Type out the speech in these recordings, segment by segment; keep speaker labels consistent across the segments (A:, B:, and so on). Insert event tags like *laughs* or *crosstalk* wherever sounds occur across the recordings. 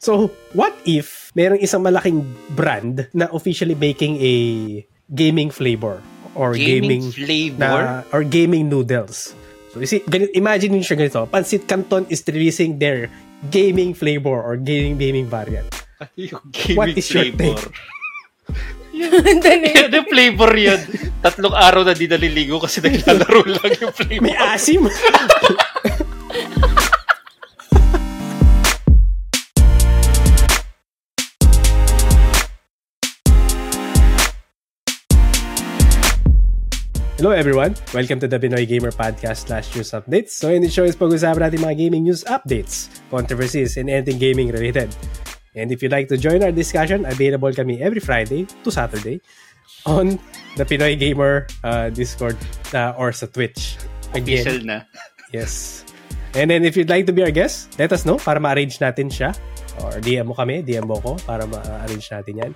A: So, what if merong isang malaking brand na officially baking a gaming flavor or gaming,
B: Gaming flavor?
A: na, or gaming noodles. So you see, ganito, imagine nyo siya ganito. Pancit Canton is releasing their gaming flavor or gaming gaming variant.
B: *laughs* Yung gaming
A: What is your
B: flavor.
A: take?
B: Yan yung flavor yun. Tatlong araw na di naliligo
A: *laughs*
B: kasi naglalaro lang yung flavor.
A: May asim! *laughs* Hello everyone! Welcome to the Pinoy Gamer Podcast slash news updates. So in this show is pag-usapan natin mga gaming news updates, controversies, and anything gaming related. And if you'd like to join our discussion, available kami every Friday to Saturday on the Pinoy Gamer uh, Discord uh, or sa Twitch.
B: Official na.
A: Yes. And then if you'd like to be our guest, let us know para ma-arrange natin siya. Or DM mo kami, DM mo ko para ma-arrange natin yan.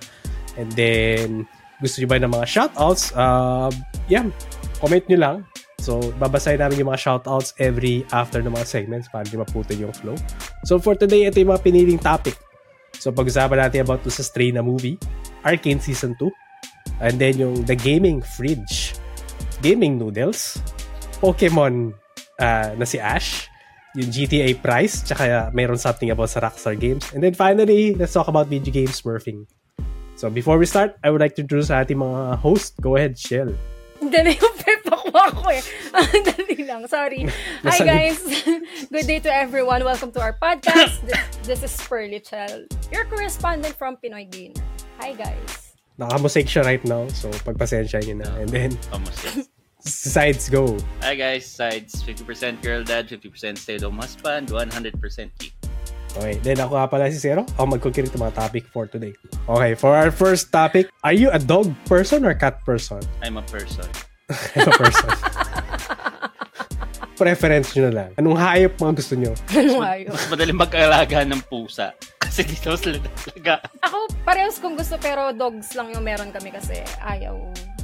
A: And then, gusto nyo ba ng mga shoutouts? Uh, yan, comment nyo lang. So, babasahin namin yung mga shoutouts every after ng mga segments para di maputo yung flow. So, for today, ito yung mga piniling topic. So, pag-usapan natin about to sa Stray na movie, Arcane Season 2, and then yung The Gaming Fridge, Gaming Noodles, Pokemon ah, na si Ash, yung GTA price, tsaka mayroon something about sa Rockstar Games. And then finally, let's talk about video game smurfing. So before we start, I would like to introduce sa ating mga host. Go ahead, Shell.
C: Ang dali yung pep ako ako eh. *laughs* Ang dali lang. Sorry. Hi
A: Nasalip.
C: guys. *laughs* Good day to everyone. Welcome to our podcast. This, this is Pearly Chell, your correspondent from Pinoy Gain. Hi guys.
A: Nakamusik siya right now, so pagpasensya niyo na. And then, *laughs*
B: Kamusta?
A: sides go.
B: Hi guys, sides 50% girl dad, 50% stay home husband, 100% geek.
A: Okay, then ako nga pala si Zero. Ako magkukirit ng mga topic for today. Okay, for our first topic, are you a dog person or cat person? *laughs*
B: I'm a person.
A: Type of person. Preference nyo na lang. Anong hayop mga gusto nyo?
C: Ano *laughs* ayo?
B: Mas madali mag-alaga ng pusa. Kasi di daw sila talaga.
C: Ako parehas kung gusto pero dogs lang yung meron kami kasi ayaw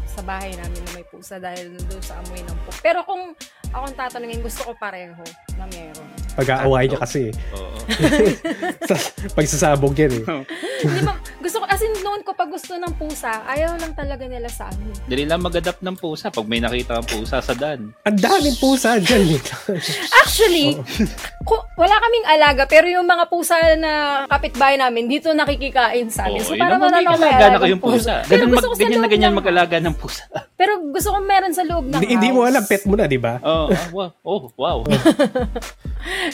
C: sa bahay namin na may pusa dahil doon sa amoy ng poop. Pero kung akong tatanungin, gusto ko pareho na meron.
A: Pag-aaway niya kasi.
C: *laughs*
A: eh.
B: Oo.
A: Sa- Pagsasabog yan eh.
C: Hindi ba, gusto ko, as in noon ko pag gusto ng pusa, ayaw lang talaga nila sa amin.
B: Dali lang mag-adapt ng pusa pag may nakita kang pusa sa dan.
A: Ang daming pusa dyan. eh.
C: *laughs*
B: *laughs*
C: Actually, ku- wala kaming alaga, pero yung mga pusa na kapitbahay namin, dito nakikikain sa amin.
B: Oh,
C: so,
B: yun
C: para
B: naman,
C: wala
B: may
C: na ako may
B: alaga na
C: alagang
B: kayong pusa.
C: Pero
B: Ganun,
C: gusto ko
B: mag,
C: sa
B: ganyan na
C: loob
B: ganyan
C: ng-
B: mag-alaga ng pusa.
C: Pero gusto ko meron sa loob ng
A: Hindi hindi mo
C: house.
A: alam, pet mo na, di ba?
B: *laughs* Oh, ah, wow. Oh, wow.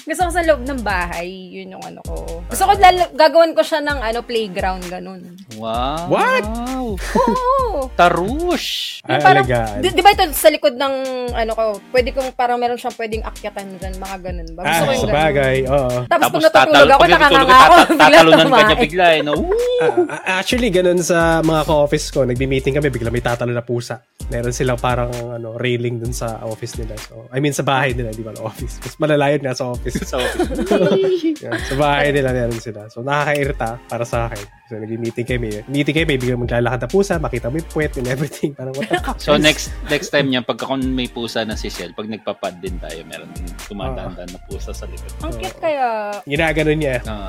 C: Gusto ko sa loob ng bahay. Yun yung ano ko. Gusto ko lala- gagawin ko siya ng ano playground, ganun.
B: Wow.
A: What? *laughs*
C: Oo!
B: Tarush.
A: Ay,
C: Yung
A: Ah,
C: parang,
A: alagaan.
C: di, di ba ito sa likod ng ano ko, pwede kong parang meron siyang pwedeng akyatan dyan, mga ganun ba? Gusto
A: Ah,
C: ko yung
A: sa
C: ganun.
A: bagay. Oo.
C: Tapos,
B: Tapos
C: kung natutulog
B: tatalo-
C: ako,
B: pag natutulog
C: nakangako.
B: tata-
C: biglang
B: Tatalunan ka niya
C: tumae.
B: bigla
C: *laughs*
B: eh. No? Woo!
A: Ah, ah, actually, ganun sa mga ka-office ko. Nagbi-meeting kami, bigla may tatalo na pusa. Meron silang parang ano, railing dun sa office nila. So, I mean, sa bahay nila, di ba? Office. Mas malalayot nga sa office.
B: So,
A: *laughs*
C: *laughs*
A: Yan, sa bahay nila meron sila. So, nakakairita para sa akin. So, nag-meeting kami. Meeting kami, biglang maglalakad na pusa, makita mo yung puwet and everything. Parang,
C: *laughs*
A: what the fuck?
B: so next next time niya, pagka kung may pusa na si Shell, pag nagpapad din tayo, meron din tumatanda na pusa sa likod.
C: Ang cute kaya.
A: Ginaganon niya.
B: Ah.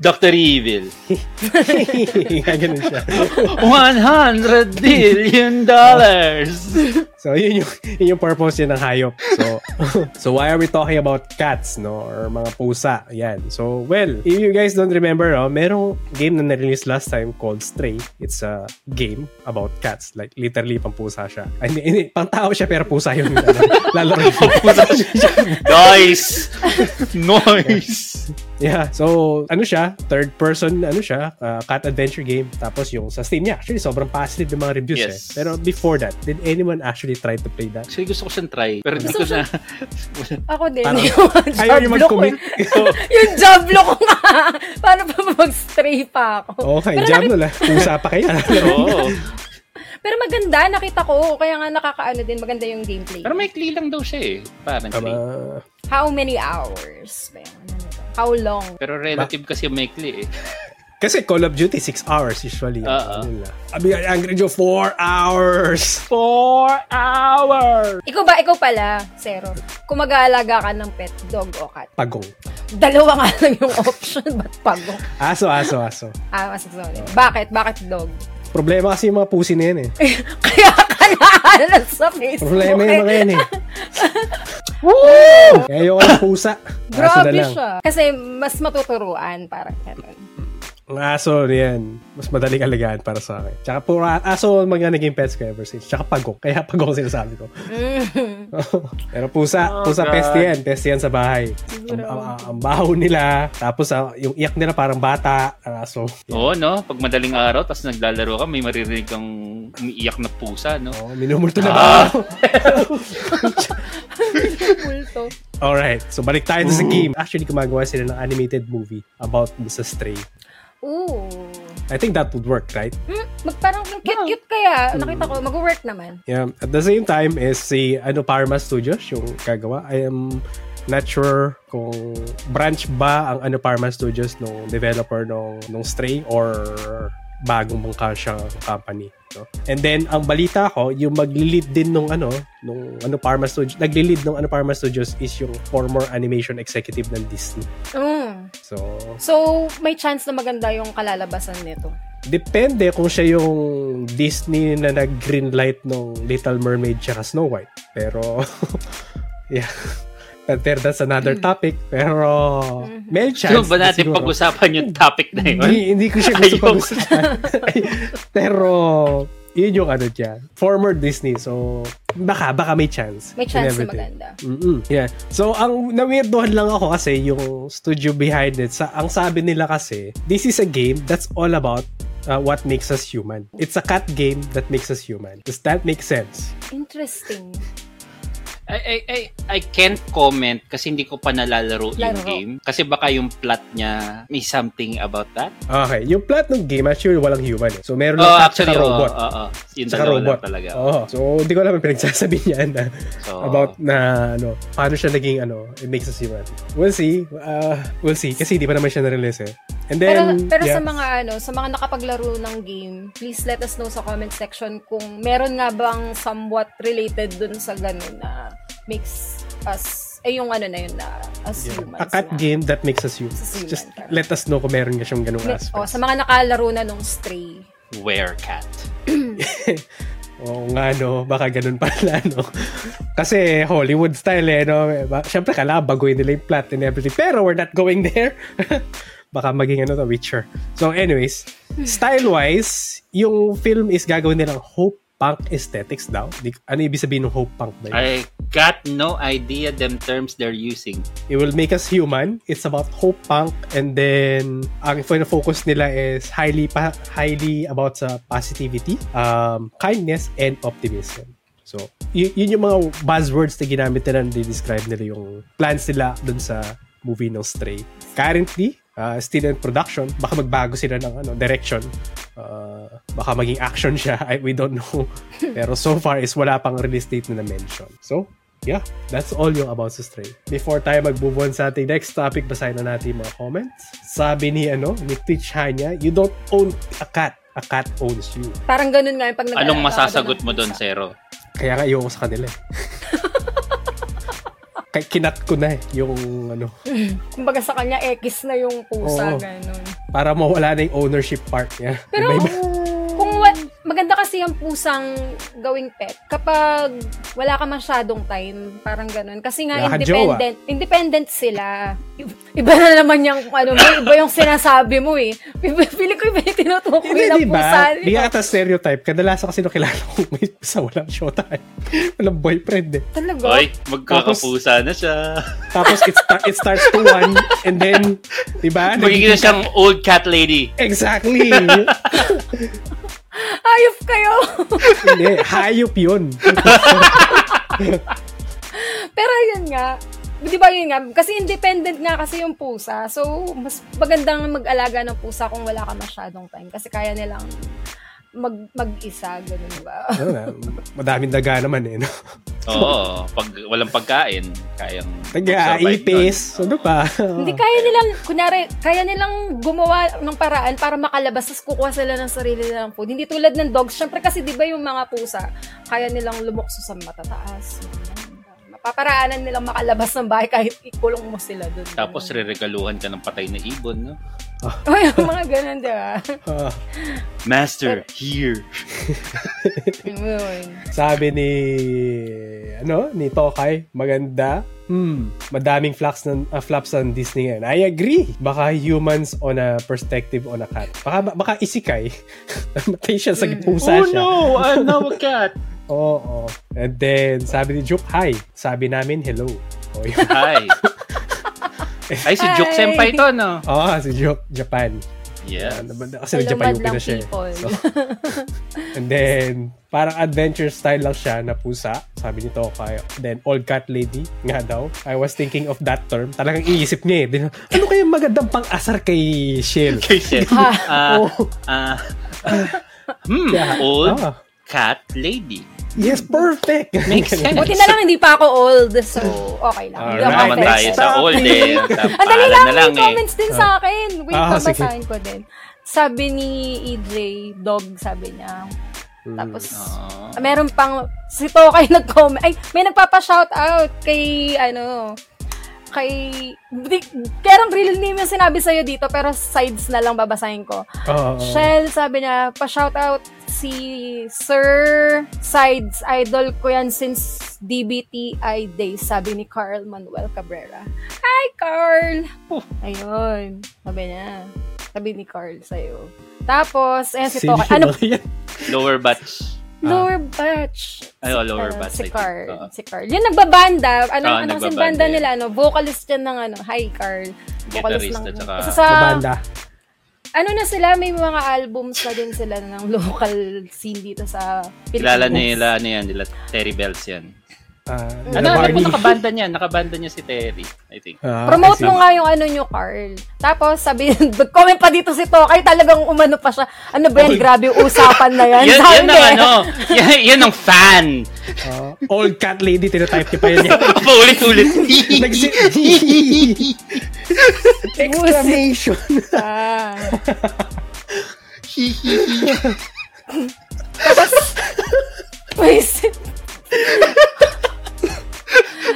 B: Dr. Evil. *laughs*
A: Ginaganon siya.
B: 100 billion
C: *laughs*
B: dollars!
A: So, yun yung, yun yung purpose niya ng hayop. So, *laughs* so why are we talking about cats, no? Or mga pusa. Yan. So, well, if you guys don't remember, oh, merong game na na-release last time called Stray. It's a game about cats. Like, literally, pang pusa siya. Ay, hindi, hindi, pang tao siya, pero pusa yun. Ano, Lalaro yung pusa
B: Nice! Nice!
A: Yeah. So, ano siya? Third person, ano siya? uh, cat adventure game. Tapos yung sa Steam niya, actually, sobrang positive ng mga reviews
B: Yes.
A: eh. Pero before that, did anyone actually try to play that?
B: Actually, gusto ko siyang try. Pero hindi ko
C: Gusto ko
B: na... *laughs*
C: Ako din.
A: Parang-
C: *laughs* yung
A: Ayaw niyo
C: jablo ko
A: *laughs*
C: eh.
A: mag-commit.
C: *laughs* yung jablo ko nga. Paano pa mag-stray pa ako?
A: Okay,
C: Pero
A: jam na. Pusa pa kaya.
B: Oo.
C: Pero maganda, nakita ko. Kaya nga nakakaano din, maganda yung gameplay.
B: Pero may kli lang daw siya eh. Parang kli.
A: Tama.
C: How many hours? ba yun? Ano ba? How long?
B: Pero relative kasi yung may kli eh.
A: Kasi Call of Duty, 6 hours usually.
B: Oo.
A: Yun lang. Sabi nga, Angry Joe, 4 hours!
B: Four hours!
C: Ikaw ba, ikaw pala, Zero, kung mag-aalaga ka ng pet, dog o cat,
A: Pagong.
C: dalawa nga lang yung *laughs* option, ba't pagong?
A: Aso, aso, aso.
C: Ah, mas sorry. Bakit? Bakit dog? *laughs*
A: Problema kasi yung mga pusi na yun eh.
C: Kaya ka naalala sa Facebook.
A: Problema
C: eh.
A: yung mga yun eh. Kaya ayoko ng pusa. Aso na
C: Grabe
A: Ah, lang.
C: siya. Kasi mas matuturuan, parang ganun.
A: Ang aso, ano yan. Mas madaling alagaan para sa akin. Tsaka puro aso ang mga naging pets ko ever since. Tsaka pagong. Kaya pagong ang sinasabi ko. Pero pusa,
B: Oh,
A: pusa
B: God.
A: peste yan. Peste yan sa bahay. Ang, ang, ang baho nila. Tapos ah, yung iyak nila parang bata. Ang aso.
B: Oo, no? Pag madaling araw, tapos naglalaro ka, may maririnig kang umiiyak na pusa, no?
A: Oh, minumulto na ba?
B: Ah!
C: Multo.
A: Alright, so balik tayo sa game. Actually, gumagawa sila ng animated movie about sa stray.
C: Ooh.
A: I think that would work, right?
C: Hmm, mag, parang ang cute-cute kaya. Nakita ko, mag-work naman.
A: Yeah. At the same time is si ano Parma Studios yung gagawa. I am not sure kung branch ba ang ano Parma Studios nung developer nung nung Stray or bagong bangka siyang company. No? And then ang balita ko, yung magli-lead din nung ano, nung ano Parma Studios, nagli-lead nung ano Parma Studios is yung former animation executive ng Disney.
C: Mm.
A: So,
C: So, may chance na maganda yung kalalabasan nito.
A: depende kung siya yung Disney na nag-greenlight nung Little Mermaid tsaka Snow White. Pero, *laughs* yeah. But there, that's another topic. Pero, may chance.
B: Sino ba natin
A: siguro.
B: pag-usapan yung topic na yun?
A: Hindi, hindi ko
B: *laughs*
A: siya gusto
B: Ayoko.
A: pag-usapan. Pero, yun yung ano dyan. Former Disney. So, baka, baka may chance.
C: May
A: in
C: chance na
A: everything.
C: maganda.
A: Mm-mm. Yeah. So, ang na-weirdohan lang ako kasi yung studio behind it, sa, ang sabi nila kasi, this is a game that's all about uh, what makes us human. It's a cat game that makes us human. Does that make sense?
C: Interesting.
B: I, I, I, I can't comment kasi hindi ko pa nalalaro yung
C: Laro.
B: game. Kasi baka yung plot niya may something about that.
A: Okay. Yung plot ng game, actually, walang human. eh. So, meron lang
B: Oh,
A: cat
B: actually,
A: tsaka
B: oo.
A: robot.
B: Oh, Yung
A: Tsaka
B: dalawa
A: robot.
B: lang talaga.
A: Oo. So, hindi ko alam ang pinagsasabi niya na
B: So,
A: about na ano, paano siya naging ano, it makes us human. We'll see. Uh, we'll see. Kasi hindi pa naman siya na-release eh. And then,
C: pero
A: yeah.
C: pero sa mga ano, sa mga nakapaglaro ng game, please let us know sa comment section kung meron nga bang somewhat related dun sa ganun na makes us ay yung ano na yun na as
A: Yeah.
C: humans.
A: A cat
C: na.
A: game that makes us humans.
C: Sa human,
A: Just
C: parang.
A: let us know kung meron ka siyang ganung
C: May-
A: aspect.
C: oh, sa mga nakalaro na nung Stray.
B: werecat.
A: *laughs* Oo nga, no. Baka ganun pala, no. Kasi Hollywood style, eh, no. Ba- Siyempre, kailangan baguhin nila yung plot and everything. Pero we're not going there. *laughs* Baka maging ano to, Witcher. So anyways, style-wise, yung film is gagawin nilang hope punk aesthetics daw. Di- Ano ibig sabihin ng hope punk ba yun?
B: I got no idea them terms they're using.
A: It will make us human. It's about hope punk and then ang focus nila is highly pa, highly about sa positivity, um, kindness and optimism. So, y- yun yung mga buzzwords na ginamit nila na describe nila yung plans nila dun sa movie ng Stray. Currently, uh, still in production. Baka magbago sila ng ano, direction. Uh, baka maging action siya. *laughs* I, we don't know. Pero so far is wala pang release date na na-mention. So, yeah, that's all yung about sa stray. Before tayo mag-move on sa ating next topic, basahin na natin yung mga comments. Sabi ni, ano, ni Twitch Hanya, you don't own a cat. A cat owns you.
C: Parang ganun nga yung pag nag
B: Anong masasagot mo doon, Zero?
A: Kaya nga ayoko sa
C: *laughs*
A: kanila eh. Kaya kinat ko na eh, yung ano,
C: Kumbaga sa kanya X na yung pusa
A: Oo.
C: ganun.
A: para mawala na yung ownership part niya.
C: Pero
A: Iba-iba.
C: kung wa- maganda kasi ang pusang gawing pet kapag wala ka masyadong time, parang ganun. Kasi nga
A: Wala ka
C: independent, independent sila. I- Iba na naman yung ano mo, iba yung sinasabi mo eh. *laughs* Iba- Feeling ko iba yung tinutukoy
A: Hindi,
C: ng
A: di
C: pusa.
A: ba? Di
C: nila.
A: ata stereotype. Kadalasan kasi nakilala ko may *laughs* sa walang showtime. walang boyfriend eh.
C: Talaga?
B: Oy, magkakapusa na siya.
A: Tapos it, sta- it starts to one and then, di ba?
B: Magiging na siyang old cat
A: *laughs*
B: lady.
A: Exactly.
C: Ayop kayo! *laughs*
A: Hindi, hayop yun. *laughs*
C: Pero yun nga, di ba yun nga, kasi independent nga kasi yung pusa. So, mas magandang mag-alaga ng pusa kung wala ka masyadong time. Kasi kaya nilang mag, mag-isa, ganun ba?
A: Ano na, madaming daga naman eh. No?
B: Oo, pag walang pagkain, kayang
A: Taga,
B: mag-survive
A: ipis,
B: nun.
A: ano pa.
C: Hindi kaya nilang, kunwari, kaya nilang gumawa ng paraan para makalabas tapos kukuha sila ng sarili nilang food. Hindi tulad ng dogs. Siyempre kasi di ba yung mga pusa, kaya nilang lumukso sa matataas. Mapaparaanan nilang makalabas ng bahay kahit ikulong mo sila doon.
B: Tapos reregaluhan ka ng patay na ibon, no?
C: *laughs* Ay, mga ganun, di ba?
A: *laughs* Ah,
B: Master, here.
C: Yun.
A: sabi ni, ano, ni Tokay, maganda. Hmm, madaming flaps ng, ah, flaps ng Disney yan. I agree. Baka humans on a perspective on a cat. Baka, baka isikay. *laughs* Matay siya sa pusa
B: Oh,
A: siya.
B: I'm now a cat.
A: Oo. And then, sabi ni Juke, hi. Sabi namin, hello. O
B: *laughs*
A: yun. *laughs*
B: Hi. Ay, si Joke
C: Hi.
B: Senpai to, no?
A: Oo, Ah, si Juke, Japan.
B: Yeah.
A: Ano ba- Kasi
C: Hello,
A: nag-Japan yung
C: madlang
A: na siya. eh.
C: people. *laughs*
A: So, and then, parang adventure style lang siya na pusa. Sabi ni Tokay. Then, old cat lady nga daw. I was thinking of that term. Talagang iisip niya eh. Din- Ano kaya magandang pang-asar kay Shell?
B: Kay Seth. Ah,
A: Oh,
B: ah, *laughs* hmm,
A: yeah.
B: old
A: Ah,
B: cat lady.
A: yes,
C: *laughs*
A: perfect!
B: Makes sense.
C: Buti na lang hindi pa ako old, so okay lang. Hindi ako
B: Naman
A: Alright,
B: tayo
C: affected.
B: sa old *laughs* eh. Tapalan
C: Ang dali lang,
B: na
C: may
B: lang eh.
C: comments din sa akin. Wait,
A: Ah, sige.
C: babasahin ko din. Sabi ni EJ, dog, sabi niya.
A: Mm.
C: Tapos,
B: Oo.
C: meron pang, si Tokay *laughs* nag-comment. Ay, may nagpapa-shoutout kay, ano, kay, di, kerang real name yung sinabi sa'yo dito, pero sides na lang babasahin ko.
A: Oo.
C: Shell, sabi niya, pa-shoutout si Sir Sides. Idol ko yan since DBTI days, sabi ni Carl Manuel Cabrera. Hi, Carl!
B: Oh.
C: Ayun, sabi niya. Sabi ni Carl sa'yo. Tapos, eh, si
A: Sino
C: Toki. Ano,
A: ba yan?
B: Lower batch.
C: lower batch.
B: Ay, oh, Ah. lower
C: ano,
B: batch,
C: Si
B: I think.
C: Carl.
B: Oo.
C: Si Carl. Yung nagbabanda. Ano,
B: Oo,
C: ano kasi
B: nagbabanda
C: banda
B: yun.
C: nila, ano, vocalist yan ng ano. Hi, Carl. Vocalist
B: Guitarist
C: ng,
B: at saka-
C: isa sa,
A: Babanda.
C: ano na sila, may mga albums na din sila ng local scene dito sa
B: Kilala
C: Pilipinas.
B: nila, ano yan, nila Terry Bells yan.
A: Ah,
B: Ano, Uh, ano po
A: Barney.
B: nakabanda niya? Nakabanda niya si Terry, I think.
A: Ah,
C: Promote
A: I see.
C: mo nga yung ano nyo, Carl. Tapos, sabi, *laughs* comment pa dito si Tokay, talagang umano pa siya. Ano ba yan?
A: Oy.
C: Grabe yung usapan na yan.
B: *laughs* Yan,
C: Sabi
B: yan ang
C: niya,
B: ano. Yan, yan ang fan.
A: Ah, old cat lady, tinatype niya pa
C: *laughs*
A: yun.
B: *laughs* Paulit-ulit.
A: Nagsi- Exclamation. *laughs*
C: Ah. Tapos, Wait,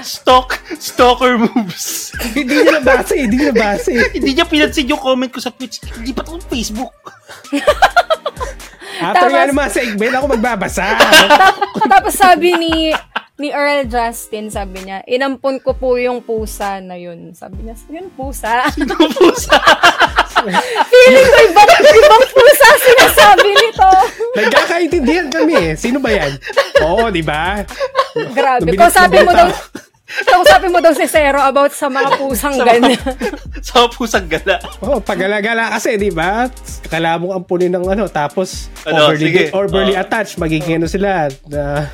B: Stalk, stalker moves.
A: Hindi niya nabasa eh, hindi niya nabasa *laughs* eh.
B: Hindi niya pinansin yung comment ko sa Twitch. Hindi pa itong Facebook. *laughs*
A: After
C: Tapos-
A: nga naman sa Igbel, ako magbabasa.
C: *laughs* Tapos sabi ni ni Earl Justin, sabi niya, inampon ko po yung pusa na yun. Sabi niya, yun pusa. *laughs*
B: Pusa.
C: Feeling ko ibang, ibang pusa sinasabi nito.
A: Nagkakaintindihan kami eh. Sino ba yan? Oo, di ba?
C: Grabe.
A: Nabilis
C: Kung sabi
A: na
C: mo
A: bitaw.
C: daw, *laughs* kausapin mo daw si Zero about sa mga pusang
B: *laughs*
C: ganyan. *laughs*
B: Sa pusang gala.
A: Oo, pagala-gala kasi, di ba? Kala mo ang punin ng ano, tapos
B: Ano,
A: overly,
B: sige.
A: overly
B: Oo.
A: attached, magiging ano sila. na-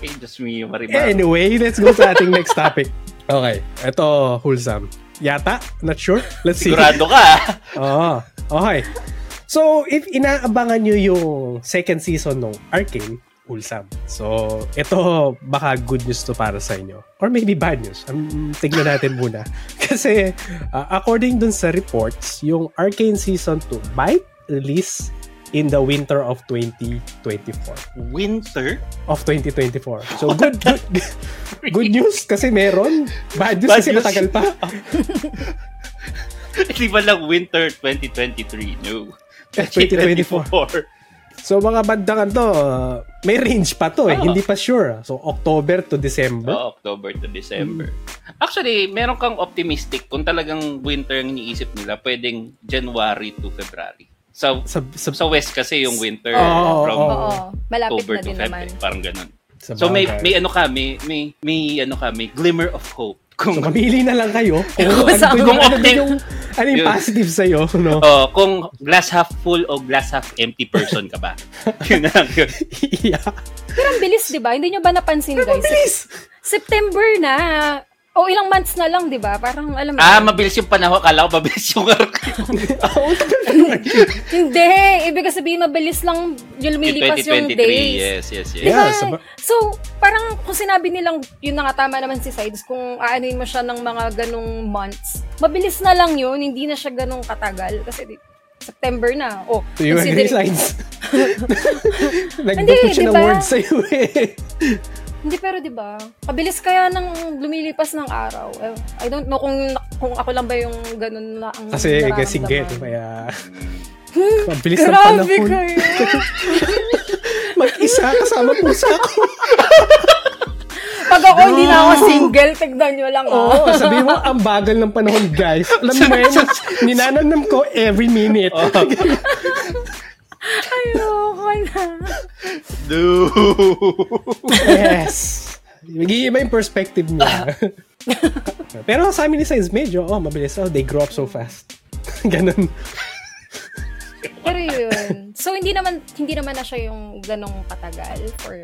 B: Eh, just me, Maribel.
A: anyway, let's go sa ating next topic. Okay, ito, wholesome. Yata? Not sure? Let's see.
B: Sigurado ka. ah.
A: Oo. Okay. So, if inaabangan nyo yung second season ng Arcane, Ulsam. So, ito baka good news to para sa inyo. Or maybe bad news. Um, tignan natin muna. Kasi, uh, according dun sa reports, yung Arcane Season 2 might release in the winter of 2024
B: *laughs* Winter?
A: of 2024. So good good, good news kasi meron. Bad news
B: Bad
A: kasi
B: news.
A: matagal pa.
B: Hindi ba lang winter 2023? No.
A: 2024. So mga bandang to, uh, may range pa to eh.
B: Oo.
A: Hindi pa sure. So October to December.
B: Oh, October to December. Hmm. Actually, meron kang optimistic kung talagang winter ang iniisip nila, pwedeng January to February. Sa,
A: Sa, sa,
B: sa West kasi yung winter
A: Oo,
B: from
A: oo.
C: Oo. Malapit
B: October
C: na
B: to
C: din naman.
B: February, parang ganun.
A: sa
B: So may
A: bagay.
B: may ano ka, may may, may ano ka, may glimmer of hope. Kung
A: So mamili na lang kayo kung ano,
B: *laughs* Kung
A: ba
B: saan-
A: yung,
B: kung
A: ano ba
B: opti- *laughs*
A: yung, ano yung
B: Yun.
A: positive sa'yo. No?
B: oh, kung glass half full o glass half empty person ka *laughs* ba? yun na lang yun.
A: *laughs* yeah. *laughs*
C: Pero ang bilis, di ba? Hindi nyo ba napansin, guys?
A: Please!
C: September na. Oh, ilang months na lang, di ba? Parang alam mo.
B: Ah, mabilis yung panahon. Akala ko mabilis yung
A: Ah,
C: Hindi. Ibig sabihin, mabilis lang yung lumilipas yung
B: 2023.
C: days.
B: Yes, yes, yes.
A: Yeah.
C: Diba?
A: sab-
C: so, parang kung sinabi nilang, yun na nga tama naman si Sides, kung aanuin mo siya ng mga ganong months, mabilis na lang yun, hindi na siya ganong katagal. Kasi di- September na. Oh,
A: Do you
C: consider-
A: agree, Science? Nagbatot siya ng
C: diba?
A: words sa'yo eh.
C: Hindi, pero di ba? Kabilis kaya ng lumilipas ng araw. Eh, I don't know kung kung ako lang ba yung ganun na ang
A: Kasi guessing get,
C: nararamdaman.
A: kaya... Mabilis ang
C: Grabe
A: panahon.
C: kayo!
A: Mag-isa kasama pusa ko.
C: Pag ako hindi na
A: *laughs*
C: ako single, tignan nyo lang.
A: Oo,
C: Oh.
A: sabi mo, ang bagal ng panahon, guys. Alam mo yun, ninananam ko every minute.
C: *laughs*
B: Oh.
A: *laughs*
C: Ayoko na.
B: Do.
A: Yes. Mag-iiba yung perspective niya. Pero sa amin ni Science, medyo, oh, mabilis. Oh, they grow up so fast. *laughs* Ganun.
C: Pero yun. So, hindi naman hindi naman na siya yung ganong katagal for...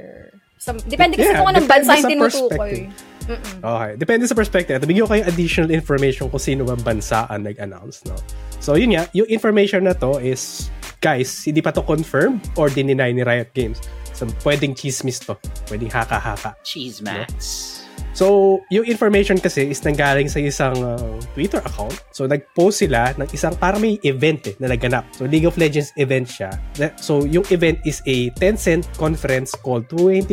C: Some, depende kasi
A: Yeah,
C: kung anong
A: depende
C: bansa yung
A: sa
C: tinutukoy.
A: perspective. Okay. Depende sa perspective. At bigyan ko kayo additional information kung sino bang bansa ang nag-announce. No? So, yun nga. Yung information na to is, guys, hindi pa to confirm or dininay ni Riot Games. So, pwedeng chismis to. Pwedeng haka-haka.
B: Cheese Max.
A: So, yung information kasi is nanggaling sa isang uh, Twitter account. So, nag-post sila ng isang parang may event eh, na naganap. So, League of Legends event siya. Na- So, yung event is a 10-cent conference called 2024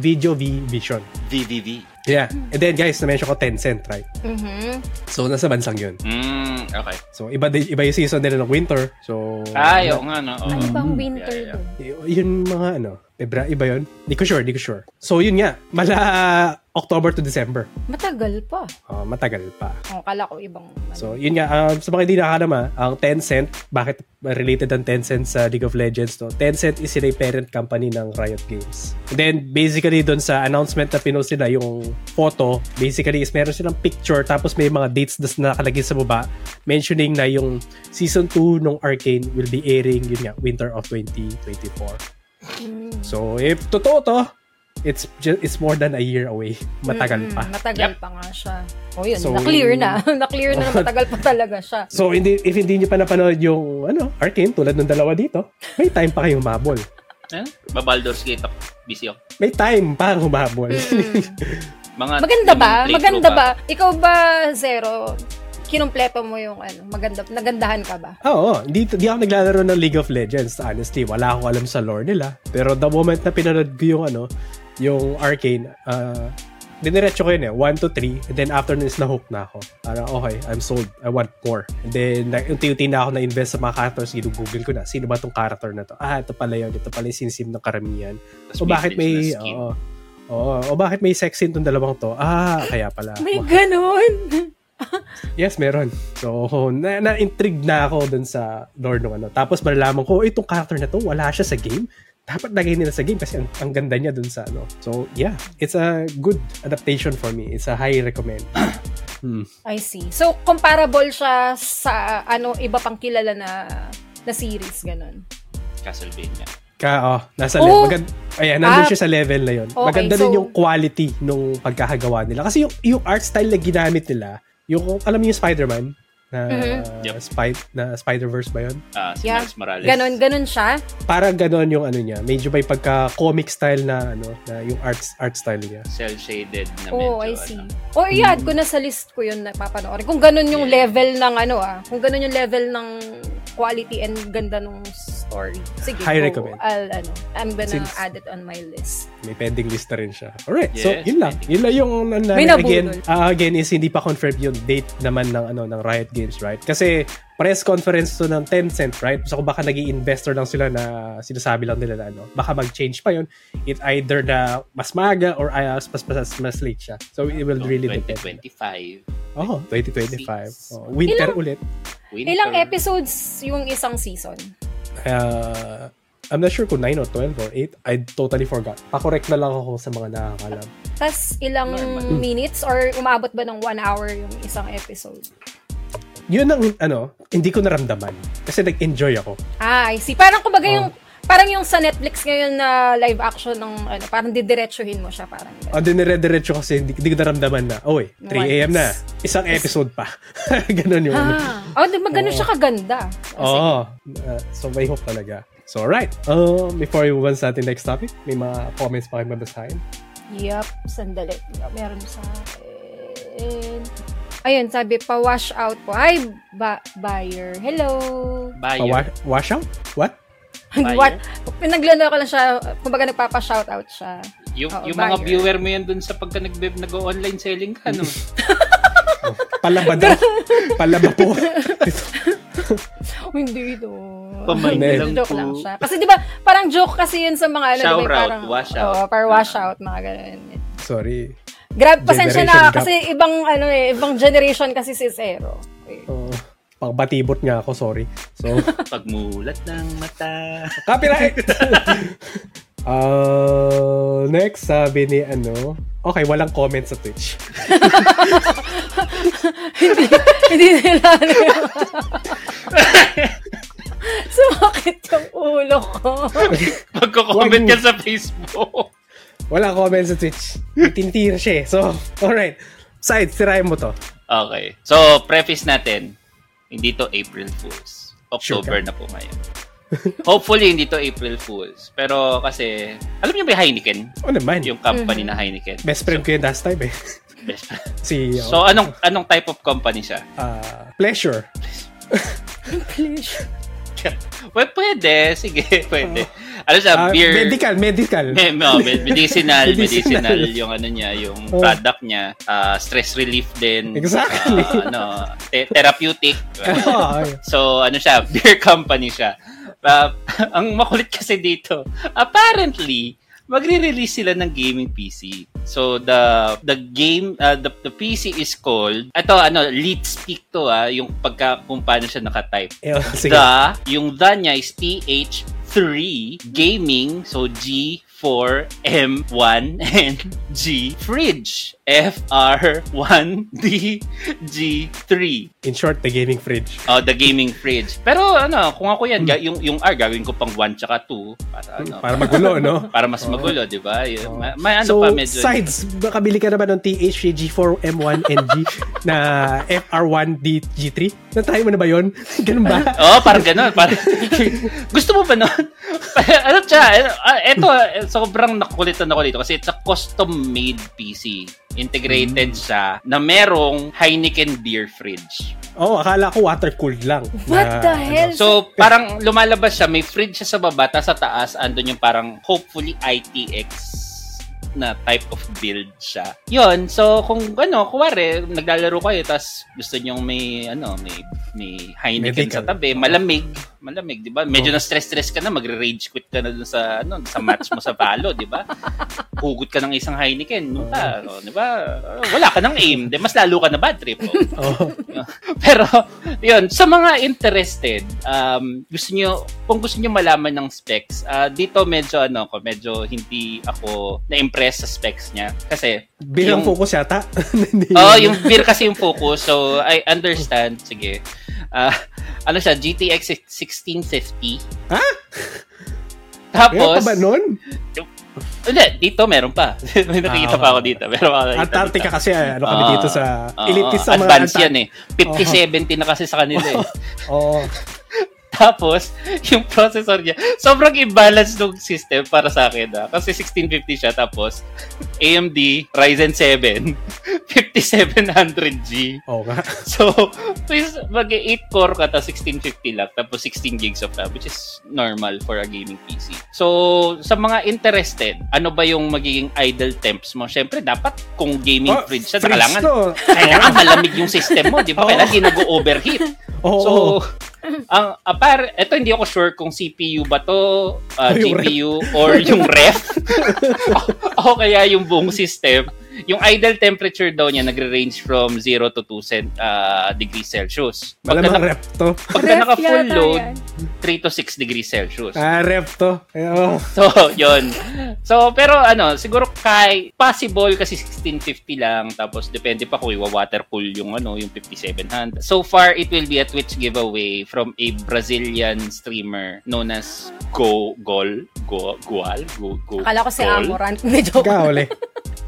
A: Video V Vision.
B: VVV.
A: Yeah. And then guys, na-mention ko 10 cent, right?
C: Mm-hmm.
A: So, nasa bansang yun.
B: Mm, okay.
A: So, iba, din- iba yung season nila ng winter. So,
B: Ay, oo nga, no. oo.
C: Ibang Ano winter
B: Mm-hmm. Yeah, yeah.
C: dun.
A: Y- yun mga ano, Febra, iba yun? Di ko sure, di ko sure. So, yun nga, mala uh, October to December.
C: Matagal pa.
A: Uh, matagal pa.
C: Oh, kala ko ibang...
A: So, yun nga, um, sa mga hindi nakakalam ah, ang Tencent, bakit related ang Tencent sa League of Legends to? Tencent is sila yung parent company ng Riot Games. And then, basically, dun sa announcement na pinost nila, yung photo, basically, is meron silang picture, tapos may mga dates na nakalagay sa baba, mentioning na yung season 2 ng Arcane will be airing, yun nga, winter of 2024.
C: Mm.
A: So, if totoo to, it's just, it's more than a year away. Matagal pa.
C: Mm, Matagal
B: Yep.
C: pa nga siya. O yun,
A: Ah, So-
C: na-clear na. *laughs* na-clear na, na matagal pa talaga siya.
A: So, hindi, if hindi nyo pa napanood yung ano, Arcane, tulad ng dalawa dito, may time pa kayong humabol.
B: Eh? Babaldor's Gate ako. Busy ako.
A: May time pa humabol.
B: Mga
C: Maganda ba?
B: limang playthrough
C: Maganda ba? Ikaw ba, Zero, kinumpleto mo yung ano, maganda, nagandahan ka ba?
A: Oo, hindi, hindi ako naglalaro ng League of Legends. Honestly, wala akong alam sa lore nila. Pero the moment na pinanood ko yung ano, yung Arcane, uh, diniretso ko yun eh, 1 to 3, and then after nun is na-hook na ako. Para, okay, I'm sold. I want more. And then, na- unti-unti na ako na-invest sa mga characters. Ginugoogle ko na, sino ba tong character na to? Ah, ito pala yun. Ito pala yung sinsim ng karamihan.
B: Tapos
A: o bakit may...
B: business skin.
A: Oo. Oo. o bakit may sex scene tong dalawang to? Ah, kaya pala.
C: May ganun!
A: Yes, meron. So, na- na-intrigue na ako dun sa lore nung ano. Tapos malalaman ko, "Oh, itong character na to, wala siya sa game. Dapat lagay nila sa game kasi ang, ang ganda niya dun sa ano. So, yeah. It's a good adaptation for me. It's a high recommend. *clears throat* Hmm.
C: *laughs* I see. So, comparable siya sa ano iba pang kilala na na series, ganun.
B: Castlevania.
A: Ka, oh, nasa
C: Oh!
A: level. Magand- Ayan, nandun
C: Ah.
A: siya sa level na yun.
C: Okay,
A: Maganda din
C: so-
A: yung quality nung pagkakagawa nila. Kasi yung, yung art style na ginamit nila, yung, alam niyo yung Spider-Man? Na,
C: Mhm.
B: Yep.
A: Spy- na Spider-Verse ba yun?
B: Ah, si
C: Yeah.
B: Miles Morales.
C: Ganun, ganun siya.
A: parang ganon yung ano niya. Medyo may pagka comic style na ano, na yung art art style niya.
B: Cell-shaded na medyo.
C: Oh, I see.
B: Ano.
C: Or i-add ko na sa list ko yun na papanoorin. Kung ganun yung
B: Yeah.
C: level ng ano ah, kung ganun yung level ng quality and ganda nung story. Sige,
A: High
C: go.
A: recommend.
C: I'll, ano, I'm gonna
A: Since-
C: add it on my list.
A: May pending list na rin siya. Alright, so
B: Yes,
A: yun lang. Yun lang yung ano namin.
C: May nabunol.
A: again, ah, again is hindi pa confirmed yung date naman ng ano ng Riot Games, right? Kasi press conference to ng Tencent, right? So kung baka nag investor lang sila na sinasabi lang nila na ano, baka mag-change pa yun. It either na mas maga or ah, mas, mas, mas, mas late siya. So it will
B: So,
A: really depend.
B: 2025.
A: Oh, 2025. Oh, winter
C: Ilang-
A: ulit.
B: Winter.
C: Ilang episodes yung isang season?
A: Uh, I'm not sure kung 9 or 12 or 8. I totally forgot. Pakorek na lang ako sa mga nakakalam.
C: Tapos ilang
A: Hmm.
B: Normal.
C: minutes or umabot ba ng one hour yung isang episode?
A: Yun ang, ano, hindi ko naramdaman. Kasi nag-enjoy ako. Oh.
C: Ah, I see. Parang kumbaga yung parang yung sa Netflix ngayon na live action ng ano, parang didiretsuhin mo siya parang. ganun.
A: O, dinire-diretso kasi, hindi, hindi ko naramdaman na, oy, 3 a.m. na, isang episode pa. *laughs* Ganon yung ano.
C: Ah, oh, di ba ganun siya kaganda? Kasi-
A: Oo. Uh, so, may hook talaga. So, alright. Uh, before we move on sa ating next topic, may mga comments pa kayo mabasahin.
C: Yup, sandali. Meron sa akin. Ayun, sabi pa wash out po. Hi, ba- buyer. Hello.
A: Pa-
B: Buyer.
A: wa- wash out? What?
B: Buyer?
C: What? Pinaglano ko lang siya. Kumbaga nagpapa-shoutout siya. *laughs*
B: Yung,
C: Oo,
B: yung mga
C: Oh, buyer.
B: viewer mo yan dun sa pagka nag nag-online selling ka,
A: *laughs*
B: no?
A: Palaba daw. Palaba po. *laughs*
C: Oh, hindi ito.
B: Pamain
A: na
B: lang
C: joke
B: po.
C: lang siya. Kasi di ba, parang joke kasi yun sa mga ano, di ba,
B: Shout out,
C: parang,
B: wash out. Ah.
C: Oo, parang wash out, mga ganun.
A: Sorry.
C: Grab, pasensya
A: Generation
C: na
A: gap.
C: kasi ibang ano eh, ibang generation kasi si Zero. *laughs* Okay.
A: Uh, pagbatibot nga ako, sorry. So, *laughs*
B: Pagmulat ng mata.
A: Copyright! *laughs* uh, next, sabi ni ano, okay, walang comment sa Twitch.
C: Hindi nila ano yun. *laughs* Sumakit yung ulo ko. *laughs*
B: Pagko-comment
A: Wag-
B: ka sa Facebook. *laughs*
A: Walang comment sa Twitch. Tinitira siya eh. So, *laughs* alright. Side, sirain mo to.
B: Okay. So, preface natin, hindi to April Fools.
A: Sure
B: October na po ngayon. *laughs* Hopefully, hindi to April Fools. Pero kasi, alam niyo ba yung Heineken?
A: O Oh, naman.
B: Yung company na Heineken.
A: Best friend ko yun last time eh. *laughs*
B: Best friend.
A: Si,
B: So, anong anong type of company siya? *laughs*
A: uh, Pleasure.
C: Please.
B: well, pwede. Sige, *laughs* pwede. Ano siya,
A: Uh,
B: beer. *laughs*
A: medical, medical.
B: Me-
A: *laughs*
B: no, med- medicinal,
A: Medicinal.
B: medicinal yung ano niya, yung
A: Oh.
B: product niya. Ah, stress relief din.
A: Exactly.
B: Ah, ano, te- therapeutic.
A: *laughs* Oo, ayun.
B: So, ano siya, *laughs* beer company siya. Ah, *laughs* ang makulit kasi dito, apparently, magre-release sila ng gaming PC. So the the game ah, the, the PC is called ito ano lead speak to ah yung pagka kung paano siya nakatype
A: Eh, oh, sige.
B: the, yung the niya is TH3 gaming, so G4, M1, and G fridge. FR1D G3.
A: In short, the gaming fridge.
B: Oh, the gaming fridge. Pero ano, kung ako yan, ga- yung, yung R, gagawin ko pang 1 tsaka 2. Para ano,
A: Hmm. Para magulo, no?
B: para mas magulo, di ba? Yun,
A: Oo.
B: May, may ano
A: so,
B: pa medyo.
A: sides, nakabili ka naman ng TH3G4M1NG na FR1DG3? Natry mo na ba yun? *laughs* Ganun ba?
B: Oo, oh, parang gano'n. Parang, *laughs* gusto mo ba nun? *laughs* ano siya? ah, Eto, eh, sobrang nakulitan ako dito kasi it's a custom-made PC. Integrated
A: Hmm.
B: siya na merong Heineken beer fridge.
A: Oo, oh, akala ko water-cooled lang.
C: What
A: Na-
C: the
A: ano.
C: hell?
B: So, parang lumalabas siya. May fridge siya sa baba, tapos sa taas, andun yung parang hopefully ITX na type of build siya. Yun, so kung ano, kuwari, naglalaro kayo, tapos gusto nyong may, ano, may, may Heineken
A: Medical.
B: sa tabi, malamig, malamig, di ba? Medyo na stress-stress ka na, magre-rage quit ka na dun sa, ano, sa match mo sa palo, di ba? Hugot ka ng isang Heineken, nung ta, ano, di ba? Wala ka ng aim, di mas lalo ka na bad trip.
A: Oo.
B: oh. *laughs* Pero, yun, sa mga interested, um, gusto nyo, kung gusto nyo malaman ng specs, ah, dito medyo, ano, ko, medyo hindi ako na-impress sa specs niya. Kasi,
A: Bilang
B: Yung-
A: focus yata. *laughs* Hindi.
B: oh, yung beer kasi yung focus, so I understand, sige. Ah, ano siya, GTX
A: Ha?
B: 1650.
A: Meron
B: Tapos,
A: Eh, ano pa ba nun?
B: Hindi, dito meron pa. *laughs* May nakikita
A: Ah,
B: pa ako
A: okay.
B: dito. Meron pa ako nakikita dito.
A: Antarctica kasi, ano kami
B: Ah,
A: dito sa...
B: Oo,
A: elitist sa mga...
B: advanced
A: Antar- Oh.
B: yan eh. 50-70 na kasi sa kanila eh.
A: Oo.
B: *laughs* Tapos, yung processor niya, sobrang imbalanced ng system para sa akin. Ah. Kasi 1650 siya, tapos AMD Ryzen 7 *laughs* 5700G.
A: Oo nga.
B: So, please, mag 8 core ka, tapos 1650 lang, tapos 16 gigs of RAM, which is normal for a gaming PC. So, sa mga interested, ano ba yung magiging idle temps mo? Siyempre, dapat kung gaming
A: Oh,
B: fridge siya,
A: fridge
B: kailangan,
A: to. *laughs*
B: kailangan malamig yung system mo, di ba?
A: Oo.
B: Kailangan di nag-overheat.
A: Oo.
B: So, ang apar, ito hindi ako sure kung CPU ba to,
A: O
B: uh,
A: yung ref. *laughs*
B: GPU or yung ref. o, o kaya yung buong system. Yung ideal temperature daw niya nagre-range from 0 to 2 cent, ah, degrees Celsius. Pagka,
A: Malamang
B: na,
A: rep to.
B: pagka
C: Ref
B: naka-full
C: yata
B: load,
C: yan.
B: 3 to 6 degrees Celsius.
A: Ah, rep to. Eh, Oh.
B: So, *laughs* yon. So, pero ano, siguro kay possible kasi 1650 lang tapos depende pa kung iwa-water cool yung ano, yung 5700. So far, it will be a Twitch giveaway from a Brazilian streamer known as Go Gol Go Gual Go Go.
C: Akala ko si
B: Gol?
C: Amorant. Hindi
B: *laughs*
C: joke.
A: Gaole.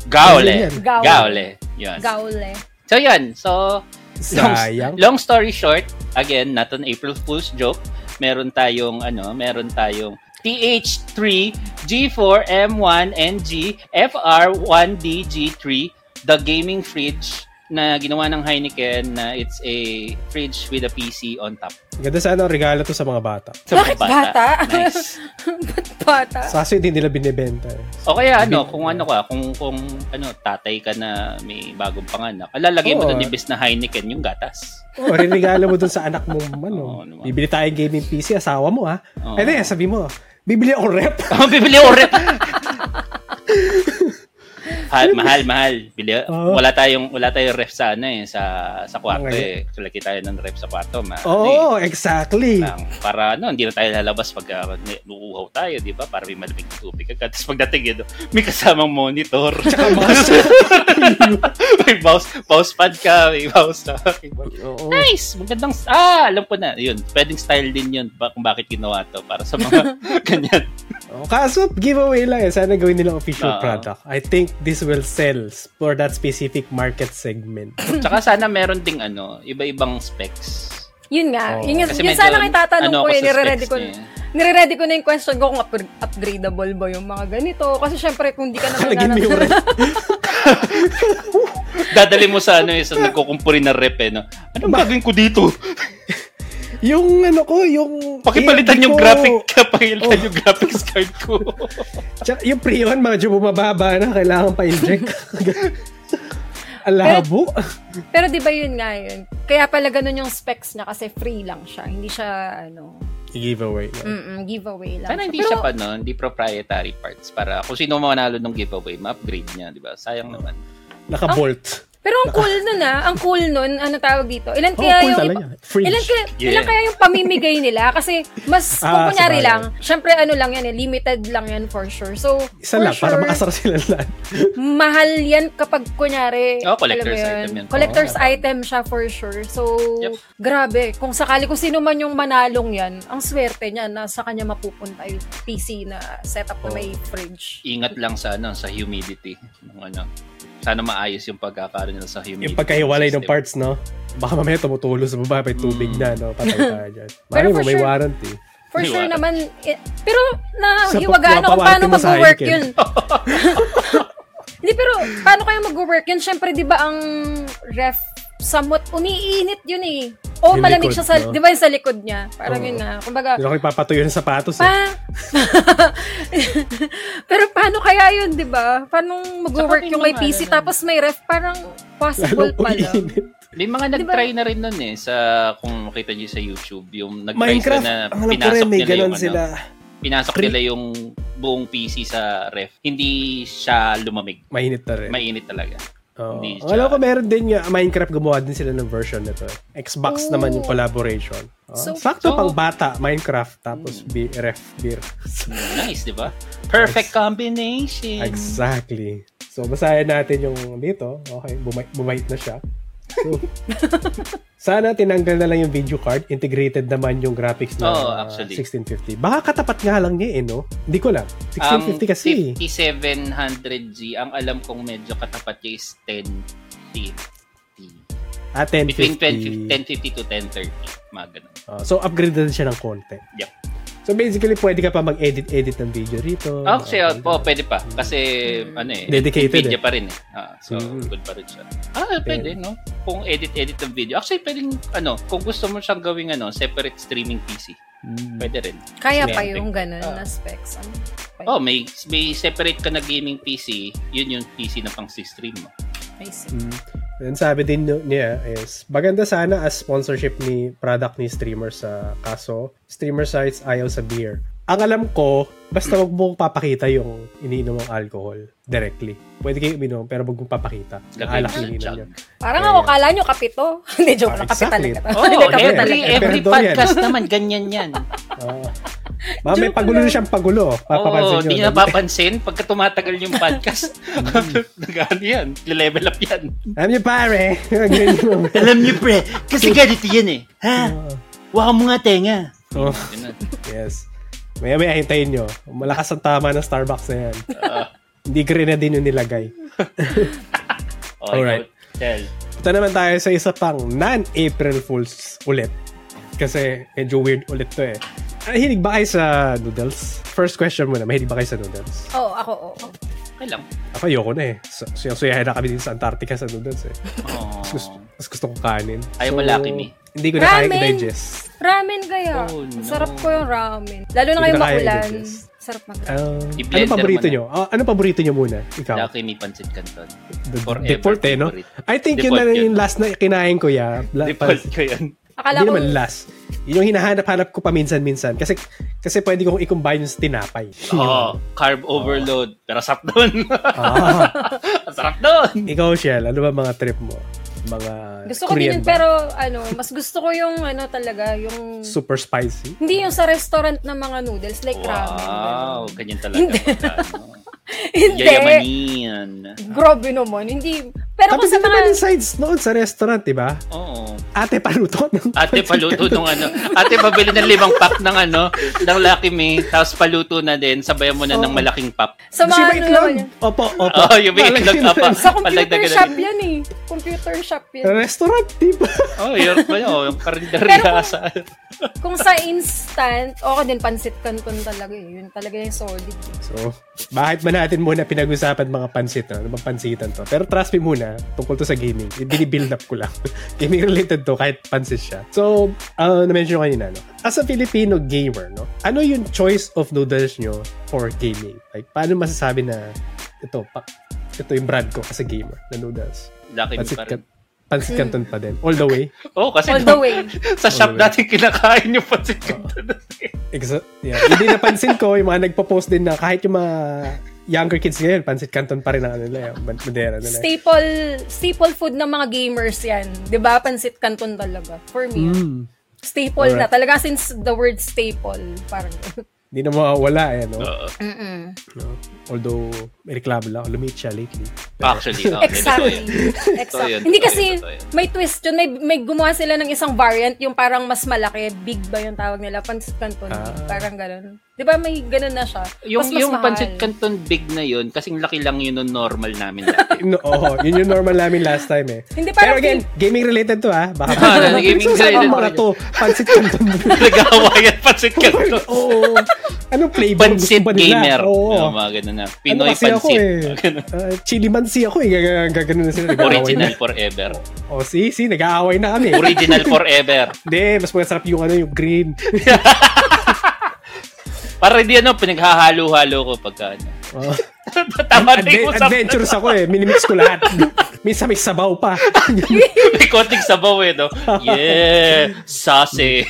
B: Gaole.
A: Brazilian.
C: Gaole.
B: Gaole. Yun.
C: Gaule.
B: So yun. So
A: Sayang.
B: Long, long story short, again, not an April Fool's joke. Meron tayong ano, meron tayong TH3, G4, M1, NG, FR1DG3, the gaming fridge na ginawa ng Heineken na it's a fridge with a PC on top.
A: Ganda sana ang regalo to sa mga bata.
B: Sa
C: Bakit
B: mga
C: bata?
B: Nice.
C: Ba't bata?
A: Saso hindi nila binibenta. eh.
B: O kaya ano, kung ano ka, kung kung ano, tatay ka na may bagong panganak, alalagay mo
A: Oo.
B: doon ibis na Heineken yung gatas.
A: O, ririgalo mo dun sa anak mo, ano.
B: *laughs* Oo naman.
A: Bibili tayo gaming PC, asawa mo, ha?
B: Oo.
A: Eh, di, sabi mo, bibili akong rep.
B: *laughs* Oh, bibili ako rep. mahal, mahal, mahal. Bili,
A: Oo.
B: Wala tayong wala tayong ref sa ano eh sa sa kwarto
A: Ngayon.
B: eh. Tulaki tayo ng ref sa kwarto, ma. ano eh,
A: Oo, exactly.
B: lang. para ano, hindi na tayo lalabas pag uh, uuhaw tayo, di ba? Para may malamig na tubig agad. Tapos pagdating yun, may kasamang monitor. Tsaka mouse. *laughs* may mouse, mouse pad ka, may mouse na.
A: Oo.
B: Nice! Magandang, ah, alam ko na. Yun, pwedeng style din yun ba, kung bakit ginawa to para sa mga ganyan.
A: Oh, Kaso, giveaway lang eh. Sana gawin nilang official
B: Oo.
A: product. I think this will sell for that specific market
B: *laughs*
A: segment.
B: Tsaka sana meron ding ano, iba-ibang specs.
C: Yun nga.
A: Oo.
C: Yun, yun,
B: Kasi
C: yun
B: medyo,
C: sana kay tatanong
B: ano
C: ko
B: ako
C: eh.
B: sa
C: Nire-ready
B: specs
C: ko,
B: niya eh.
C: nire-ready ko na yung question ko kung up- upgradable ba yung mga ganito. Kasi syempre, kung di ka
A: *laughs*
C: naman
A: Kalagin mo yung rep.
B: Dadali mo sa ano, eh, sa nagkukumpuri na rep eh, no? Anong gagawin ko dito?
A: Yung ano ko, yung...
B: Pakipalitan
A: AMD
B: yung
A: ko, Oh.
B: graphic, *laughs* pakipalitan yung graphics card ko.
A: Tsaka, yung pre-on, medyo bumababa na. Kailangan pa
B: *laughs*
A: inject. Alabo.
C: *laughs*
B: Eh.
C: Pero di ba yun nga yun? Kaya pala ganun yung specs niya kasi free lang siya. Hindi siya, ano,
A: giveaway.
C: mm giveaway lang.
B: Sana hindi
C: Pero,
B: siya pa no, hindi proprietary parts para kung sino manalo ng giveaway, ma-upgrade niya, di ba? Sayang naman.
A: Naka-bolt.
C: Pero ang cool nun ah. Ang cool nun, ano tawag dito? Ilan
A: Oh,
C: kaya
A: cool
C: yung...
A: talaga. Fridge.
C: Ilan kaya,
B: Yeah.
C: ilan kaya yung pamimigay nila? Kasi mas, kung
A: Ah,
C: kunyari
A: sabagay.
C: lang, syempre ano lang yan eh, limited lang yan for sure. So,
A: Isa
C: for
A: lang, para
C: sure,
A: makasar sila lahat.
C: mahal yan kapag kunyari,
B: Oh, collector's
C: alam mo
B: item yan.
C: Collector's
B: Oh.
C: item siya for sure. So,
B: Yep.
C: grabe. Kung sakali, kung sino man yung manalong yan, ang swerte niya na sa kanya mapupunta yung PC na setup na
A: Oh.
C: may fridge.
B: Ingat lang sa ano, sa humidity, ng ano. Sana maayos yung pagkakaroon nila sa humidity.
A: Yung pagkahiwalay ng
B: system.
A: parts, no? Baka mamaya tumutulo sa baba, may tubig
B: Mm.
A: na, no? Patay
C: *laughs*
A: tayo dyan.
C: Pero
A: Mali mo,
C: for
A: may
C: sure-
A: warranty.
C: For
B: Hindi,
C: sure
B: wala.
C: naman, eh, pero
A: Sa
C: nahiwagaan oh, ako kung
A: pagpapawarte
C: paano
A: mo sa
C: mag-work
A: *laughs*
B: *laughs*
A: akin.
C: yun. Hindi, pero paano kaya mag-work yun? Siyempre, di ba ang ref somewhat umiinit yun eh. O
A: Yung
C: malamig
A: likod,
C: siya sa,
A: no?
C: di ba yung sa likod niya? Parang
A: Oo.
C: yun nga. Kumbaga,
A: Hindi ako ipapatuyo ng sapatos, eh.
C: pa... *laughs* pero paano kaya yun, di ba? Paano
B: Saka
C: mag-work
B: may
C: yung may
B: mga
C: PC
B: ano,
C: tapos may ref? Parang
A: Lalo
C: possible
A: ko
C: pala.
A: iinit.
B: May mga nag-try na rin nun eh sa kung makita niyo sa YouTube yung nag-try sila
A: Minecraft,
B: na
A: ang alam ko rin,
B: pinasok
A: may
B: nila yung
A: ganun
B: ano,
A: sila.
B: pinasok
A: Pre-
B: nila yung buong PC sa ref. Hindi siya lumamig.
A: Mainit na rin.
B: Mainit talaga.
A: Oo.
B: hindi
A: Ang alam
B: siya-
A: ko meron din yung ah, Minecraft, gumawa din sila ng version nito. eh. Xbox
C: Oh.
A: naman yung collaboration. Oo.
C: So-
A: Sakto
B: so-
A: pang bata, Minecraft, tapos bi- ref, beer. *laughs*
B: Nice, di ba? Perfect combination.
A: Exactly. So, basahin natin yung dito. Okay, bumay- bumait na siya.
B: *laughs*
A: So, sana tinanggal na lang yung video card. Integrated naman yung graphics na
B: Oo,
A: uh,
B: Oh, actually.
A: 1650. Baka katapat nga lang niya eh, no? Hindi ko alam. 1650
B: Ang
A: kasi.
B: 5700G, ang alam kong medyo katapat niya is 1050.
A: Ah, 1050.
B: Between 1050 to 1030. Mga ganun.
A: Ah, so, upgrade na din siya ng konti.
B: Yep.
A: So, basically, pwede ka pa mag-edit-edit ng video rito.
B: Actually,
A: Ah,
B: oh, pwede pa. Kasi, ano eh.
A: Dedicated
B: Nvidia
A: eh.
B: pa rin eh. Ah, so,
A: Mm.
B: good pa rin siya. Ah, pwede, no? Kung edit-edit ng video. Actually, pwedeng, ano, kung gusto mo siyang gawing, ano, separate streaming PC. Pwede rin.
C: Kaya pa
B: Sinabi.
C: yung ganun
B: Ah.
C: na specs. Ano?
B: Oh, may, may separate ka na gaming PC. Yun yung PC na pang stream mo.
C: May sense.
A: Mm. And sabi din nu- niya is, maganda sana as sponsorship ni product ni streamer sa kaso, streamer sites ayaw sa beer. Ang alam ko, basta wag mong papakita yung iniinom mong alcohol directly. Pwede kayo uminom, pero wag mong papakita.
B: Lagay
A: Alak
B: sa
A: yung ininom
B: jug.
A: niyo.
C: Parang
A: Yeah,
C: ako,
A: yeah.
C: kala nyo kapito. *laughs* Hindi, joke lang. Kapitan
A: Exactly.
C: lang kita.
B: Oh,
C: *laughs* Hindi, kapitan lang
B: every,
A: talaga.
B: every
A: Pero doon yan. *laughs*
B: podcast naman, ganyan yan.
A: Ah. Ma'am, may
C: Joke
A: pagulo na
C: lang.
A: siyang pagulo. Papapansin
B: Oo,
A: nyo.
B: hindi na papansin. Oh, Pagka tumatagal yung *laughs* podcast, nag-ano yan, level up yan.
A: Alam niyo, pare. *laughs* Ganyan yun.
B: Alam niyo, pre, kasi ganito yan eh. Ha? Waka mo nga tenga.
A: Oh, yes. Maya maya hintayin nyo. Malakas ang tama ng Starbucks na yan.
B: Ah,
A: Hindi grenadine yung nilagay. Alright.
B: oh, Tell.
A: Ito naman tayo sa isa pang non-April Fools ulit. Kasi medyo weird ulit to eh. Mahilig ba kayo sa noodles? First question muna, mahilig ba kayo sa noodles?
C: Oo, Oh, ako, oo. oo.
B: Okay lang.
A: Ako, ayoko na eh. So, suyahin na kami din sa Antarctica sa noodles eh.
B: Oh.
A: Mas gusto, mas gusto kong kanin.
B: Ayaw mo laki ni.
A: Hindi ko na kaya
C: Ramen!
A: i-digest.
C: Ramen kaya.
B: Oh, no.
C: Sarap ko yung ramen. Lalo na
A: Hindi na
C: ngayong
A: kaya
C: makulan.
A: i-digest.
C: Sarap mag
A: Um, ano
B: I-blender
A: paborito
B: mo na.
A: nyo? Ah, ano paborito nyo muna? Ikaw.
B: Laki ni Pancit Canton.
A: The-
B: Forever
A: default eh, no?
B: favorite.
A: I think
B: Default
A: yun na
B: yun.
A: yung last na kinain ko, ya. Bla-
B: Default ko
A: *laughs*
B: yan.
C: Akala
A: hindi
C: ko,
A: naman last. Yun yung hinahanap-hanap ko paminsan-minsan. Kasi kasi pwede kong i-combine yung sa tinapay.
B: Oo, carb overload. Pero sarap doon.
A: Ah,
B: *laughs* sarap doon.
A: ikaw, Shell, ano ba mga trip mo? Mga
C: gusto ko
A: Korean
C: din yun,
A: ba?
C: pero ano, mas gusto ko yung ano talaga, yung...
A: Super spicy.
C: hindi yung sa restaurant na mga noodles, like ramen.
B: *laughs* Wow, ganyan talaga.
C: Hindi.
B: pagka, ano.
C: Hindi.
B: Yayamanin.
C: Grabe naman. Hindi. Pero
A: Tapos
C: kung sa
A: ito
C: mga...
A: naman yung sides noon sa restaurant, di ba?
B: Oo.
A: Ate paluto. ng-
B: Ate, paluto nung ano. Ate, pabili ng limang pack ng ano, ng Lucky Me. Tapos paluto na din. Sabayan mo na ng malaking pack.
C: Sa
A: Gusto
C: mga
A: ba
C: ano
A: itlog?
C: naman yun.
A: Opo, opo.
B: Oo, Oh, yung may itlog,
A: Malaki
B: opo.
A: na-
C: Sa computer
B: Palagdagan na
C: shop
B: din.
C: yan eh. Computer shop yan.
A: Restaurant, di ba?
B: Oh, yun pa yun. Yung
C: Pero
B: karinderya
C: kung-
B: sa...
C: Kung sa instant, okay din, pansit canton talaga eh. Yun talaga yung solid. eh.
A: So, bakit ba natin muna pinag-usapan mga pansit? No? Ano bang pansitan to? Pero trust me muna, tungkol to sa gaming. eh, Binibuild up ko lang. *laughs* gaming related to kahit pansit siya. So, uh, na-mention ko kanina, no? As a Filipino gamer, no? Ano yung choice of noodles nyo for gaming? Like, paano masasabi na ito, pa, ito yung brand ko as a gamer na noodles?
B: Lucky Me
A: Pansit,
B: pa rin.
A: kan- pansit canton pa din. All the way.
B: Oo, kasi
C: All the way.
B: sa
A: All the
B: shop
A: way.
B: natin kinakain yung Pancit Canton.
A: Exa- yeah. Hindi napansin ko yung mga nagpo-post din na kahit yung mga younger kids ngayon, pansit canton pa rin ang ano nila, yung bandera nila.
C: Staple, staple food ng mga gamers yan. 'Di ba Pansit canton talaga. For me. Staple
A: Mm.
C: na.
A: Alright.
C: Talaga since the word staple. Parang *laughs*
A: Hindi na mawawala eh, no?
B: Oo.
C: Mm-mm.
A: No? Although, may reklamo lang, ako, lumit siya lately.
B: Actually, okay.
C: oh, Exactly.
B: Totoo
C: exactly.
B: yun,
C: Hindi
B: totoo
C: kasi
B: yun, totoo yun.
C: may twist yun. May, may gumawa sila ng isang variant yung parang mas malaki. Big ba yung tawag nila? Pansit canton.
A: Ah.
C: Parang ganun. Di ba may ganun na siya?
B: Yung,
C: mas, mas
B: yung
C: mahal.
B: Pancit Canton big na yun, kasing laki lang yun nung normal namin dati. *laughs*
A: No, oh, yun yung normal namin last time eh.
C: Hindi,
A: Pero
C: parang
A: again, gaming related to ah. Baka
B: Ah, gaming
A: Pinagsasama
B: related.
A: mga to. Pansit
B: *laughs*
A: canton.
B: Nagawa yan, Pancit
A: *laughs*
B: Canton.
A: Oo. Anong flavor?
B: Pancit
A: gusto ba nila?
B: gamer.
A: Oo.
B: Oo, mga ganun na.
A: ano
B: Pinoy
A: kasi ako
B: Pancit. *laughs*
A: eh. Ah, chili mansi ako eh. Gag- Gagano na sila. nag-aaway
B: Original
A: na.
B: forever.
A: Oh, see, see, nag-aaway na kami.
B: Original forever.
A: Hindi, mas masarap yung ano, yung green.
B: Para hindi ano, pinaghahalo-halo ko pagka ano. *laughs*
A: Oh.
B: Tama na
A: *laughs* Adve-
B: yung usap.
A: adventurous ako eh. Minimix ko lahat. Minsan may sabaw pa.
B: *laughs*
A: *laughs*
B: May konting sabaw eh, no? Yeah! Sase.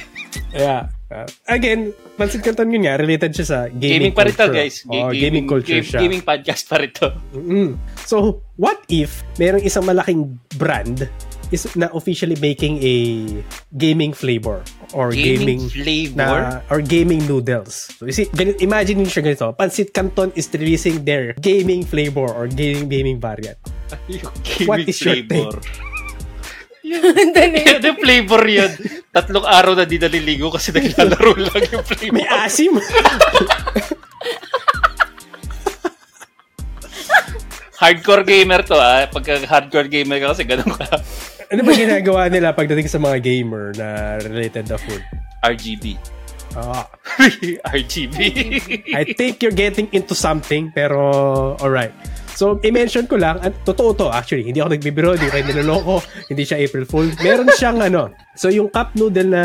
A: yeah. Uh, again, Pancit Canton yun nga, related siya sa gaming,
B: Gaming, pa rin to,
A: culture.
B: guys. Ga-
A: Oo, gaming, culture
B: game-
A: siya.
B: Gaming podcast pa rin to. *laughs*
A: Mm. So, what if merong isang malaking brand is na officially making a gaming flavor or gaming,
B: Gaming
A: na
B: flavor?
A: or gaming noodles. So, is it, ganun, imagine nyo siya ganito. Pancit Canton is releasing their gaming flavor or gaming gaming variant.
B: Yung
A: What
B: gaming
A: is your
B: flavor.
C: *laughs* Hindi na yun.
B: Yan yung flavor yun. Tatlong araw na di naliligo kasi naglalaro lang yung flavor.
A: May asim!
B: Hardcore gamer to ah. Pagka hardcore gamer ka kasi ganun ka.
A: *laughs* ano ba ginagawa nila pagdating sa mga gamer na related na food?
B: RGB. *laughs*
A: Ah,
B: RGB.
A: I think you're getting into something, pero alright. So, i-mention ko lang, at totoo to actually, hindi ako nagbibiro, hindi ko kayo niloloko, hindi siya April Fool. Meron siyang ano, so yung cup noodle na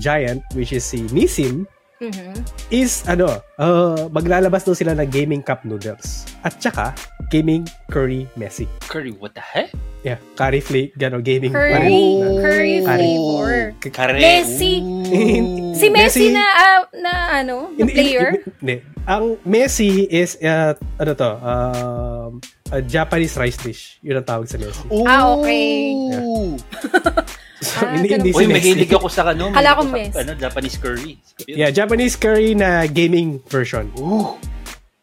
A: giant, which is si Nissin,
C: Mhm.
A: is ano, uh, maglalabas daw sila ng gaming cup noodles. At saka, Gaming Curry Messi.
B: Curry, what the heck?
A: Yeah, curry flake, gano, gaming.
C: Curry,
A: parang-
C: curry
A: Curry.
C: flavor.
B: Curry.
C: Messi.
A: Hindi-
C: Si Messi
A: Messi.
C: na, ah, na ano, na
A: hindi-
C: player.
A: Hindi. Ang Messi is, uh, ano to, um, a Japanese rice dish. Yun ang tawag sa Messi.
C: Ah, okay.
A: So,
C: Ah,
A: hindi,
C: ganun.
A: hindi si
B: Uy,
A: Messi.
B: mahilig ako sa ano. mahilig
C: Kala ko
B: ako sa,
C: mess.
B: Ano, Japanese curry.
A: Yeah, Japanese curry na gaming version.
B: Ooh,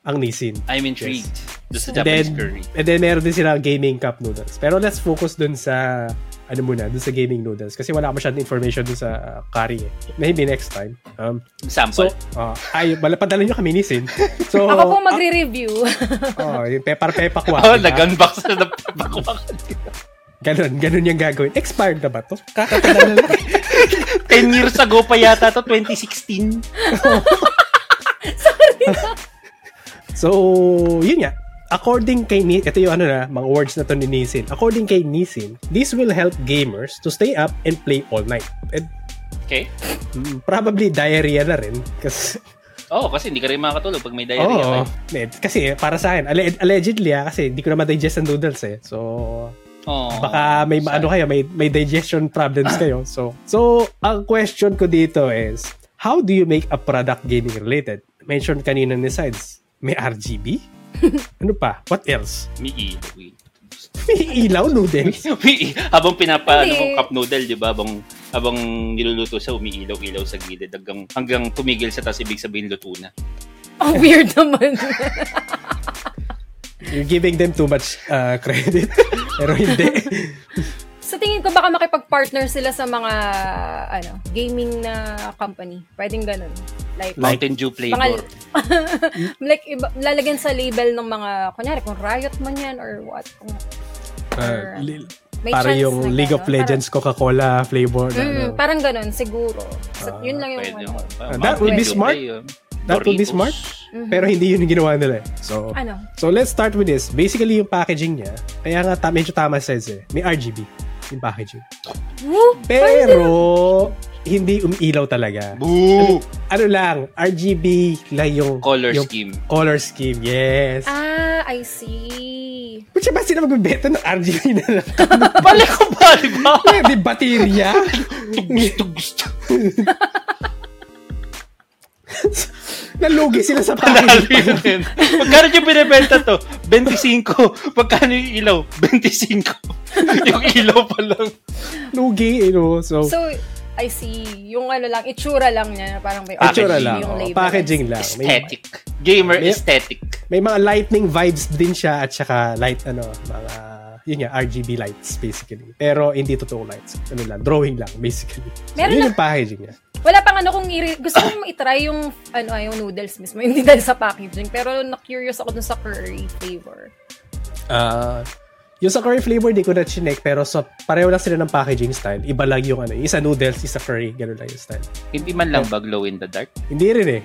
A: Ang nisin.
B: I'm intrigued. Doon sa
A: And
B: Japanese
A: then-
B: curry.
A: And then meron din silang gaming cup noodles. Pero let's focus dun sa ano muna, dun sa gaming noodles kasi wala akong masyadong information dun sa uh, curry eh. Maybe next time. Um, so,
B: Sample.
A: uh, ay, wala padala nyo kami ni Sin.
C: *laughs*
A: So,
C: Ako po magre-review. *laughs*
A: oh, yung pepper
B: *laughs*
A: pepper ko.
B: *laughs* oh, nag-unbox na napapakbak.
A: diba? Ganun, ganun yung gagawin. Expired na ba to? Kakatanda na lang.
B: 10 years ago pa yata to, 2016.
A: So, yun nga. According kay Nisin, ito yung ano na, mga words na to ni Nisin. According kay Nisin, this will help gamers to stay up and play all night. And
B: Okay.
A: mm, probably diarrhea na rin. Kasi,
B: Oo, oh, kasi hindi ka rin makakatulog pag may
A: oh,
B: diarrhea. ka.
A: kasi para sa akin, alle- allegedly ah, kasi hindi ko naman digest ang noodles eh. So,
B: Oo.
C: Ah,
A: baka may
B: Sad.
A: ano kayo, may, may digestion problems kayo. So, so ang question ko dito is, how do you make a product gaming related? Mentioned kanina ni Sides, may
C: *laughs*
A: RGB? ano pa? What else? *laughs*
B: May ilaw. eh.
A: May ilaw noodles.
B: May- habang pinapa ano,
C: Hindi.
B: ko, cup noodle, di ba? Habang, habang niluluto siya, umiilaw-ilaw sa gilid hanggang, hanggang tumigil siya tapos ibig sabihin luto na.
C: Ang Oh, weird naman. *laughs*
A: You're giving them too much uh, *laughs* credit. Pero
C: *laughs*
A: hindi.
C: Sa tingin ko baka makipag-partner sila sa mga ano, gaming na company. Pwedeng ganun. Like,
A: Like-
B: Mountain Dew flavor.
C: Mga- *laughs* like iba, lalagyan sa label ng mga kunyari kung Riot man yan or what. Kung,
A: Uh, li-
C: may
A: para
C: chance na
A: yung League of
C: ganun.
A: Legends Coca-Cola flavor. na
C: Parang, mm,
A: ano.
C: parang ganun siguro. So,
A: Ah,
C: yun lang yung
B: Pwede.
C: ano. ko.
A: Uh, that would be smart. That would be
B: *laughs*
A: smart.
C: Mhm.
A: Pero hindi yun yung ginawa nila. eh. So,
C: Ano?
A: so let's start with this. Basically, yung packaging niya, kaya nga ta- medyo tama says eh, may RGB yung packaging.
C: Woo!
A: Pero, hindi umiilaw talaga.
B: Boo!
A: Ano lang, RGB lang yung
B: Color
A: yung
B: scheme.
A: color scheme. Yes.
C: Ah, I see.
A: Ba't siya ba sila magbibenta ng RGB na lang? *laughs*
B: Pala ko ba, di ba?
A: Pwede baterya?
B: Gusto, gusto.
A: Nalugi sila sa
B: Lalo
A: packaging.
B: yun. Magkano yung binibenta to? 25. Magkano yung ilaw? 25. *laughs* yung ilaw pa lang.
A: Lugi, you know. So,
C: So, I see. Yung ano lang, itsura lang niya. Parang may
A: itsura
B: packaging
A: lang.
C: yung
A: oh.
C: label.
A: packaging lang. May,
B: Aesthetic. Gamer
A: May-
B: aesthetic.
A: may mga lightning vibes din siya at saka light, ano, mga, yun nga, RGB lights basically. Pero hindi totoong lights. Ano lang, drawing lang basically. So,
C: Meron
A: yun
C: na-
A: yung packaging niya.
C: Wala pang ano kung i- gusto kong itry yung ano ah, yung noodles mismo, hindi dahil sa packaging, pero na-curious ako dun sa curry flavor.
A: Ah, yung sa curry flavor, di ko na chinek, pero sa pareho lang sila ng packaging style. Iba lang yung ano, isa noodles, isa curry, ganun lang yung style.
B: Hindi man lang ba glow in the dark?
A: Hindi rin eh.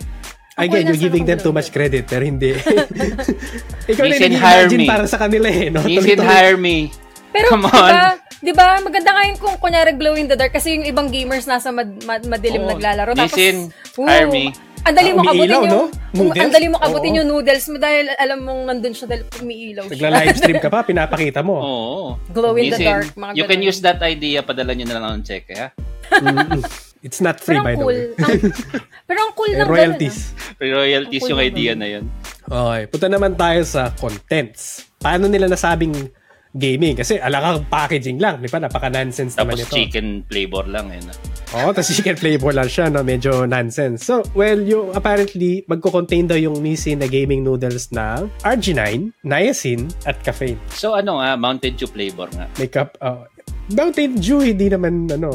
A: Again,
C: Ako,
A: you're
C: nasa
A: giving them
C: nakabulong
A: too much credit, pero
C: *laughs*
A: hindi. Ikaw na
B: Please
A: yung
B: hire
A: imagine
B: me.
A: para sa kanila eh. No?
B: You
A: Tuloy-tuloy.
B: can hire me.
C: Pero
B: Come
C: di ba,
B: on.
C: di ba, maganda nga yun kung kunyari glow in the dark kasi yung ibang gamers nasa mad- mad- madilim
B: Oo.
C: naglalaro.
B: Nisin,
C: Ooh,
B: hire me.
C: Ang
A: Ah,
C: dali mo
A: umiilaw,
C: kabutin yung,
A: no? Noodles?
C: ang dali mo kabutin
A: Oo.
C: yung noodles mo dahil alam mong nandun siya dahil umiilaw siya.
A: Nagla-livestream ka pa, pinapakita mo.
B: Oo.
C: Glow in the
B: Listen,
C: dark, mga
B: You can
C: ganun.
B: use that idea. Padala nyo na lang ng check, ha?
A: Mm-mm. It's not free,
C: Pero ang
A: by the
C: cool.
A: way.
C: Ang, *laughs*
A: *laughs*
C: pero ang cool ah.
A: And
C: ng
A: Eh, royalties.
B: Royalties
C: Ang
B: yung
C: cool
B: idea
C: naman.
B: na yun.
A: Okay, punta naman tayo sa contents. Paano nila nasabing gaming? Kasi alakang packaging lang, di ba? Napaka-nonsense naman
B: Tapos
A: ito.
B: chicken flavor lang. eh, Yun.
A: Oo, tapos chicken flavor lang siya, no? Medyo nonsense. So, well, yung apparently, magko-contain daw yung Nissin na gaming noodles ng arginine, niacin, at caffeine.
B: So ano nga, Mountain Dew flavor nga.
A: makeup. Uh, Mountain Dew, hindi naman, ano,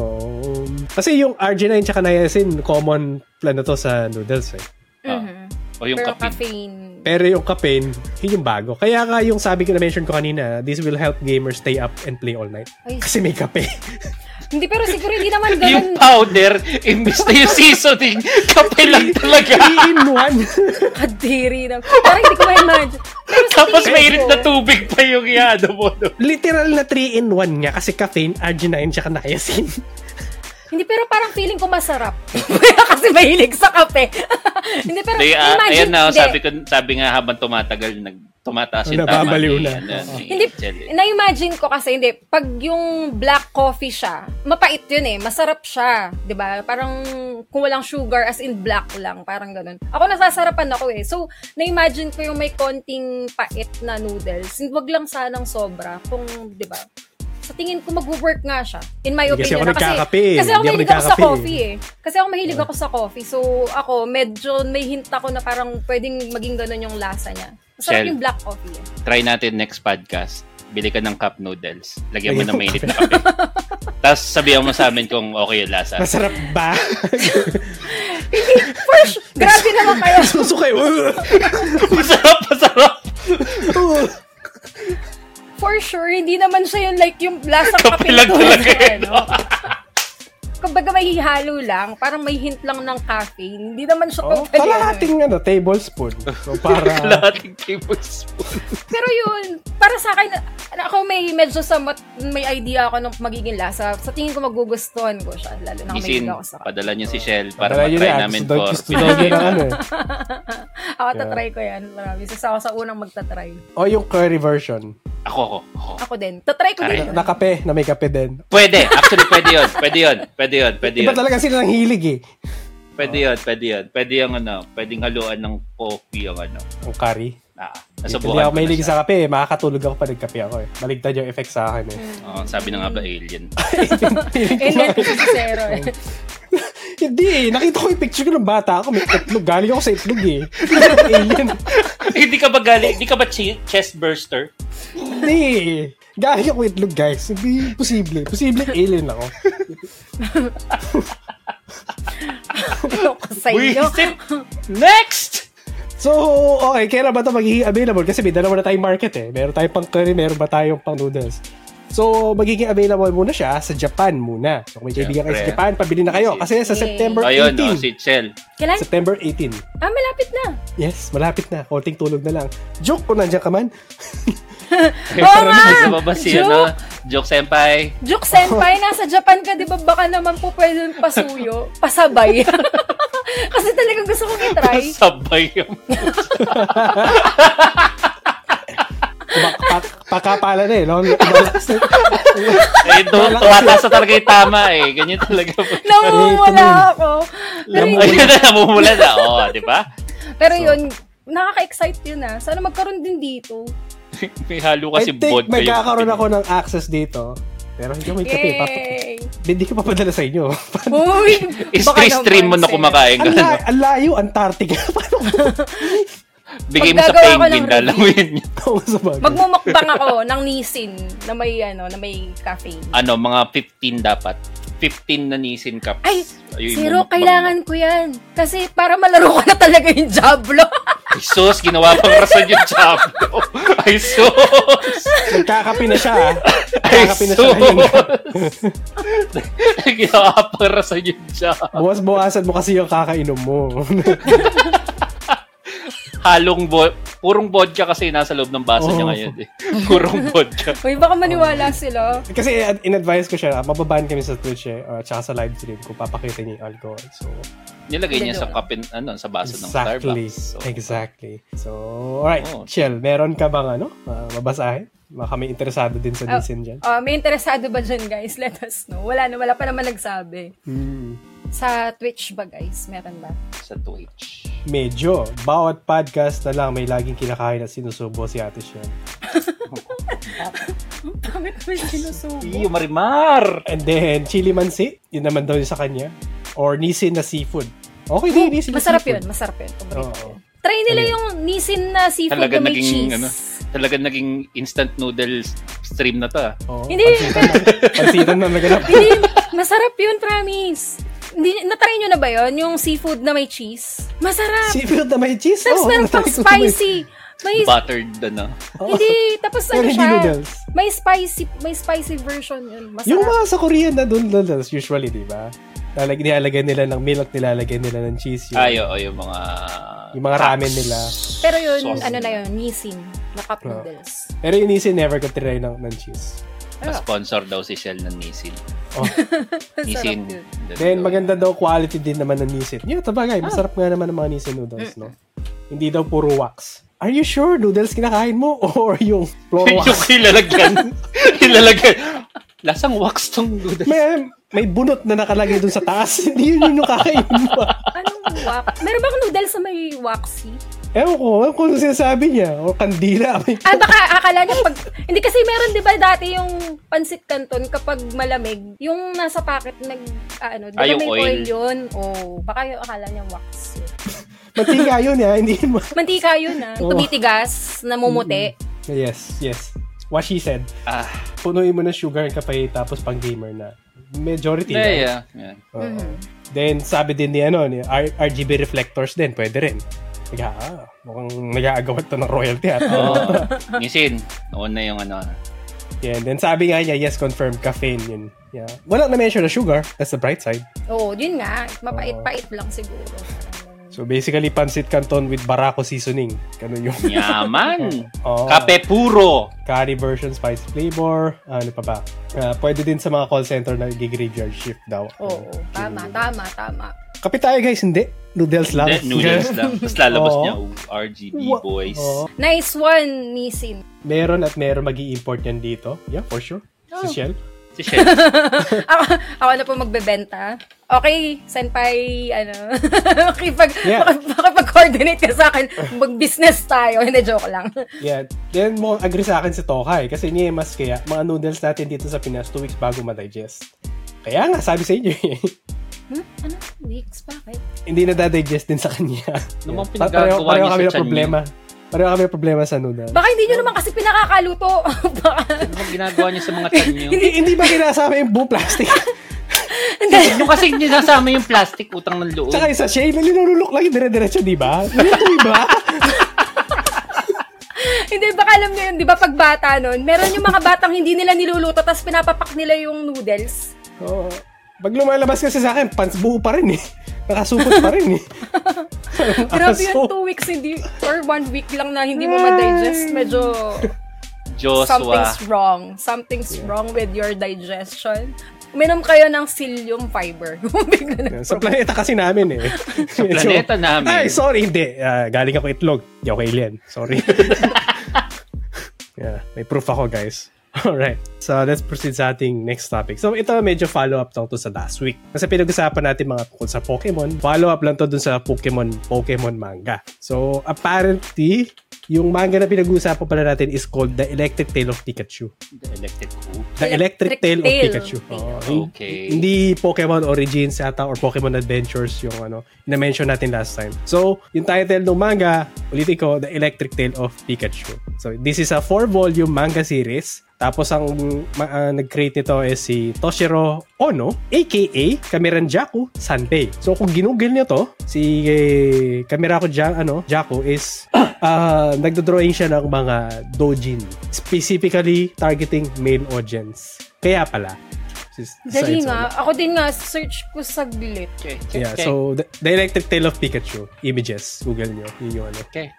A: kasi yung arginine tsaka niacin, common plan na to sa noodles eh.
C: Ano, Mhm.
B: Ah. O yung
C: Pero
B: kape.
C: caffeine.
A: Pero yung caffeine, yun yung bago. Kaya nga yung sabi ko na-mention ko kanina, this will help gamers stay up and play all night.
C: Ay.
A: Kasi may kape.
C: Hindi, pero siguro hindi naman ganun.
B: *laughs* Yung powder, imbis na yung
C: *laughs*
B: seasoning, kape lang talaga.
A: *laughs* Three in one. *laughs*
C: Kadiri na. Parang hindi ko ma-imagine. Pero sa
B: *laughs* Tapos
C: tingin
B: mainit
C: ko-
B: na tubig pa yung yado mo. No?
A: Literal na 3 in 1 niya kasi caffeine, arginine, tsaka niacin.
C: Hindi, pero parang feeling ko *laughs* masarap. Kasi mahilig sa kape. Hindi, pero
B: They, ah,
C: imagine,
B: ayan na,
C: hindi.
B: sabi ko, sabi nga habang tumatagal, nag, tumataas yung tama.
A: Nababaliw
B: ni,
A: na.
B: ano, ni
C: Hindi,
B: Jelly.
C: na-imagine ko kasi, hindi, pag yung black coffee siya, mapait yun eh, masarap siya, di ba? Parang kung walang sugar, as in black lang, parang ganun. Ako nasasarapan ako eh. So, na-imagine ko yung may konting pait na noodles. Wag lang sanang sobra, kung, di ba? Sa tingin ko, mag-work nga siya. In my
A: Kasi
C: opinion.
A: ako
C: ah,
A: nagkakape eh. Hindi
C: Kasi ako
A: ako
C: mahilig ako sa
A: nagkakape eh. Ah.
C: coffee eh. Kasi ako mahilig ako sa coffee. So, ako, medyo may hint ako na parang pwedeng maging ganun yung lasa niya. Masarap
B: Shell.
C: yung black coffee eh.
B: Try natin next podcast. Bili ka ng cup noodles. Lagyan mo
A: Lagyan
B: ng
A: mo
B: mainit na kape. Tapos sabihan mo sa amin kung okay yung lasa.
A: Masarap ba?
C: First, *laughs* grabe naman kayo.
A: Susukay.
B: masarap, masarap.
C: For sure, hindi naman siya yung like yung lasa kape
B: Kapilag talaga yun.
C: Ano. *laughs* Kumbaga may hihalo lang, parang may hint lang ng caffeine. Hindi naman siya
A: Oh,
C: totally ano.
A: kalahating ano, tablespoon. So,
B: *laughs*
A: para...
B: Lahat ng tablespoon.
C: Pero yun, para sa akin, ano, ako may medyo somewhat, may idea ako ng magiging lasa. Sa tingin ko magugustuhan ko siya, lalo na kung may
B: Isin,
C: ako sa
A: *laughs*
C: kape.
B: padala niyo si Shell para
A: Wala yun
B: matry
A: na,
B: namin
A: gusto daw-
B: for
A: gusto daw niya ng ano eh.
C: Ako, tatry ko yan. Marami. Isa ako sa unang magtatry.
A: O Oh, yung curry version.
B: *laughs* Ako, ako, ako.
C: Ako din. Tatry ko
B: Ay.
C: din.
A: Na kape, na may kape din.
B: Pwede. Actually, pwede yun. Pwede yun. Pwede yun. Pwede
A: Iba
B: yun.
A: talaga sila ng hilig eh.
B: Pwede yun. Pwede yun. Pwede yung ano. Pwedeng haluan ng coffee yung ano.
A: Ang curry.
B: Ah,
A: Hindi ako
B: nasubukan ko na
A: mahilig
B: siya.
A: sa kape eh. Makakatulog ako pag nagkape ako eh. Baligtad yung effect sa akin eh.
B: Oo, sabi na nga ba alien. *laughs*
C: And then, kasi *laughs*
A: *laughs*
C: zero eh.
A: Hindi eh. Nakita ko yung picture ko ng bata ako. May itlog. Galing ako sa itlog eh. Parang Alien.
B: Hindi ka ba galing? Hindi ka ba che- chest burster?
A: Hindi eh. Galing ako itlog guys. Hindi posible. Posible alien ako.
C: Loko sa inyo.
B: Buisit! Next!
A: So, okay. Kailan ba ito magiging available? Kasi may dalawa na tayong market eh. Meron tayong pang curry, meron ba tayong pang noodles? So, magiging available muna siya sa Japan muna. So, kung may kaibigan kayo sa
B: Siyempre.
A: Japan, pabili na kayo. Kasi sa
C: Yes.
A: September
B: Ayun, oh,
A: 18.
B: si Chell.
C: *laughs* Kailan?
A: September 18.
C: Ah, malapit na.
A: Yes, malapit na. Konting tulog na lang. Joke ko nandiyan ka man.
C: Oo nga!
B: Sa baba si ano,
C: Joke!
B: Joke Senpai.
C: Joke
B: *laughs*
C: Senpai, nasa Japan ka, di ba? Baka naman po pwede pasuyo, pasabay. *laughs* Kasi talagang gusto kong itry.
B: *laughs* Sabay yung...
C: *laughs*
A: Pa- pa- pakapala na eh.
B: *laughs*
A: No? Laman
B: Eh, doon, tumatasa talaga yung tama eh. Ganyan talaga.
C: *laughs* Namumula ako. Pero,
B: *laughs*
C: yun-
B: Ayun na, namumula na. Oo, di ba?
C: pero yun, nakaka-excite yun ah. Sana magkaroon din dito.
B: May halo
A: I
B: kasi bod
A: think magkakaroon ako ng access dito. Pero hindi ko may kape. Pap-
C: Yay!
A: hindi ko papadala sa inyo.
B: *laughs*
C: Uy! baka
B: I-stream mo
C: naman,
B: na
C: sir.
B: kumakain.
A: Ang
B: Ganun.
A: la- ang layo, Antarctica. *laughs* Paano ko
B: *laughs* Bigay mo sa
C: Maggagawa ako
B: penguin,
C: ng
B: lalawin niya.
A: ako sa bagay?
C: Magmumukbang ako ng nisin na may ano, na may caffeine.
B: Ano, mga 15 dapat. 15 na nisin cups.
C: Ay,
B: Ayun,
C: Zero,
B: yung-
C: kailangan ko yan. Kasi para malaro ko na talaga yung Diablo.
B: Ay, sus, ginawa pang rason yung Diablo. Ay, sus!
A: Nagkakape na siya. ah.
B: Ay,
A: Nagkakape na
B: sus!
A: siya. ngayon.
B: *laughs* Ginawa pang rason yung Diablo.
A: Buwas-buwasan mo kasi yung kakainom mo. *laughs*
B: Halong bo... Purong vodka kasi nasa loob ng baso niya
A: Oo.
B: ngayon. Eh. *laughs* Purong vodka.
C: *laughs* Uy, baka
B: Oh.
C: maniwala sila.
A: kasi in- in-advise ko siya, ah, mababan kami sa Twitch eh, or tsaka sa live stream kung papakita niya yung alcohol. So,
B: Nilagay niya sa kapin, ano, sa baso ng
A: exactly.
B: Starbucks. So, Oh.
A: exactly. So, alright.
B: Oo.
A: Chill, meron ka bang ano, ah, mabasahin? Baka may interesado din sa
C: Oh.
A: Nissin dyan.
C: Ah, may interesado ba dyan, guys? Let us know. Wala na, wala pa naman nagsabi.
A: Hmm.
C: Sa Twitch ba, guys? Meron ba? *laughs*
B: Sa Twitch.
A: Medyo. Bawat podcast na lang may laging kinakain at sinusubo si Ate Shen.
C: Bakit may sinusubo?
B: Iyo, Marimar!
A: And then, chili mansi. Yun naman daw yun sa kanya. Or nisin na seafood. Okay din, nisin na
C: Oh, Masarap yun,
A: seafood.
C: masarap yun. Paborito ko.
A: Oo.
C: Try nila
A: Ano yun?
C: yung nisin na seafood
B: Talaga
C: na may
B: naging,
C: cheese.
B: ano, Talaga naging instant noodles stream na to. ah.
A: Oo,
C: Hindi.
A: Pansitan na, pansitan na
C: *laughs*
A: naganap.
C: Hindi, masarap yun, promise. Hindi, natry nyo na ba yun? Yung seafood na may cheese? Masarap!
A: seafood na may cheese.
C: Tapos
A: oo,
C: meron pang
A: nakita ko yun.
C: spicy. May,
B: Buttered, ano.
A: Oo.
C: hindi, tapos
A: Pero
C: ano
A: hindi
C: siya?
A: noodles.
C: May spicy, may spicy version yun. Masarap.
A: Yung mga sa Korean na doon noodles, usually, di ba? Lalag, nilalagay nila ng milk, nilalagay nila ng cheese yun.
B: Ay, oo, yung mga...
A: Yung mga ramen nila.
C: Pero yun,
B: Sauce
C: ano na
B: nila.
C: yun, nisin na cup noodles.
A: Pero yung nisin never ko try ng, ng cheese.
C: Yeah.
B: Ah, Sponsor daw si Shell ng Nissin.
A: Oh.
B: Nissin.
C: *laughs* Sarap yun.
A: Then maganda daw quality din naman ng nisin. Yeah,
C: Ah.
A: tabagay. Masarap nga naman ng mga nisin noodles, no? Hindi daw puro wax. Are you sure noodles kinakain mo *laughs* or yung
B: *laughs*
A: floor
B: *laughs* yung
A: wax?
B: ilalagyan. ilalagyan. Lasang wax tong noodles.
A: may, may bunot na nakalagay dun sa taas. *laughs* Hindi yun yung kakain mo.
C: Anong wax? Ano Meron bang noodle sa may waxy?
A: Ewan ko. Ewan ko ano sinasabi niya. O kandila. *laughs* May-
C: Ah, baka akala niya pag... Hindi kasi meron, di ba, dati yung pansit canton kapag malamig, yung nasa packet nag... Ah, ano, di ba
B: Ah, yung
C: may
B: oil.
C: oil, yun? Oo. baka yung akala niya wax. yun.
A: Matika yun, ha? Hindi yun ma-
C: Mantika yun, ah.
A: Oo.
C: Tumitigas, namumuti.
A: Yes, yes. What she said.
B: Ah,
A: Punuin mo ng sugar ka pa tapos pang gamer na. Majority.
B: yeah,
A: right?
B: yeah. yeah.
A: Oo. Then, sabi din ni ano, ni R- RGB reflectors din, pwede rin. Nag ah, mukhang nag-aagawat to ng royalty. ah.
B: *laughs* Oo. Nissin, noon na yung ano.
A: Yeah, and then sabi nga niya, yes, confirmed, caffeine yun. Yeah. Walang na-mention na sugar. That's the bright side.
C: Oo, yun nga.
A: Oo.
C: Mapait-pait lang siguro.
A: So basically, pancit canton with barako seasoning. Ganun yung *laughs*
B: Yaman.
A: Oo.
B: Kape puro.
A: curry version, spice flavor, ano pa ba. Ah, pwede din sa mga call center na graveyard shift daw.
C: Oo, tama, tama, tama.
A: Kape tayo guys, hindi. Noodles lang.
B: Then, noodles lang. Tapos lalabas
A: Oo.
B: niya, "Oh, RGB
A: Ah. Wa- oh.
B: boys.
A: Oo.
C: Nice one, Nisin.
A: *laughs* Meron at meron mag import yan dito. Yeah, for sure. Si Shell.
B: Si Shell.
C: ako, ako na po magbebenta. Okay, senpai, ano, *laughs* okay, pag,
A: Yeah.
C: coordinate ka sa akin, mag-business tayo. Hindi, joke lang.
A: Yeah. Then, mo agree sa akin si Tokay. Kasi niya mas kaya, mga noodles natin dito sa Pinas, 2 weeks bago ma-digest. Kaya nga, sabi sa inyo *laughs* eh.
C: Hmm? Ano? Weeks? Bakit?
A: Hindi na digest din sa kanya.
B: Ano bang
A: *laughs* Pa-
B: pinagagawa
A: pareho kami
B: niya sa
A: ng
B: tiyan
A: problema. Pareho kami ng problema sa noodles.
C: Baka hindi nyo naman kasi pinakakaluto. *laughs* Baka,
B: Ano bang ginagawa niya sa mga tan
A: *laughs*
B: niyo?
A: hindi, hindi ba kinasama yung buong plastic?
C: hindi.
B: Yung kasi nasama yung plastic utang ng loob.
A: Tsaka yung sachet na linululok lang yung dire-diretso, di ba? Di ba?
C: Hindi, baka alam nyo yun, di ba pag bata nun, meron yung mga batang hindi nila niluluto tapos pinapapak nila yung noodles.
A: Oo. Pag lumalabas kasi sa akin, pants buo pa rin eh. Nakasupot pa rin eh.
C: Grabe yun,
A: Aso.
C: two weeks hindi, or one week lang na hindi mo ma-digest. Medyo
B: Joshua.
C: something's wrong. Something's wrong with your digestion. Uminom kayo ng psyllium fiber. *laughs* Bigla na-
A: Sa planeta kasi namin eh. *laughs* Sa
B: planeta namin.
A: Ay, sorry, hindi. Ah, galing ako itlog. Hindi ako alien.
B: *laughs*
A: Sorry. yeah, may proof ako, guys. *laughs* Alright. So, let's proceed sa ating next topic. So, ito medyo follow-up lang to sa last week. Kasi pinag-usapan natin mga tungkol sa Pokemon. Follow-up lang to dun sa Pokemon Pokemon manga. So, apparently, yung manga na pinag-uusapan pala natin is called The Electric Tale of Pikachu.
B: The electric coup.
A: The Electric,
C: Electric
A: Tale,
C: Tale.
A: of Pikachu. Oh, Oo.
B: Okay.
A: Hindi Pokemon Origins ata or Pokemon Adventures yung ano, na-mention natin last time. So, yung title ng manga, ulitin ko, The Electric Tale of Pikachu. So, this is a four-volume manga series. Tapos ang ma- ah, nag-create nito is si Toshiro Ono, aka Kamiranjaku Sanpei. So kung ginugol niyo to, si eh, Kamirako ja, ano, Jaku is *coughs* ah, nagdodrawing siya ng mga dojin. Specifically targeting male audience. Kaya pala. Sis- sa- sa-
C: Dali nga. Ako din nga, search ko saglit.
B: Okay. okay,
A: Yeah,
B: okay.
A: so the, the Electric Tale of Pikachu images, Google nyo, yun yung ano.
B: Okay.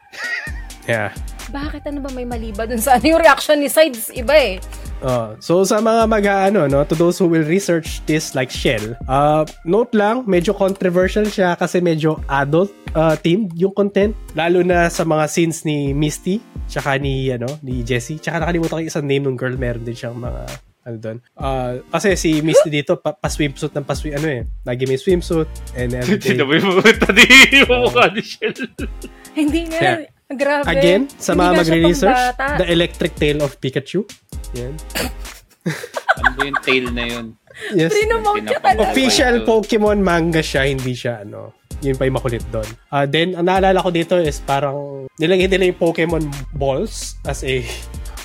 A: Yeah.
C: Bakit ano ba may mali ba dun sa ano yung reaction ni Sides? Iba eh.
A: Uh, so sa mga mag-ano, no, to those who will research this like Shell, uh, note lang, medyo controversial siya kasi medyo adult uh, themed yung content. Lalo na sa mga scenes ni Misty, tsaka ni, ano, ni Jessie. Tsaka nakalimutan ko yung isang name ng girl, meron din siyang mga ano doon. Uh, kasi si Misty dito, pa, pa-swimsuit ng pa-swim, ano eh, lagi may swimsuit and everything.
B: Sinabi mo punta *laughs* di yung mukha ni Shell.
C: Hindi nga.
A: Yeah.
C: Grabe.
A: Again, sa mga
C: Hindi nga siya
A: mag-research,
C: pambata.
A: The Electric Tale of Pikachu. Yan.
B: Ano ba yung tail na yun?
A: Yes.
C: Prinomote niya
B: Pinapang-
C: talaga.
A: Official Pokemon manga siya, hindi siya ano. Yun pa yung makulit doon. Ah, then, ang naalala ko dito is parang nilagay nila yung Pokemon balls as a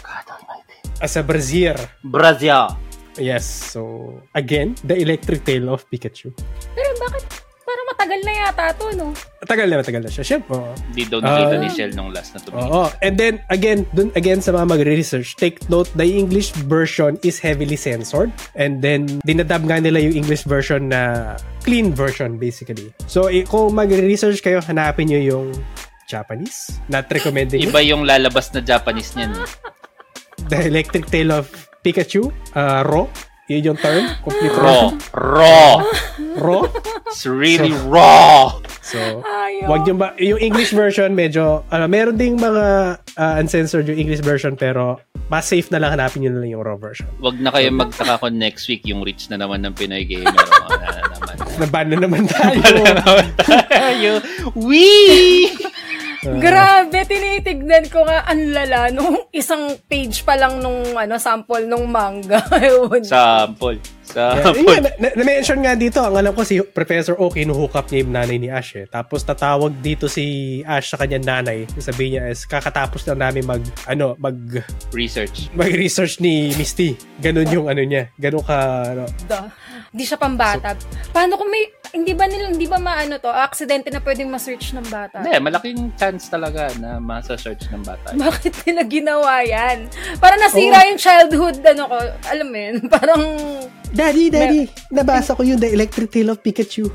B: God almighty.
A: as a brazier.
B: Brazil.
A: Yes. So, again, The Electric Tale of Pikachu.
C: Pero bakit? Parang matagal na yata to, no?
A: Matagal na, matagal na siya. Siyempre, oo.
B: Hindi daw nakita
A: Ah. Oh,
B: ni Shell nung last na tumingin.
A: Oo. And then, again, dun again sa mga mag-research, take note, the English version is heavily censored. And then, dinadab nga nila yung English version na clean version, basically. So, eh, kung mag-research kayo, hanapin nyo yung Japanese. Not recommending it. *laughs*
B: Iba yung lalabas na Japanese niyan. eh.
A: The Electric Tale of Pikachu, uh, raw. Yun yung term. Complete raw.
B: Raw. Raw.
A: *laughs* raw.
B: It's really raw.
A: So,
C: Ayaw.
A: wag yung, ba- yung English version medyo, ano, meron ding mga ah, uncensored yung English version pero mas safe na lang hanapin nyo na lang yung raw version.
B: Wag na kayo magtaka kung next week yung reach na naman ng Pinoy Gamer. Oh, Wala na
A: *laughs*
B: naman.
A: Naban na naman tayo.
B: Wala
A: *laughs*
B: na naman tayo. Wee!
A: Ah.
C: Grabe, tinitignan ko nga ang lala nung isang page pa lang nung ano, sample nung manga. *laughs* Ewan.
B: *laughs* Sample.
A: Yeah, yun nga,
B: Sample.
A: na- na- na-mention nga dito, ang alam ko si Professor O, kinuhook up niya yung nanay ni Ash eh. Tapos tatawag dito si Ash sa kanyang nanay. Sabi niya is, kakatapos lang namin mag, ano, mag,
B: Research.
A: mag-research ni Misty. Ganun yung ano niya. Ganun ka, ano.
C: Da. Hindi siya pambata. Paano kung may, hindi ba nila, hindi ba maano to, ah, aksidente na pwedeng ma-search ng bata?
B: Hindi, malaking chance talaga na masa-search ng bata.
C: Bakit nila ginawa yan? Parang nasira yung childhood, ano ko, alam mo yun, *laughs* parang,
A: Daddy,
C: Daddy,
A: nabasa ko yung The Electric Tale of Pikachu.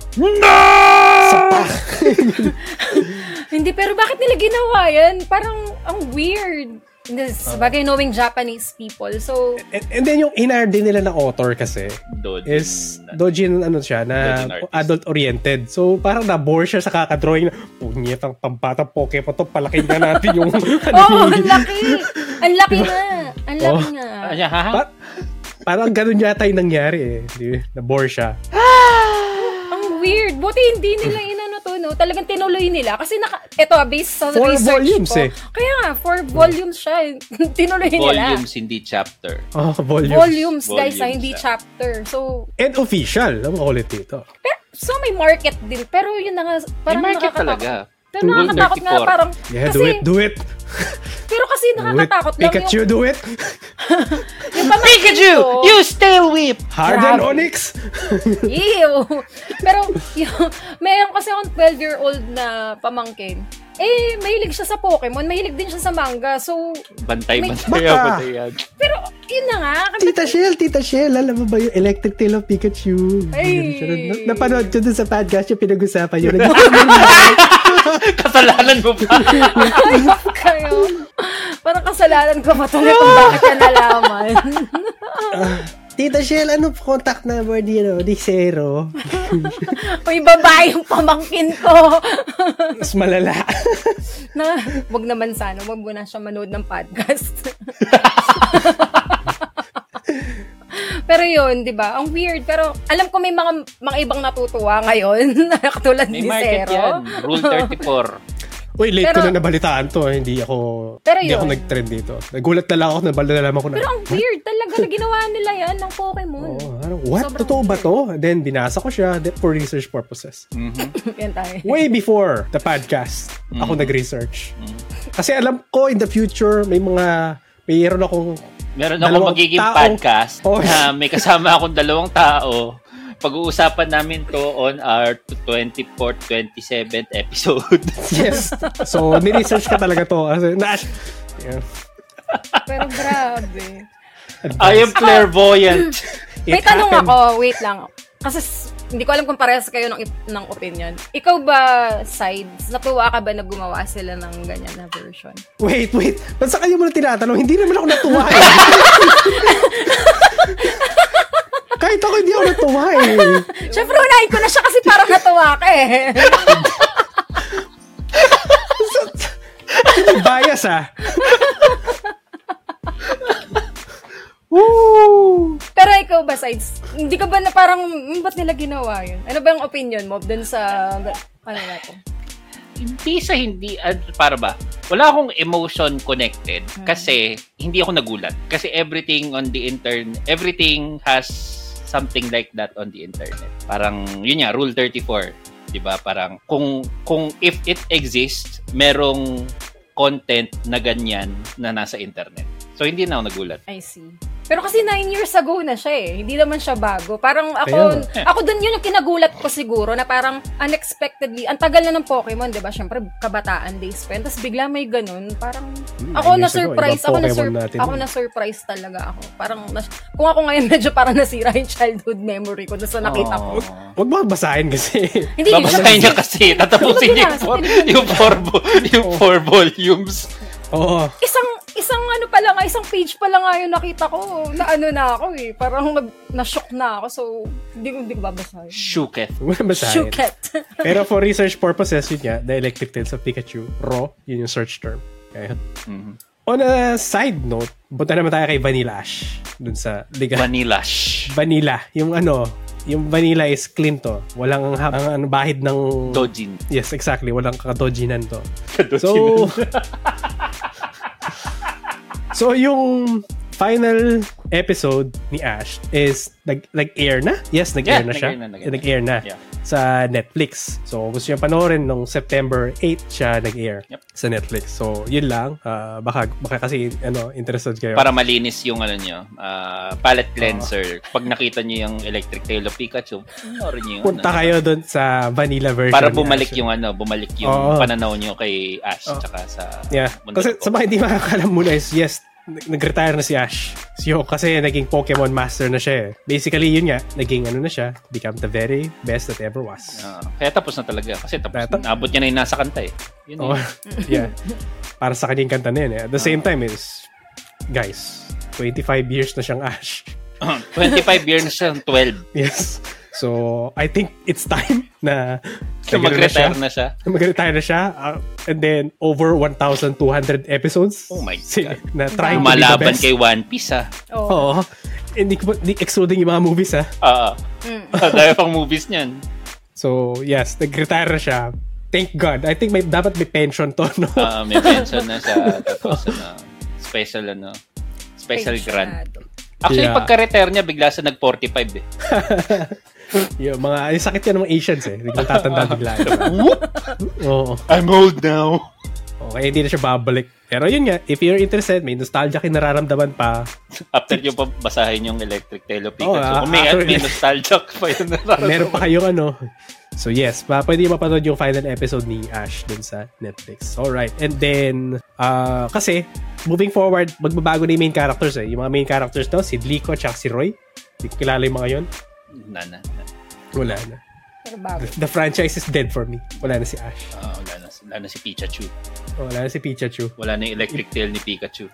C: hindi, pero bakit nila ginawa yan? Parang, ang weird. Hindi, Sabagay knowing Japanese people, so,
A: And, and then yung inard din nila na author kasi
B: Doon.
A: is Dojin ano siya na
B: Dojin artist.
A: adult oriented. So parang na bore siya sa kakadrawing na punya pang pambata poke pa to palakin na natin
C: *laughs*
A: yung *laughs* ano
C: oo,
A: yung-
C: oh, ang laki! Ang laki nga! Ang laki
A: Oh.
C: nga!
B: Ano, ha?
A: Pa- parang ganun yata yung nangyari eh. Di- Na-bore siya.
C: Ang weird! Buti hindi
A: *laughs*
C: nila inano to, no? Talagang tinuloy nila. Kasi, naka, eto, based sa
A: Four
C: research
A: volumes,
C: ko.
A: eh.
C: Kaya nga, four volumes siya. eh. *laughs* tinuloy nila.
B: Volumes, hindi chapter.
A: Oh, volumes.
C: Volumes, guys,
B: Volumes
C: ah, hindi
B: siya.
C: chapter. So,
A: And official. Ang ulit dito.
C: Pero, so may market din. Pero yun na nga,
B: May
C: parang
B: market
C: nakakatakot.
B: talaga.
C: Pero
B: Rule
C: nakakatakot nga
B: 34.
C: parang,
A: Yeah,
C: kasi,
A: do it, do it.
C: pero kasi
A: Do it.
C: nakakatakot lang
A: Pikachu, do it.
C: yung, yung pamangkin
A: Oh.
C: ko.
B: stale whip!
A: Harden
C: Grabe. *laughs*
A: Onyx.
C: Ew. *laughs* Pero, yung, mayroon kasi akong 12-year-old na pamangkin. Eh, mahilig siya sa Pokemon, mahilig din siya sa manga. So,
B: Bantay-bantay
A: Baka.
B: ako yan.
C: pero, yun na nga. Kasi, *laughs*
A: Tita Shell, Tita Shell, alam mo ba yung Electric Tale of Pikachu?
C: Ay.
A: Na- Napanood ko dun sa podcast yung pinag-usapan
C: *laughs*
A: yun.
B: Kasalanan mo pa.
C: ayok kayo. Parang kasalanan ko pa talaga kung bakit yan
A: *laughs*
C: nalaman.
A: Tita Shell, ano contact number ni, ano, ni Zero?
C: May babae yung pamangkin ko. *laughs*
A: Mas malala.
C: na, wag naman sana, wag mo na siya manood ng
A: *laughs*
C: podcast. pero yun, di ba? Ang weird. Pero alam ko may mga, mga ibang natutuwa ngayon. *laughs* Katulad
B: May
C: ni
B: market
C: Zero.
B: yan. Rule
C: *laughs*
B: 34.
A: *laughs* Uy, late ko
C: Pero-
A: na nabalitaan to. eh. Hindi ako,
C: Pero
A: hindi ako
C: yun.
A: nag-trend dito. Nagulat na lang ako, nabalitaan ko na.
C: Pero ang weird talaga na ginawa nila yan ng Pokemon.
A: Oo, parang, what?
C: Sobrang
A: Totoo ba to? Then, binasa ko siya de- for research purposes.
C: *laughs* yan tayo.
A: Way before the podcast, ako nag-research. Kasi alam ko, in the future, may mga, mayroon akong, *laughs*
B: Meron ako
A: Dalawang
B: magiging
A: tao.
B: podcast
A: Oh.
B: na may kasama akong dalawang tao. Pag-uusapan namin to on our 24th, 27th episode.
A: yes. so, niresearch ka talaga to. Kasi, na, yeah.
C: Pero grabe.
B: I am clairvoyant.
A: It
C: May tanong
A: happened.
C: ako. Wait lang. Kasi s- hindi ko alam kung parehas kayo ng, ip- ng opinion. Ikaw ba, sides, natuwa ka ba na gumawa sila ng ganyan na version?
A: Wait, wait. Ba't sa kayo mo na tinatanong? Hindi naman ako natuwa eh. Kahit ako hindi ako natuwa eh.
C: Siyempre, unahin ko na siya kasi parang natuwa
A: *laughs*
C: ka eh.
A: Hindi bias ah.
C: Pero ikaw ba, Sides, hindi ka ba na parang, "Hmm, ba't nila ginawa yun? Ano ba yung opinion mo dun sa, ano na to?
B: hindi sa hindi, ah, para ba? Wala akong emotion connected
C: Hmm.
B: kasi hindi ako nagulat. Kasi everything on the internet, everything has something like that on the internet. Parang, yun nga, Rule 34. 'di ba Parang, kung, kung if it exists, merong content na ganyan na nasa internet. So, hindi na ako nagulat.
C: I see. Pero kasi nine years ago na siya eh. Hindi naman siya bago. Parang
A: Kaya
C: ako, *laughs* ako dun yun yung kinagulat ko siguro na parang unexpectedly, ang tagal na ng Pokemon, di ba? Siyempre, kabataan days pa yun. Tapos bigla may ganun. Parang,
A: Hmm,
C: ako
A: nine years
C: na surprise.
A: ago, ibang
C: Ako na,
A: Pokemon natin eh.
C: ako
A: yun.
C: na surprise talaga ako. Parang, nas- kung ako ngayon *laughs* medyo parang nasira yung childhood memory ko doon sa nakita ko.
A: Huwag mo basahin kasi.
C: Hindi, hindi siya-
B: Babasahin niya kasi. Tatapusin niya yung
C: Ano ba
B: four,
C: yun?
B: yung four, vo- yung four volumes.
A: Oo.
C: isang isang ano pa lang, isang page pa lang nga yung nakita ko. Na ano na ako eh. Parang nag, na-shock na ako. So, hindi ko, hindi ko babasahin.
B: Shuketh.
A: Basahin.
C: *laughs* Shuket.
A: Pero for research purposes, yun nga, The Electric Tales of Pikachu, raw, yun yung search term. Kaya,
B: Mhm.
A: on a side note, punta naman tayo kay Vanilla Ash. Dun sa liga.
B: Vanilla sh.
A: vanilla. Yung ano, yung vanilla is clean to. Walang ang, ang ano, bahid ng...
B: Dojin.
A: Yes, exactly. Walang kakadojinan to.
B: So,
A: So, *laughs* so yung final episode ni Ash is nag, nag-air na? Yes, nag-air
B: Yeah,
A: na siya.
B: nag-air na, nag-air na.
A: Nag-air na.
B: Yeah.
A: Sa Netflix. So, gusto niya panoorin nung September 8 siya nag-air
B: Yep.
A: sa Netflix. So, yun lang. Ah, baka, baka kasi ano, interested kayo.
B: para malinis yung ano nyo, ah, palette cleanser. Pag nakita nyo yung electric tail of Pikachu, panoorin nyo yun.
A: Punta
B: ano.
A: kayo doon sa vanilla version. ni
B: Para bumalik
A: Ash.
B: yung ano, bumalik yung
A: Oo.
B: pananaw nyo kay Ash
A: Oo.
B: tsaka sa
A: Yeah.
B: mundo
A: Kasi
B: ng
A: sa mga hindi makakalam muna is, yes, nag- nag-retire na si Ash. Si Ho, kasi naging Pokemon Master na siya eh. Basically, yun nga, naging ano na siya, become the very best that ever was.
B: Ah, kaya tapos na talaga. Kasi tapos,
A: Kaya ta-
B: naabot niya na yung nasa kanta eh. Yun
A: Oh, *laughs*
B: eh.
A: yeah. Para sa kanyang kanta na yun eh. At the
B: Ah.
A: same time is, guys, 25 years na siyang Ash. *laughs*
B: *clears throat* 25 years siya, 12.
A: Yes. So, I think it's time na
B: So,
A: na gano'n
B: mag-retire na siya.
A: na mag-retire na siya. Ah, and then, over 1,200 episodes.
B: Oh my
A: Si-
B: God.
A: Na trying to be the
B: Malaban
A: best.
B: kay One Piece ah.
C: Oo.
A: Oo. Hindi ko hindi excluding yung mga movies ha.
B: Oo.
C: Mm.
B: Ang dami pang movies
A: *laughs*
B: niyan.
A: So, yes, nag-retire na siya. Thank God. I think may dapat may pension to, no?
B: *laughs* Ah, may pension na siya. Tapos ano, special ano, special grant.
C: Pensionado.
B: Actually,
A: Yeah.
B: pagka-retire niya, bigla siya nag-45 eh. *laughs*
A: yung mga yung sakit yan ng mga Asians eh. Hindi tatanda bigla.
B: Whoop!
A: Oo.
B: I'm old *laughs* now.
A: Okay, hindi na siya babalik. Pero yun nga, if you're interested, may nostalgia kayo nararamdaman pa.
B: After yung basahin yung Electric Tale of
A: Oo,
B: Pikachu.
A: ah,
B: Kung may, ano,
A: actually-
B: may nostalgia ka
A: *laughs*
B: pa yun.
A: Meron pa kayong ano. So yes, pa, pwede yung mapanood yung final episode ni Ash dun sa Netflix. Alright, and then, ah, kasi, moving forward, magbabago na yung main characters eh. Yung mga main characters daw, si Glico at si Roy. Hindi ko kilala yung mga yon.
B: Wala na. na.
A: Wala na. *laughs*
C: Pero bago.
A: The franchise is dead for me. Wala na si Ash.
B: Ah, wala na. Wala na si Pikachu.
A: Wala na si Pikachu.
B: Wala na yung Electric Tail ni Pikachu.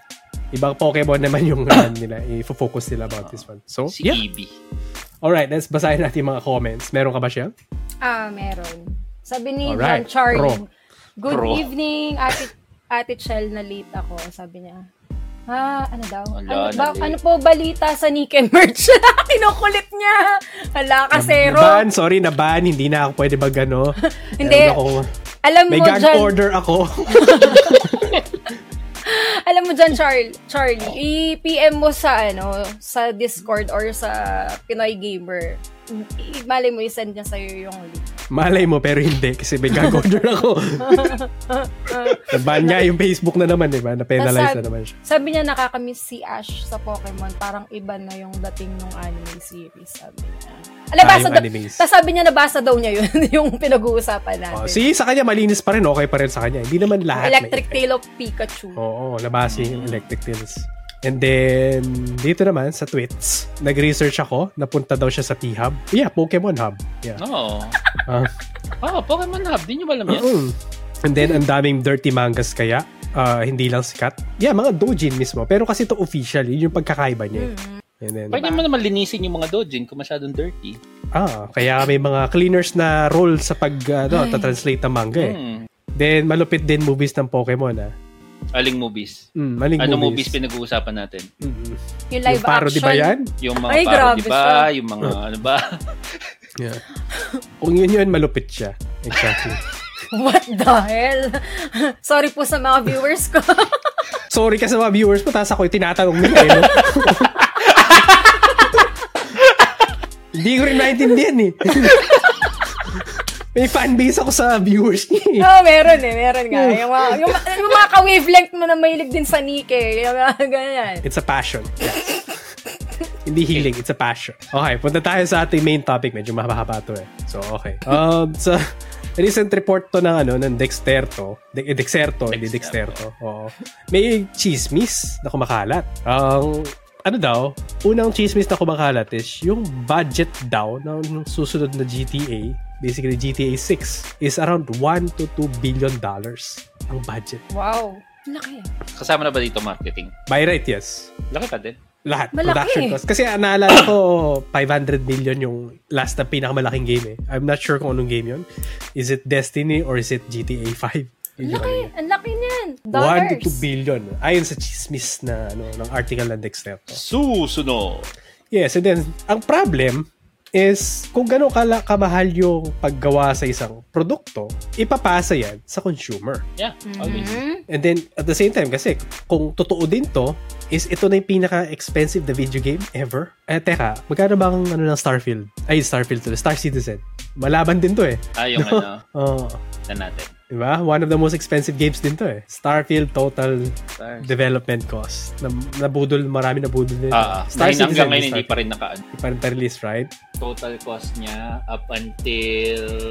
A: Ibang Pokemon naman yung uh, nila. I-focus nila about this one. So,
B: Si
A: yeah.
B: Eevee.
A: Alright, let's basahin natin yung mga comments. Meron ka ba siya?
C: Ah, meron. Sabi ni
A: Alright.
C: John Charlie,
A: Pro.
C: Good
B: Pro.
C: evening, Ate, Ate Chel, na late ako. Sabi niya. Ah, ano daw?
B: Wala,
C: ano, ba,
B: na-late.
C: ano po balita sa Nike merch? *laughs* Kinukulit niya. Hala ka, Zero.
A: Naban, sorry, naban. Hindi na ako pwede mag ano.
C: Hindi.
A: Meron Ako,
C: Alam
A: may
C: mo,
A: gag
C: John,
A: order ako.
C: alam mo dyan, Charlie, Charlie, i-PM mo sa, ano, sa Discord or sa Pinoy Gamer. I- Malay mo, i-send niya sa'yo yung link.
A: Malay mo, pero hindi. Kasi may gag
C: *laughs*
A: order ako. naban niya yung Facebook na naman, di ba? Na-penalize
C: Nasaan?
A: na naman siya.
C: Sabi niya nakakamiss si Ash sa Pokemon. Parang iba na yung dating nung anime series, sabi niya. Alam,
A: Ah,
C: basa
A: yung
C: daw,
A: animes.
C: tas sabi niya nabasa daw niya yun, *laughs* yung pinag-uusapan
A: Oh,
C: natin.
A: see, sa kanya, malinis pa rin. Okay pa rin sa kanya. Hindi naman lahat. may Oh,
C: Electric
A: effect.
C: Tail of Pikachu.
A: Oo, nabasa yung electric tills. And then, dito naman sa tweets, nag-research ako, napunta daw siya sa P-Hub. Yeah, Pokemon Hub. Yeah.
B: Oo.
A: Ah,
B: Oo, Pokemon Hub. Di nyo alam yan.
A: mm. And then, ang daming dirty mangas kaya. Ah, hindi lang sikat. Yeah, mga dojin mismo. Pero kasi to official, yun yung pagkakaiba niya. eh.
C: Mm.
A: And then,
B: Pwede mo naman linisin yung mga dojin kung masyadong dirty.
A: ah, kaya may mga cleaners na role sa pag,
C: Hmm.
A: ano, translate ng manga eh.
B: Hmm.
A: Then, malupit din movies ng Pokemon ah.
B: Aling movies.
A: Mm, maling
B: Ano
A: movies.
B: movies pinag-uusapan natin?
A: Mm.
C: Yung
A: Yung
C: live
A: parody
C: action.
A: ba yan?
B: Yung mga
C: Ay,
B: parody
C: grabe
B: ba?
C: siya.
B: Yung mga ano ba? *laughs*
A: Yeah. Kung yun yun, malupit siya.
C: *laughs*
A: Exactly.
C: *laughs* What the hell? *laughs* Sorry po sa mga viewers ko. *laughs*
A: Sorry ka sa mga viewers mo, tapos ako yung tinatanong nila
C: *laughs*
A: eh, no? Hindi ko rin maintindihan eh. *laughs* May fanbase ako sa viewers niya eh.
C: no, meron eh, meron nga. Yung mga, yung, yung mga ka-wavelength mo na mahilig din sa Nike. Yung mga *laughs* ganyan.
A: It's a passion. Yes. Hindi healing, it's a passion. Okay, punta tayo sa ating main topic. Medyo mahaba-haba to eh. So, okay. Um, sa recent report to ng ano, ng Dexterto. De- eh, Dexerto, hindi Dexterto. Oo. May chismis na kumakalat. Ang ano daw, unang chismis na kumakalat is yung budget daw ng susunod na GTA, basically GTA 6, is around 1 to 2 billion dollars ang budget.
C: Wow. Laki.
B: Kasama na ba dito marketing?
A: By right, yes.
B: Laki pa din.
A: Lahat.
C: Malaki.
A: Production cost. Kasi ah, naalala ko, *clears throat* 500 million yung last na pinakamalaking game eh. I'm not sure kung anong game yun. Is it Destiny or is it GTA 5? *laughs* Yun yung
C: Laki. Ang laki niyan.
A: ano
C: Dollars.
A: yun. 1 to 2 billion. Ayon sa chismis na ano ng article ng Dexterto.
B: Susunod.
A: Yes, and then, ang problem is kung gano'n kala kamahal yung paggawa sa isang produkto, ipapasa yan sa consumer.
B: Yeah, always.
C: Mhm.
A: And then, at the same time, kasi kung totoo din to, is ito na yung pinaka-expensive na video game ever. Eh, teka, magkano ba ang ano ng Starfield? Ay, Starfield to Star Citizen. Malaban din to eh.
B: Ah, yung
A: No?
B: ano
A: Oo.
B: na natin.
A: Diba? One of the most expensive games din to eh. Starfield total development cost. Na, nabudol, marami nabudol din.
B: Ah, ah.
A: Star
B: Dahil hanggang
A: Citizen
B: ngayon
A: is
B: hindi pa
A: Starfield.
B: rin naka
A: Hindi pa rin release, right?
B: total cost niya up until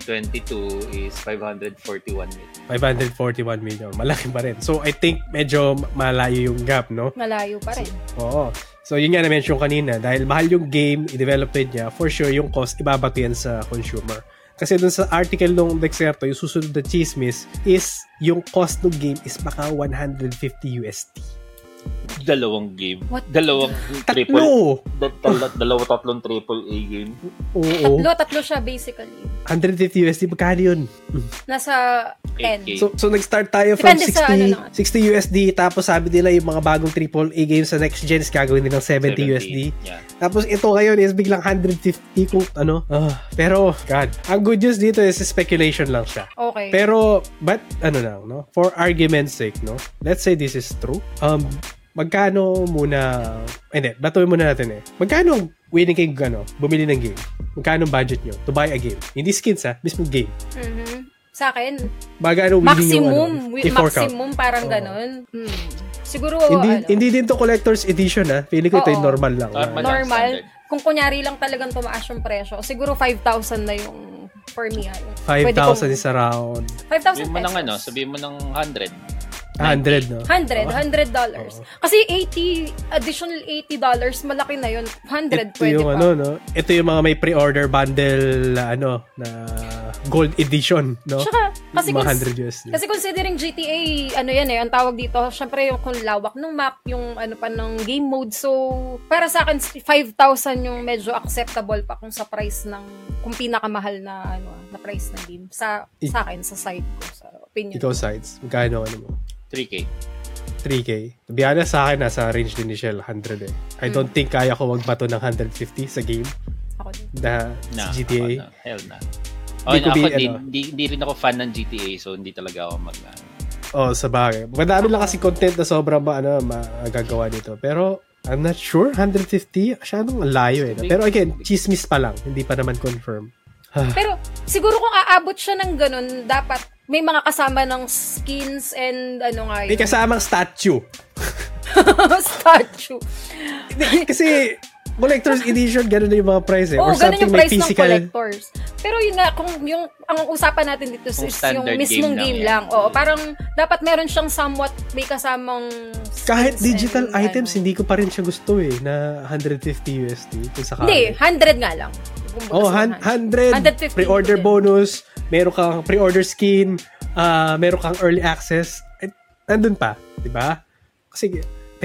B: 2022 is 541 million.
A: 541 million. Malaki pa rin. So, I think medyo malayo yung gap, no?
C: Malayo pa rin.
A: Oo. So, yun nga na-mention kanina. Dahil mahal yung game, i-develop din niya, for sure yung cost, ibabato yan sa consumer. Kasi dun sa article nung Dexerto, yung susunod na chismis is yung cost ng game is baka 150 USD.
B: Dalawang game.
C: What?
B: Dalawang triple.
A: Tatlo!
B: Da- dal- dalawa tatlong triple A game.
A: Oo.
C: Tatlo, tatlo siya basically.
A: 150 USD, magkano yun?
C: Nasa 10.
B: 8K.
A: So, so nag-start tayo from 60,
C: Depende sa ano na-
A: 60 USD, tapos sabi nila yung mga bagong AAA games sa next gen is gagawin nilang 70, USD.
B: Yeah.
A: Tapos ito ngayon is biglang 150 kung ano. Ah, pero, God. Ang good news dito is speculation lang siya.
C: Okay.
A: Pero, but, ano lang, no? For argument's sake, no? Let's say this is true. Um, magkano muna, hindi, batuin muna natin eh. Magkano ang winning kayo, ano, bumili ng game? Magkano ang budget nyo to buy a game? Hindi skins ha, mismo game.
C: Mhm. Sa akin,
A: Magkano winning yung ano,
C: maximum. wi-
A: if four count?
C: maximum, parang
A: Oo.
C: ganun. Hmm. Siguro,
A: Hindi,
C: ano,
A: hindi din to collector's edition ha. Feeling ko ito
C: Oo.
A: yung normal lang.
B: Normal.
A: Na,
C: normal.
B: Standard.
C: Kung kunyari lang talagang tumaas yung presyo, siguro 5,000 na yung for me. Ano. Pwede
A: 5,000
C: kong-
A: is around
B: Sabihin
C: 5,000
B: mo ng
C: pesos.
B: ano, sabihin mo ng 100.
A: 100, no?
C: 100, 100 dollars. Kasi 80, additional 80 dollars, malaki na yun. 100,
A: Ito
C: pwede
A: yung
C: pa.
A: ano, no? Ito yung mga may pre-order bundle na ano, na gold edition, no?
C: Tsaka,
A: mga
C: kasi kung-
A: 100 USD.
C: Kasi considering GTA, ano yan eh, ang tawag dito, syempre yung kung lawak ng map, yung ano pa ng game mode. So, para sa akin, 5,000 yung medyo acceptable pa kung sa price ng, kung pinakamahal na, ano, na price ng game. Sa,
A: Ik-
C: sa akin, sa side ko, sa opinion.
A: Ikaw, sides, magkano ano mo?
B: 3K.
A: 3K. To be honest, sa akin, nasa range din ni Shell, 100 eh. I don't
C: Hmm.
A: think kaya ko magbato ng 150 sa game
C: Ako din.
A: na
B: Na,
A: sa GTA.
B: Ako, na. hell na. Oh,
A: Hindi ko
B: ako,
A: bi-
B: di,
A: ano.
B: di, di rin ako fan ng GTA, so hindi talaga ako mag... ano.
A: Oh, sa bagay. Madami lang kasi content na sobrang ma, ano, magagawa dito. Pero, I'm not sure. 150? Masyadong layo eh. no? Pero again, chismis pa lang. Hindi pa naman confirm.
C: Pero, siguro kung aabot siya ng ganun, dapat may mga kasama ng skins and ano nga
A: May
C: yun.
A: kasamang statue.
C: *laughs* statue.
A: Hindi, kasi collector's edition, ganun na yung mga price eh. Or
C: Oo, ganun
A: something
C: yung
A: may
C: price ng
A: physical.
C: collectors. Pero yun nga, kung yung, ang usapan natin dito is
B: Kung
C: is yung
B: standard game
C: mismong
B: lang
C: game,
B: yan. Mm.
C: lang. Oo, parang dapat meron siyang somewhat, may kasamang
A: Kahit
C: skins
A: digital
C: and
A: items,
C: ano.
A: hindi ko pa rin siya gusto eh, na 150 USD. Kung sakali.
C: Hindi, 100 nga lang. Kung
A: Oh,
C: bakas
A: han-
C: ng
A: 100,
C: 150
A: pre-order
C: din.
A: bonus, meron kang pre-order skin, ah meron kang early access, at nandun pa, di ba? Kasi,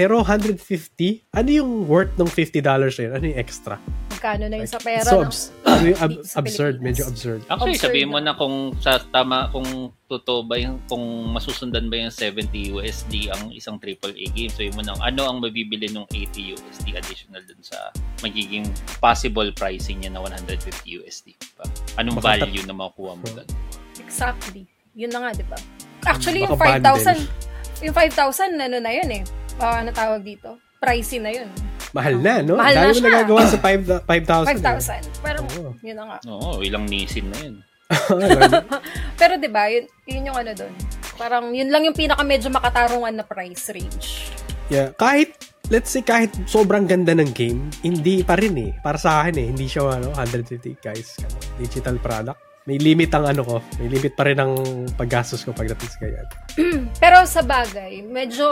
A: pero 150, ano yung worth ng $50 na yun? Ano yung extra?
C: Magkano na yun sa pera?
A: so,
C: ng-
A: abs- ano yung ab-
C: sa
A: absurd,
C: Pilipinas.
A: medyo absurd. Ah,
B: Actually,
C: Absurd
B: sabihin mo na
C: na.
B: kung sa tama, kung totoo ba yung, kung masusundan ba yung 70 USD ang isang AAA game. Sabihin mo na, ano ang mabibili ng 80 USD additional dun sa magiging possible pricing niya na 150 USD. Diba? Anong
A: Baka tat-
B: value na makukuha mo dun?
C: Exactly. Yun na nga, di ba? Actually, yung
A: Baka bundle.
C: 5,000, yung 5,000, ano na yun eh. Ah, ano tawag dito? Pricey na yun.
A: Mahal na, no?
C: Mahal na
A: Dami mo
C: siya.
A: nagagawa sa five- eh. 5,000. *laughs*
C: 5,000. Parang,
A: Oo.
C: yun na nga.
B: Oo, ilang nisin na yun.
A: Ano?
C: Pero 'di ba, yun, yun yung ano doon. Parang yun lang yung pinaka medyo makatarungan na price range.
A: Yeah, kahit let's say kahit sobrang ganda ng game, hindi pa rin eh. Para sa akin eh, hindi siya ano, 150 guys. Ano, digital product. May limit ang ano ko. May limit pa rin ang paggastos ko pagdating sa ganyan.
C: Pero sa bagay, medyo,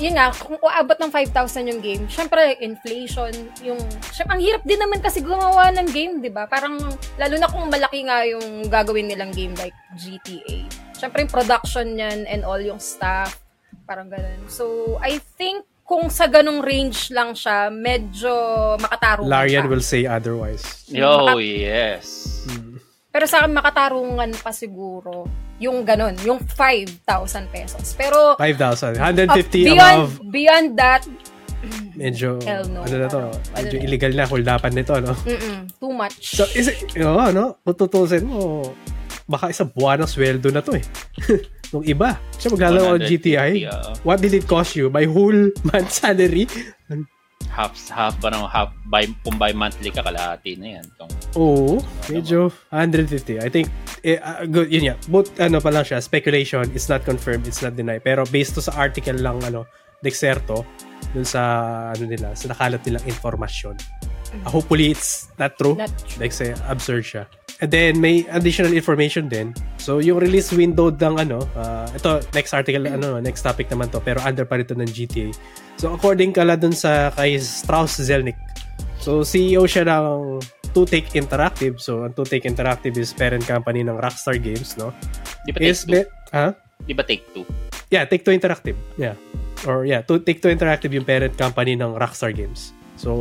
C: yun nga, kung uabot ng 5,000 yung game, syempre, inflation, yung, syempre, ang hirap din naman kasi gumawa ng game, di ba? Parang, lalo na kung malaki nga yung gagawin nilang game like GTA. Syempre, yung production niyan and all yung staff, parang ganun. So, I think, kung sa ganong range lang siya, medyo makatarungan
A: Larian
C: siya.
A: will say otherwise.
B: Yo, Oh, yes.
A: Mm.
C: Pero sa akin, makatarungan pa siguro yung ganun, yung 5,000 pesos. Pero,
A: 5,000.
C: up-
A: 150
C: beyond,
A: above.
C: beyond that,
A: Medyo,
C: Hell no.
A: ano na to?
C: Parang, ano
A: Medyo
C: na.
A: illegal na kuldapan nito, no?
C: mm too much.
A: So, is it, oo, ano? Kung tutusin mo, baka isang buwan ng sweldo na to eh. *laughs* Nung iba. Siya maglalaro ng
B: 150,
A: GTI.
B: oo.
A: eh. What did it cost you? My whole *laughs* month salary?
B: Half, half, ano, half, by, kung by monthly ka, kalahati na yan. Itong,
A: Oo. Medyo 150. I think, eh, ah, good, yun yan. But, ano pa lang siya, speculation. It's not confirmed. It's not denied. Pero based to sa article lang, ano, Dexerto, dun sa, ano nila, sa nakalat nilang information. Ah, hopefully, it's not true.
C: Mm. Not true.
A: Like, say, absurd siya. And then, may additional information din. So, yung release window ng ano, ah, ito, next article, ano, next topic naman to, pero under pa rito ng GTA. So, according kala dun sa kay Strauss Zelnick, so, CEO siya ng Two Take Interactive. So, ang Two Take Interactive is parent company ng Rockstar Games, no?
B: di ba take
A: Is,
B: two?
A: me- ha?
B: Di ba take two?
A: Yeah, Take-Two Interactive. Yeah. Or yeah, to, Take-Two Interactive yung parent company ng Rockstar Games. So,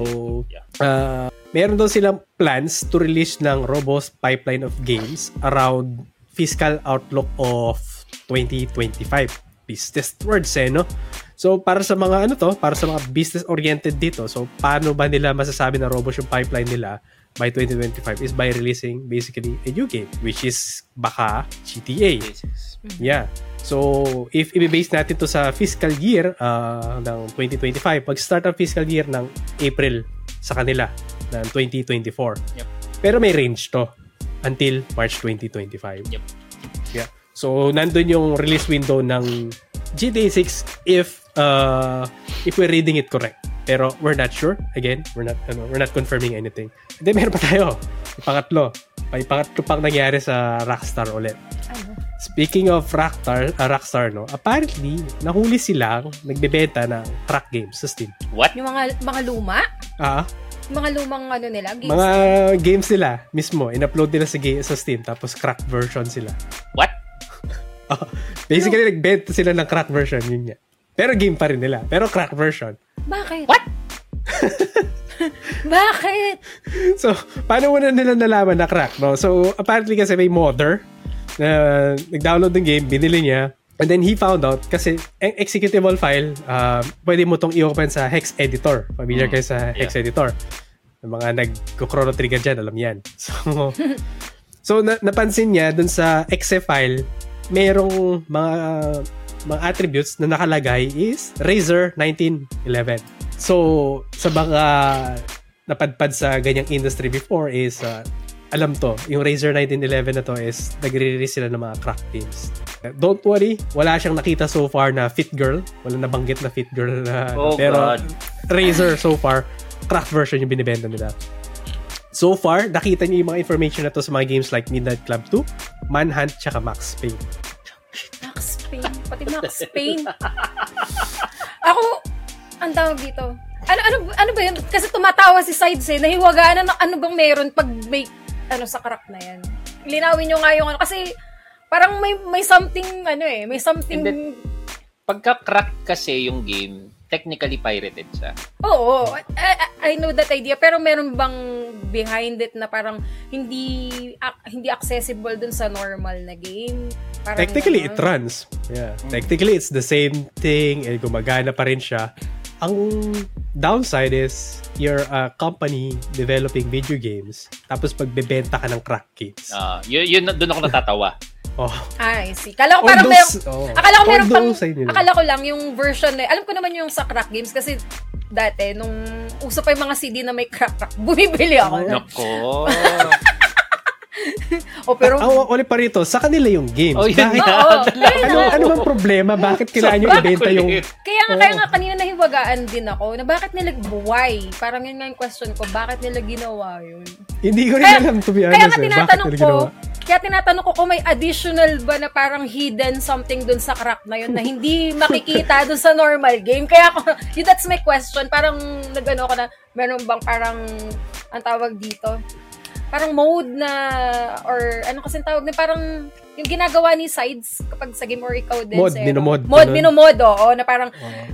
B: Yeah.
A: uh, meron daw silang plans to release ng robust pipeline of games around fiscal outlook of 2025. Business words eh, no? So, para sa mga ano to, para sa mga business-oriented dito, so paano ba nila masasabi na robust yung pipeline nila by 2025 is by releasing basically a new game, which is baka GTA.
B: Basis.
A: Yeah. So, if i-base natin to sa fiscal year ah, ng 2025, pag-start ang fiscal year ng April sa kanila ng 2024.
B: Yep.
A: Pero may range to until March 2025.
B: Yep.
A: Yeah. So, nandun yung release window ng GTA 6 if uh, if we're reading it correct. Pero we're not sure. Again, we're not ano, we're not confirming anything. And then meron pa tayo. Yung Pangatlo. May pangatlo pang nangyari sa Rockstar ulit.
C: Ano?
A: Speaking of Rockstar, ah, Rockstar no, apparently, nahuli silang nagbebenta ng crack games sa Steam.
B: What?
C: Yung mga, mga luma?
A: Ah,
C: Yung Mga lumang ano nila? Games?
A: mga games nila mismo, in-upload nila sa, ga- sa Steam, tapos crack version sila.
B: What?
A: Ah, basically, nagbenta sila ng crack version, yun nga. Pero game pa rin nila, pero crack version.
C: Bakit?
B: What?
C: *laughs* Bakit?
A: *laughs* So, paano mo na nila nalaman na crack, no? So, apparently kasi may mother na nag-download ng game, binili niya, and then he found out kasi ang executable file, uh, pwede mo tong i-open sa Hex Editor. Familiar
B: Mm.
A: kayo sa Hex Editor. Yung mga nag-chrono trigger dyan, alam yan. *laughs* So, so na- napansin niya dun sa exe file, merong mga mga attributes na nakalagay is Razer 1911. So, sa mga napadpad sa ganyang industry before is uh, alam to, yung Razer 1911 na to is nagre-release sila ng mga crack games. Don't worry, wala siyang nakita so far na fit girl. Wala nabanggit na fit girl na.
B: Oh,
A: pero
B: God.
A: Razer so far, crack version yung binibenta nila. So far, nakita niyo yung mga information na to sa mga games like Midnight Club 2, Manhunt, tsaka Max Payne.
C: Max Payne. Pati Max Payne. Ako, ang tawag dito. Ano, ano, ano ba yun? Kasi tumatawa si Sides eh. Nahiwagaan na ano bang meron pag may, ano, sa karak na yan. Linawin nyo nga yung ano. Kasi, parang may, may something, ano eh. May something,
B: Hindi. Pagka-crack kasi yung game, technically pirated siya.
C: oo. I, I- I know that idea. Pero meron bang behind it na parang hindi ac- hindi accessible dun sa normal na game? Parang
A: Technically, it
C: ganun. Mm.
A: runs. Yeah. Technically, it's the same thing and gumagana pa rin siya. Ang downside is you're a company developing video games tapos pagbebenta ka ng crack games.
B: Ah, yun, yun, doon ako natatawa.
A: Oh.
C: Ah, I see. Kala ko
A: Or
C: parang meron,
A: those- oh.
C: Akala ko meron
A: Although
C: pang,
A: sa inyo lang.
C: akala ko lang yung version na, alam ko naman yung sa crack games kasi dati, nung uso *laughs* pa yung mga CD na may crack crack, bumibili ako.
A: Oh,
B: Nako.
A: *laughs*
C: O pero,
A: Aw, ulit pa rito, sa kanila yung games.
B: Oh, yun
A: Bakit?
B: nga.
A: *laughs*
C: Oo,
B: Talaga.
A: Ano, ano bang problema? Bakit kailangan nyo
B: Sobrang
A: ibenta yung...
B: kulit.
C: kaya nga,
A: Oo.
C: kaya nga kanina nahiwagaan din ako na bakit nila, why? Parang yun nga yung question ko, bakit nila ginawa yun?
A: Hindi ko rin
C: Kaya-
A: alam, to be honest.
C: Kaya
A: eh.
C: nga
A: Bakit
C: tinatanong
A: nila
C: ko,
A: ginawa?
C: kaya tinatanong ko kung may additional ba na parang hidden something dun sa crack na yun na hindi makikita dun sa normal game. Kaya ako, *laughs* yun, that's my question. Parang nagano ako na, meron bang parang, ang tawag dito, parang mode na, or ano kasi ang tawag na parang, yung ginagawa ni Sides kapag sa game or ikaw din.
A: Mod,
C: sa ano.
A: minomod,
C: Mod,
A: ganun.
C: minomod, oo, na parang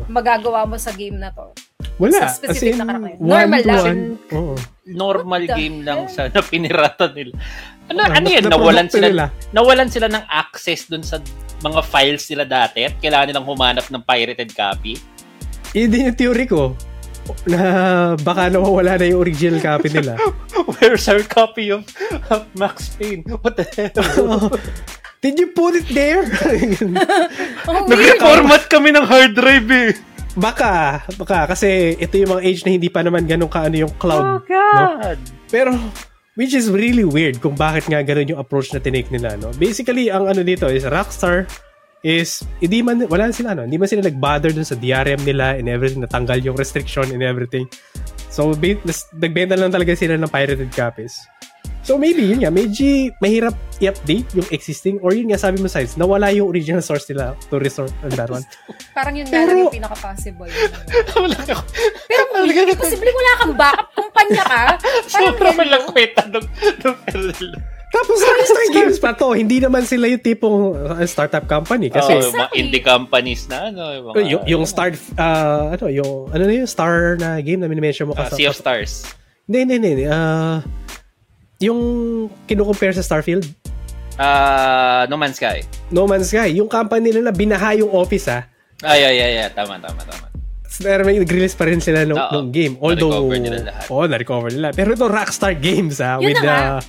C: magagawa mo sa game na to.
A: Wala.
C: Sa specific
A: As in,
C: na karakter.
A: one
C: Normal
A: to
C: lang.
A: one. Oo.
B: normal
C: What the
B: game lang sa na pinirata nila. Ano,
A: Ah,
B: ano
A: mas
B: yan?
A: na-promote
B: Nawalan
A: pa
B: sila,
A: nila.
B: nawalan sila ng access dun sa mga files nila dati at kailangan nilang humanap ng pirated *laughs* copy.
A: Eh, Yun din yung theory ko na baka nawawala na yung original copy
C: *laughs*
A: nila.
B: Where's our copy of, of Max Payne? What the
A: *laughs*
B: hell?
A: Oo. Did you put it
C: *laughs*
A: there?
C: Ang
A: *laughs*
C: weird.
B: Nag-format kami ng hard drive eh.
A: baka, baka kasi ito yung mga age na hindi pa naman ganun kaano yung cloud. no?
B: God.
A: Pero which is really weird kung bakit nga ganun yung approach na tinake nila no. Basically ang ano dito is Rockstar is hindi man wala sila ano, hindi man sila nag-bother dun sa DRM nila and everything natanggal yung restriction and everything. So ba- nas- nagbenta lang talaga sila ng pirated copies. So maybe yun nga, medyo mahirap i-update yung existing or yun nga sabi mo size, nawala yung original source nila to resort on that one.
C: Parang yun nga lang
A: Pero-
C: yung pinaka-possible.
B: Wala ka.
C: Pero kung hindi posible wala kang backup kumpanya ka, parang
B: Sobrang
C: ganun.
B: walang kwenta nung, nung Peril.
A: Tapos Rockstar Games pa to, hindi naman sila yung tipong uh, startup company kasi
B: oh, yung mga
C: Exactly.
B: indie companies na ano. Yung, mga,
A: yung, yung star ah, ano yung ano na yung star na game na minimension mo
B: Ah,
A: kasi
B: sea of Stars.
A: hindi hindi hindi ah, yung kinukumpare sa Starfield
B: Ah, No Man's Sky.
A: No Man's Sky yung company nila binaha yung office ah
B: Ay, ay, ay, ay. Tama, tama, tama.
A: pero may nag-release pa rin sila nung,
B: Oo.
A: nung game although
B: Na-recover nila lahat.
A: oh na-recover nila pero ito Rockstar Games ah
C: Yun
A: with
C: na
A: the
C: nga.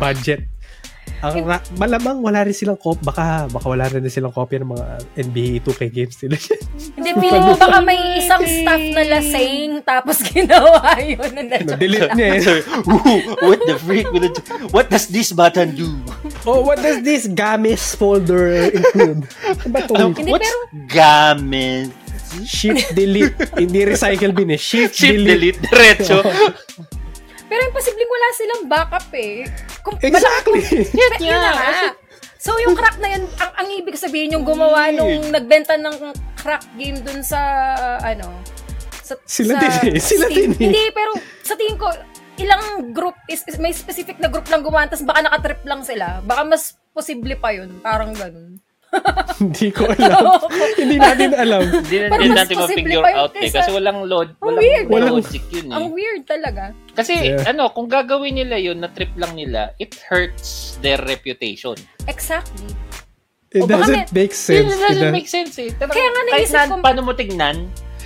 A: budget ang ra- malamang wala rin silang cop baka baka wala rin silang copy ng mga NBA 2K games *laughs* nila
C: Hindi, feeling ko baka may isang staff na lasing tapos *laughs* ginawa yun. And then,
A: delete niya
B: *laughs*
A: eh
B: Sorry. Ooh, what the freak will it What does this button do?
A: oh what does this games folder
B: *laughs*
A: include ano ba tong-
B: Ano,
C: Hindi,
B: Um, what's
C: pero-
B: gamit?
A: Shift delete. Hindi recycle bin eh. Shift,
B: Shift
A: delete.
B: delete, diretso.
C: pero imposible wala silang backup eh. Kung,
A: *laughs* Exactly.
C: Yun, yun na nga. So yung crack na yun, ang, ang ibig sabihin yung gumawa nung nagbenta ng crack game dun sa, ano, sa,
A: Sila
C: sa
A: din eh. Sila din
C: Steam.
A: eh.
C: Hindi, pero sa tingin ko, ilang group, is, is- may specific na group lang gumawa, tapos baka nakatrip lang sila. Baka mas posible pa yun. Parang ganun. *laughs*
A: Hindi ko alam. Hindi natin alam.
B: Hindi na
C: Pero
B: din
C: mas
B: natin
C: posible
B: ma-figure
C: pa yun
B: out eh.
C: kaysa-
B: Kasi walang load.
C: Ang
B: Walang,
C: weird.
B: walang
A: Walang-
B: logic yun eh.
A: Hmm.
C: Ang weird talaga.
B: Kasi
A: Yeah.
B: ano, kung gagawin nila yun, na trip lang nila, it hurts their reputation.
C: Exactly.
A: It
C: O, baka
A: doesn't
C: may-
A: make sense.
B: It
A: It
B: doesn't
A: doesn't-
B: make sense eh. Talagang
C: Kaya nga
B: kahit
C: naisip
B: na-
C: ko-
B: paano mo tignan,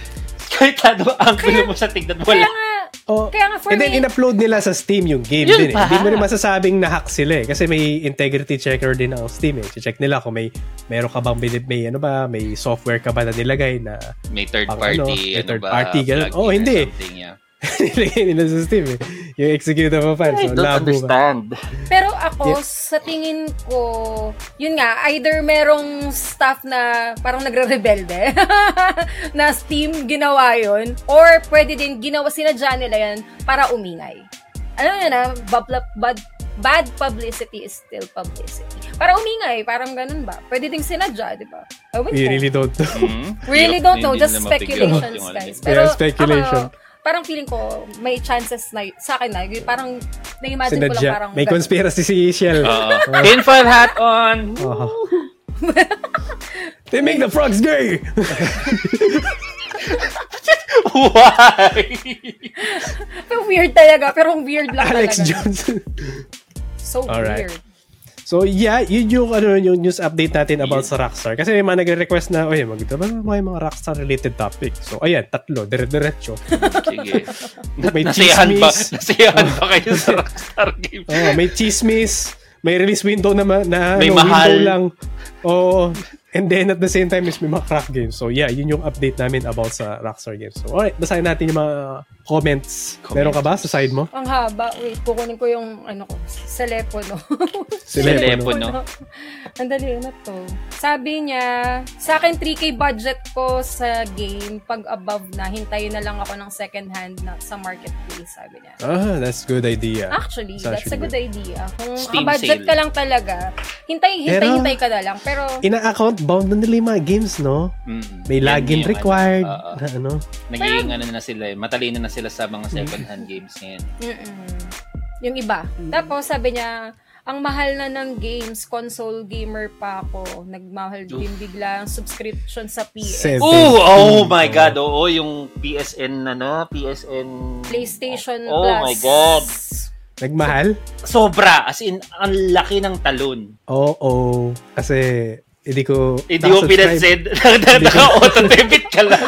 B: *laughs* kahit ano ang angulo mo sa tignan, wala.
C: Kaya nga,
A: Oh.
C: kaya nga for
A: And then,
C: me,
A: in-upload nila sa Steam yung game
B: Yun
A: din eh.
B: pa.
A: Hindi mo rin masasabing na-hack sila eh. Kasi may integrity checker din ang Steam eh. Check nila kung may meron ka bang binib, may ano ba, may software ka ba na nilagay na *laughs*
B: May third
A: Pang
B: party,
A: ano,
B: ano,
A: may third
B: ba,
A: party, ganun.
B: plugin
A: Oh,
B: or
A: hindi.
B: something, yeah.
A: nilagay nila sa Steam eh. Yung executable file.
B: *laughs*
A: So,
B: I
A: labo
B: don't
A: ba?
B: understand. *laughs*
C: pero ako, sa tingin ko, yun nga, either merong staff na parang nagre-rebelde *laughs* na Steam ginawa yun, or pwede din ginawa sinadya nila yan para umingay. Ano yun na, bad, bad, bad publicity is still publicity. Para umingay, parang ganun ba? Pwede ding sinadya, di ba? Ewan
A: We
C: ko.
A: really don't know.
B: Hmm? Hindi-
C: Really don't know,
B: hindi
C: just
B: nila ma-figure out
C: speculations,
B: yung ano
C: guys.
B: yun. *laughs*
A: Yeah, speculation.
C: Ako, parang feeling ko, may chances na, sa akin na, yun, parang, na-imagine ko lang parang,
A: Sinadya. May
C: ganun.
A: conspiracy si Shell.
B: Oo.
A: *laughs*
B: Tinfoil hat on!
A: Oo. They make the frogs gay!
B: Why?
C: Pero weird talaga, pero weird lang
A: Alex
C: talaga.
A: Jones.
C: So
A: Alright.
C: weird.
A: So yeah, yun yung, ano, yung news update natin about sa Rockstar. Kasi may mga nagre-request na, oye, magdaba ba mga, mga Rockstar-related topic? So ayan, tatlo, dire-diretso.
B: *laughs* Oh, Sige.
A: May
B: Nasiyahan
A: *laughs*
B: ba?
A: chismis.
B: Nasiyahan ba kayo
A: *laughs*
B: sa Rockstar game?
A: Oh, may chismis, may release window na, ma- na
B: May
A: ano,
B: mahal.
A: window lang. Oo. And then at the same time is may mga crack games. So yeah, yun yung update namin about sa Rockstar games. So alright, basahin natin yung mga comments.
B: Comments.
A: Meron ka ba sa side mo?
C: Ang haba. Wait, kukunin ko yung ano ko. *laughs* Selepono.
B: Telepono.
C: Ang dali na ano to. Sabi niya, sa akin 3K budget ko sa game. Pag above na, hintayin na lang ako ng second hand na, sa marketplace, sabi niya.
A: Ah, that's good idea.
C: Actually,
A: It's
C: that's a
A: actually
C: good idea. Kung
B: Steam
C: budget
B: sale.
C: ka lang talaga, hintay, hintay,
A: Pero-
C: hintay ka na lang. Pero,
A: Ina-account bound na nila yung mga games, no?
B: Mm.
A: May
B: Yan
A: login
B: yung ano,
A: required.
B: oo.
A: na ano?
B: naging ano na sila eh. Matalino na sila sa
A: Mm.
B: mga second hand games ngayon.
C: mm yung iba. Tapos, sabi niya, ang mahal na ng games, console gamer pa ako. Nagmahal din bigla ang subscription sa PS.
A: Seven.
B: Oh, oh
A: Mm.
B: my God. Oo, yung PSN ano, PSN...
C: PlayStation
B: oh,
C: Plus.
B: Oh my God.
A: Nagmahal?
B: Sobra. As in, ang laki
A: *laughs*
B: ng talon.
A: Oo. Kasi hindi ko
B: Hindi mo
A: nakasubscribe.
B: pinansin. *laughs* Naka-auto debit
A: *laughs*
B: ka lang.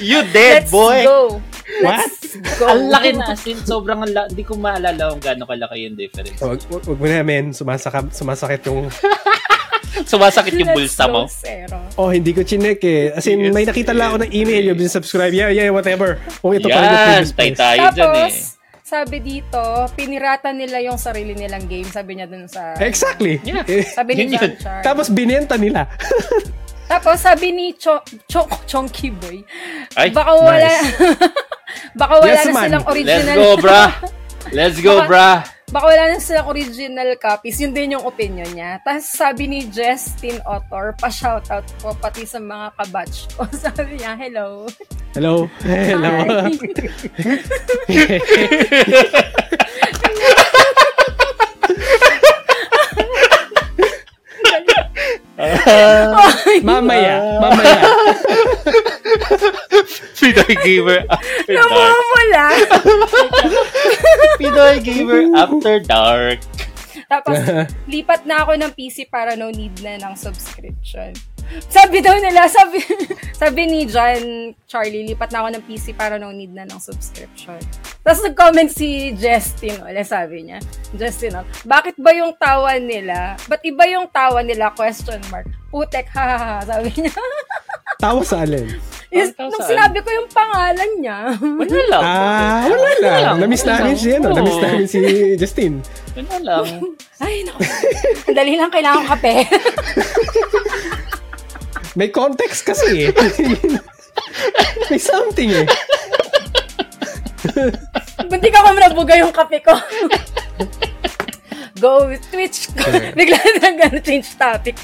B: you dead,
C: Let's
B: boy.
C: go.
A: What?
C: Go.
B: *laughs* Ang laki na. As in, sobrang ang la- Hindi ko maalala kung gaano kalaki yung difference.
A: Wag, wag, wag mo na, men. Sumasaka, sumasakit yung...
B: Sumasakit yung
C: Let's
B: bulsa
C: go,
B: mo.
C: Zero.
A: Oh, hindi ko chinek eh. As in, may nakita lang ako ng email. You've been subscribed. Yeah, yeah, whatever. Kung ito pa rin yung
B: Yan.
A: previous
B: Tay
A: price.
B: tayo dyan eh.
C: Tapos, sabi dito, pinirata nila yung sarili nilang game. Sabi niya dun sa...
A: Exactly.
B: Yeah.
A: Eh,
C: Sabi ni
B: Yun
C: John
B: yun.
C: Char.
A: Tapos
C: Tapos,
A: binenta nila.
C: sabi ni Cho- Cho- Chonky Boy,
B: Ay,
C: baka wala, *laughs* baka wala
A: Yes,
C: na
A: man.
C: silang
B: let's
C: original.
B: go, bra. Let's go,
C: Baka-
B: bra.
C: *laughs* Baka wala na silang original copies. Yun din yung opinion niya. Tapos sabi ni Justin Otor, pa-shoutout ko pati sa mga kabatch ko. *laughs* Sabi niya, hello.
A: Hello. Hello.
C: Hi. *laughs*
A: mamaya. Mamaya.
B: Pinoy Gamer After Dark.
C: Namumula.
B: *laughs* Pinoy Gamer After Dark.
C: Tapos, lipat na ako ng PC para no need na ng subscription. Sabi daw nila, *laughs* sabi, sabi ni John Charlie, lipat na ako ng PC para no need na ng subscription. Tapos nag-comment si Justin, ulit sabi niya, Justin, oh, bakit ba yung tawa nila? Ba't iba yung tawa nila? Question mark. Putek, ha, ha, ha, sabi niya. *laughs*
A: Tawa sa alin.
C: Is,
B: tawa
C: nung
B: saan?
C: sinabi ko yung pangalan niya.
B: Wala lang.
A: Ah, wala lang. Namiss namin si, ano,
B: Oo.
A: namiss namin si Justin.
B: Wala lang.
C: Ay, naku. Ang dali lang, kailangan ko kape. *laughs*
A: May context kasi eh.
B: *laughs*
A: May something eh.
C: Buntik ako manabuga yung kape ko. Go with
A: *laughs*
C: Twitch. Bigla na gano'n change topic.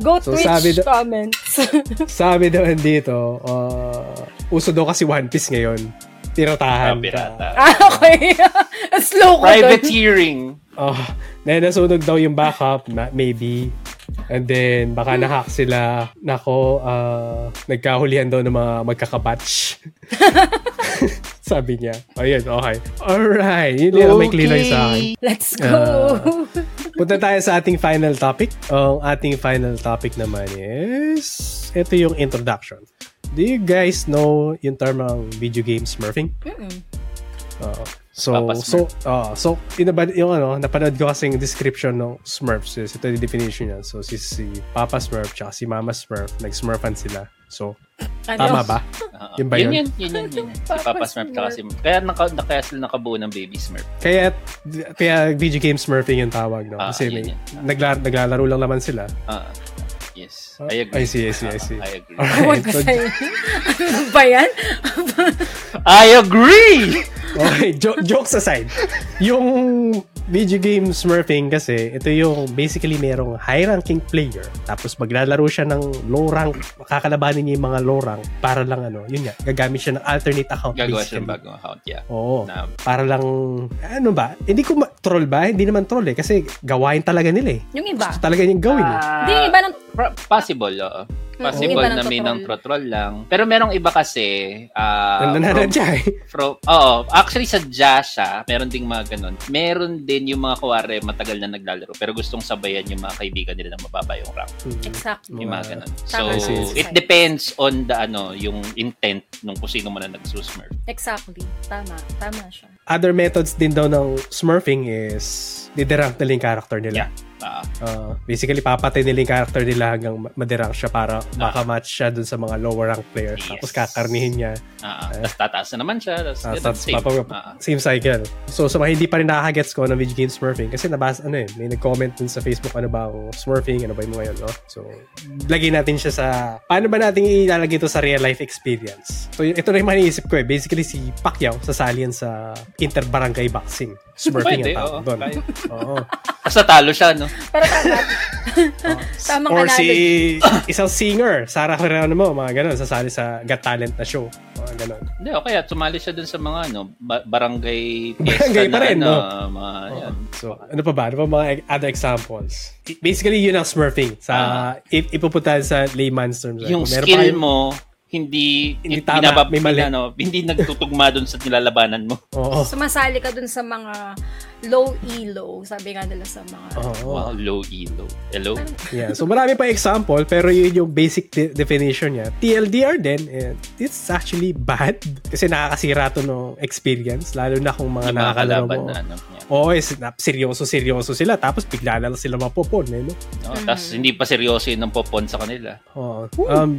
C: Go
A: So,
C: Twitch
A: sabi da-
C: comments. *laughs*
A: Sabi daw dito, uh, uso daw kasi One Piece ngayon. Piratahan.
B: Ah, pirata.
C: ah, okay. *laughs* Ang Slow ko dun.
B: Privateering.
A: Oh, na nasunog daw yung backup na maybe. And then, baka nahack sila. Nako, ah, nagkahulihan daw ng mga
B: *laughs*
A: magkakabatch. *laughs* Sabi niya. Ayun, okay. Alright, yun yung may klinoy sa akin.
C: Let's go.
A: Punta tayo sa ating final topic. Ang ating final topic naman is, ito yung introduction. Do you guys know yung term ng video game smurfing? Oo. so,
B: Papa
A: so,
B: Smurf.
A: ah, so, inabad, yung ano, napanood ko kasi yung description ng Smurfs. Yes, ito yung definition niya. So, si, si Papa Smurf tsaka si Mama Smurf, nag-smurfan sila. So, Ah,
C: Ano?
A: tama ba?
B: Oo.
A: Yun ba yun?
B: Ah, Yun, yun, yun, yun. yun. Si
C: Papa
B: Papa Smurf
C: Smurf.
B: ka kasi. Kaya, naka, na- kaya sila nakabuo ng Baby Smurf.
A: Kaya, kaya video game smurfing yung tawag, no?
B: Ah,
A: Kasi may,
B: yun yun.
A: nagla- naglalaro lang naman sila.
B: Ah, yes. I agree.
A: Ah, I see, I see, I see.
B: Ah, I agree.
C: Ewan
A: Alright,
C: ko
A: so,
C: sa'yo. Ano ba yan?
B: I agree!
A: *laughs* Okay, jo- jokes aside. Yung video game smurfing kasi, ito yung basically merong high-ranking player. Tapos maglalaro siya ng low rank, kakalabanin niya yung mga low rank para lang ano, yun nga, gagamit siya ng alternate account.
B: Gagawa siya
A: basically.
B: ng bagong account, yeah.
A: Oo.
B: Na,
A: Para lang, ano ba? Hindi ko ma- troll ba? Hindi naman troll eh. Kasi gawain talaga nila eh.
C: Yung iba.
A: So, talaga yung gawin
B: Ah,
A: eh.
C: Hindi, yung iba ng...
B: Pro- possible, oo. Possible
C: iba ng
B: na may
C: trotrol.
B: nang trotrol lang. Pero merong iba kasi, ah,
A: Uh,
B: from,
A: Nananad siya eh.
B: from, oo, actually sa Jasha, meron ding mga ganun. Meron din yung mga kuwari matagal na naglalaro pero gustong sabayan yung mga kaibigan nila na mababa yung rank.
A: Hmm.
C: Exactly.
B: Yung mga
A: Mga-
B: ganun. So,
C: Tama.
B: it depends on the ano, yung intent nung kung sino man na nagsusmurf.
C: Exactly. Tama. Tama siya.
A: Other methods din daw ng smurfing is diderank nila yung character nila.
B: Yeah. Ah.
A: Uh, basically, papatay nila yung character nila hanggang ma- madirang siya para makamatch siya dun sa mga lower rank players.
B: Ah. Yes.
A: Tapos kakarnihin niya.
B: Ah, ah.
A: Eh.
B: Tapos tataas na naman siya. Tapos,
A: Ah,
B: ganun,
A: tapos
B: same.
A: papa-
B: Ah, ah.
A: same cycle. So, sa mga hindi pa rin nakakagets ko ng video game smurfing, kasi nabasa, ano eh, may nag-comment dun sa Facebook, ano ba ang smurfing, ano ba yung mga yun, no? So, lagay natin siya sa, paano ba natin ilalagay ito sa real life experience? So, yun- ito na yung maniisip ko eh. Basically, si Pacquiao sasali yan sa inter-barangay boxing. Smurfing
B: Pwede,
A: ang tawag
B: oo.
A: doon.
B: Kaya.
A: Oo.
B: Tapos natalo siya, no?
C: Pero
A: *laughs*
C: tama. Tamang
A: Or si isang singer, Sarah Geronimo, mga ganun, sasali sa Got Talent na show. Mga ganun.
B: Hindi, o kaya sumali siya dun sa mga ano, ba-
A: *laughs*
B: barangay
A: Barangay pa rin,
B: na,
A: no?
B: ano, mga, yan.
A: So, ano pa ba? Ano pa mga e- other examples? I- Basically, yun ang smurfing. Sa, i- ipupunta sa layman's terms.
B: Ah. Yung
A: Kung meron
B: skill
A: pa kayo-
B: mo, hindi
A: Hindi
B: hindi
A: tama,
B: binabab-
A: may mali.
B: ano, hindi nagtutugma dun sa nilalabanan mo.
A: Oo.
C: Sumasali ka dun sa mga low elo, sabi nga nila sa mga...
A: Oo.
B: Wow, low elo. Hello?
A: Yeah. So, marami pa example, pero yun yung basic de- definition niya. TLDR din, and it's actually bad. Kasi nakakasira to ng experience, lalo na kung mga
B: Yung mga
A: nakakalaro
B: kalaban
A: mo.
B: na ano. yan.
A: Oo, eh, sina- seryoso-seryoso sila. Tapos, bigla na lang sila mapopon, eh, no?
B: No? Tapos hindi pa seryoso yun ng popon sa kanila.
A: Oo. Um,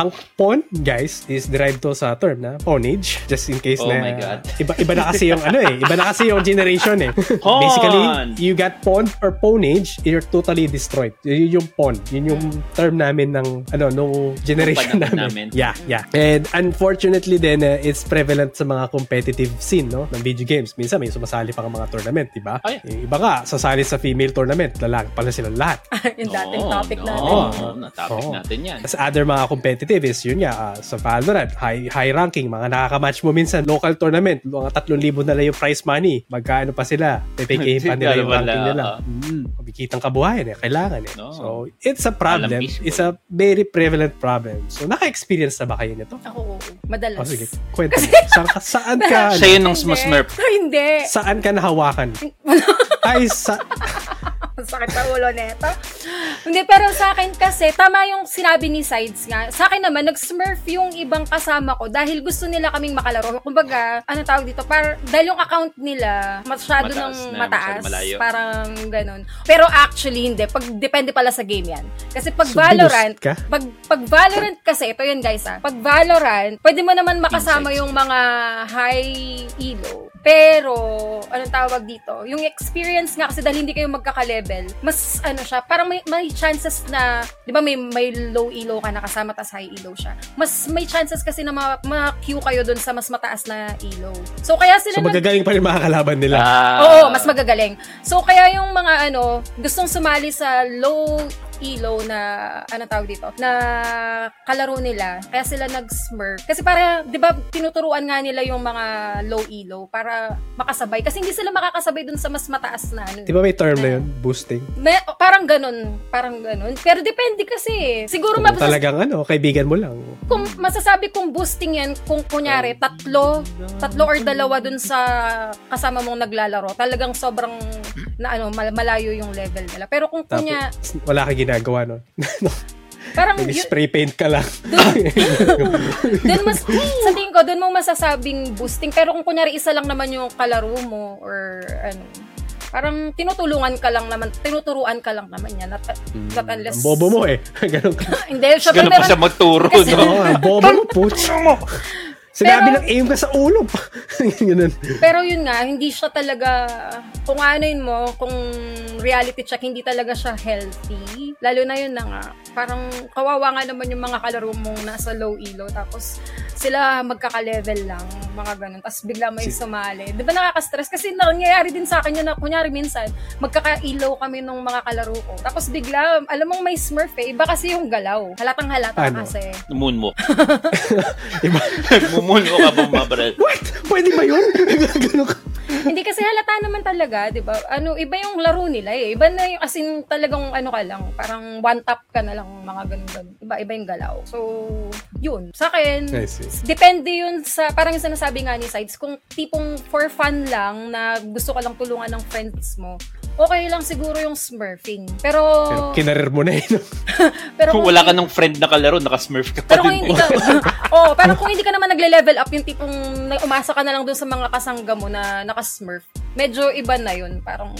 A: ang pawn, guys, is derived to sa term na pawnage. Just in case
B: Oh
A: na
B: my God.
A: iba iba na kasi yung ano eh, iba na kasi yung generation eh.
B: *laughs* Pawn!
A: Basically, you got pawned or pawnage, you're totally destroyed. Yun yung pawn. Yun yung term namin ng ano, no generation
B: Nung panahon
A: namin.
B: namin.
A: Yeah, yeah. And unfortunately then, eh, it's prevalent sa mga competitive scene, no? Ng video games. Minsan may sumasali pa ng mga tournament, di ba?
B: Ay.
A: Yung Iba ka, sasali sa female tournament, lalaki pala silang lahat.
C: *laughs* yung dating
A: Oh.
B: Oo,
C: topic
B: no,
C: natin.
B: Oo,
A: Oo.
B: na topic
A: Oo.
B: natin yan.
A: Sa other mga competitive is yun nga, ah, sa Valorant, high, high ranking, mga nakakamatch mo minsan, local tournament, mga 3,000 na lang yung prize money, magkaano pa sila, pepekehin
B: *laughs*
A: pa nila yung
B: Wala,
A: ranking nila.
B: ah.
A: Mm, kumikitang kabuhayan eh, kailangan eh.
B: No.
A: So, it's a problem.
B: Alam, eh. peaceful.
A: It's a very prevalent problem. So, naka-experience na ba kayo nito?
C: Ako, oo. madalas.
A: O Ah, sige, kwento mo. Saan ka, saan ka,
B: *laughs*
A: ano,
B: Siya yun ng
C: Ah, Hindi.
B: smurf.
C: *laughs* Hindi.
A: saan ka nahawakan? Ay, sa,
C: Ang sakit sa ulo neto. Hindi, pero sa akin kasi, tama yung sinabi ni Sides nga. Sa akin naman, nag-smurf yung ibang kasama ko dahil gusto nila kaming makalaro. Kumbaga, ano tawag dito? Par, dahil yung account nila, masyado
B: Mataas
C: ng
B: na,
C: mataas.
B: masyado malayo.
C: parang ganun. Pero actually, hindi. Pag, depende pala sa game yan. Kasi pag
A: So,
C: Valorant,
A: binost ka?
C: pag, pag Valorant kasi, ito yun guys ah. Pag Valorant, pwede mo naman makasama
B: Insights.
C: yung mga high elo. Pero, anong tawag dito? Yung experience nga kasi dahil hindi kayo magkaka-level, mas ano siya, parang may, may chances na, di ba may, may low elo ka na kasama tas high elo siya. Mas may chances kasi na ma- ma-queue kayo dun sa mas mataas na elo. So, kaya
A: so
C: sila nag-
A: magagaling pa rin mga kalaban nila.
B: Ah,
C: Oo, mas magagaling. So, kaya yung mga ano, gustong sumali sa low elo na, ano tawag dito, na kalaro nila, kaya sila nag-smurf. Kasi para, di ba, tinuturuan nga nila yung mga low elo para makasabay. Kasi hindi sila makakasabay dun sa mas mataas na ano.
A: Di ba may term na yun? Boosting.
C: May- parang ganun, parang ganun. Pero depende kasi. eh. Siguro
A: Kung
C: mabasa
A: talagang ano, kaibigan mo lang.
C: kung masasabi kong boosting yan, kung kunyari,
A: Oh.
C: tatlo, tatlo or dalawa dun sa kasama mong naglalaro, talagang sobrang, na ano, mal- malayo yung level nila. Pero kung
A: Tapos,
C: kunya,
A: wala kang ginagawa nun.
C: parang, yun,
A: Nag-spray paint ka lang.
C: dun mas, sa tingin ko, dun mo masasabing boosting. Pero kung kunyari, isa lang naman yung kalaro mo, or ano, parang tinutulungan ka lang naman, tinuturuan ka lang naman yan. Not, not unless...
A: Hmm, Ang bobo mo eh. *laughs* Ganun ka.
C: *laughs* Hindi, syempre
B: Ganun pa siya
C: meron,
B: magturo,
C: Kasi-
B: no?
A: Oo,
C: *laughs*
A: ang bobo mo, putz. Sinabi
C: Pero-
A: lang, aim ka sa ulo. *laughs* Ganun.
C: Pero yun nga, hindi siya talaga, kung ano yun mo, kung reality check, hindi talaga siya healthy. Lalo na yun na nga, parang kawawa nga naman yung mga kalaro mong nasa low elo, tapos sila magkaka-level lang, mga ganun, tapos bigla may
A: Si-
C: sumali. Di ba nakaka-stress? Kasi nangyayari din sa akin yun na, kunyari minsan, magkaka-elo kami nung mga kalaro ko. Tapos bigla, alam mong may smurf eh, iba kasi yung galaw. Halatang halata
A: Ano?
C: kasi.
B: Moonwalk.
A: *laughs* Iba.
B: Moonwalk ka bumabaral.
A: What? Pwede ba yun? *laughs* Ganun ka.
C: Hindi kasi halata naman talaga, 'di ba? Ano, iba yung laro nila eh. Iba na yung as in talagang ano ka lang, parang one tap ka na lang mga ganun ganun. Iba iba yung galaw. So, yun. Sa akin,
A: I see.
C: depende yun sa parang yung sinasabi nga ni Sides kung tipong for fun lang na gusto ka lang tulungan ng friends mo. Okay lang siguro yung smurfing. Pero
A: Pero kinarir mo na eh, yun.
C: pero
B: Kung wala ka ng friend na kalaro, naka-smurf ka
C: pero
B: pa
C: kung
B: rin.
C: hindi ka, *laughs* oh, parang kung hindi ka naman nagle-level up, yung tipong na- umasa ka na lang dun sa mga kasangga mo na naka-smurf, medyo iba na yun. Parang,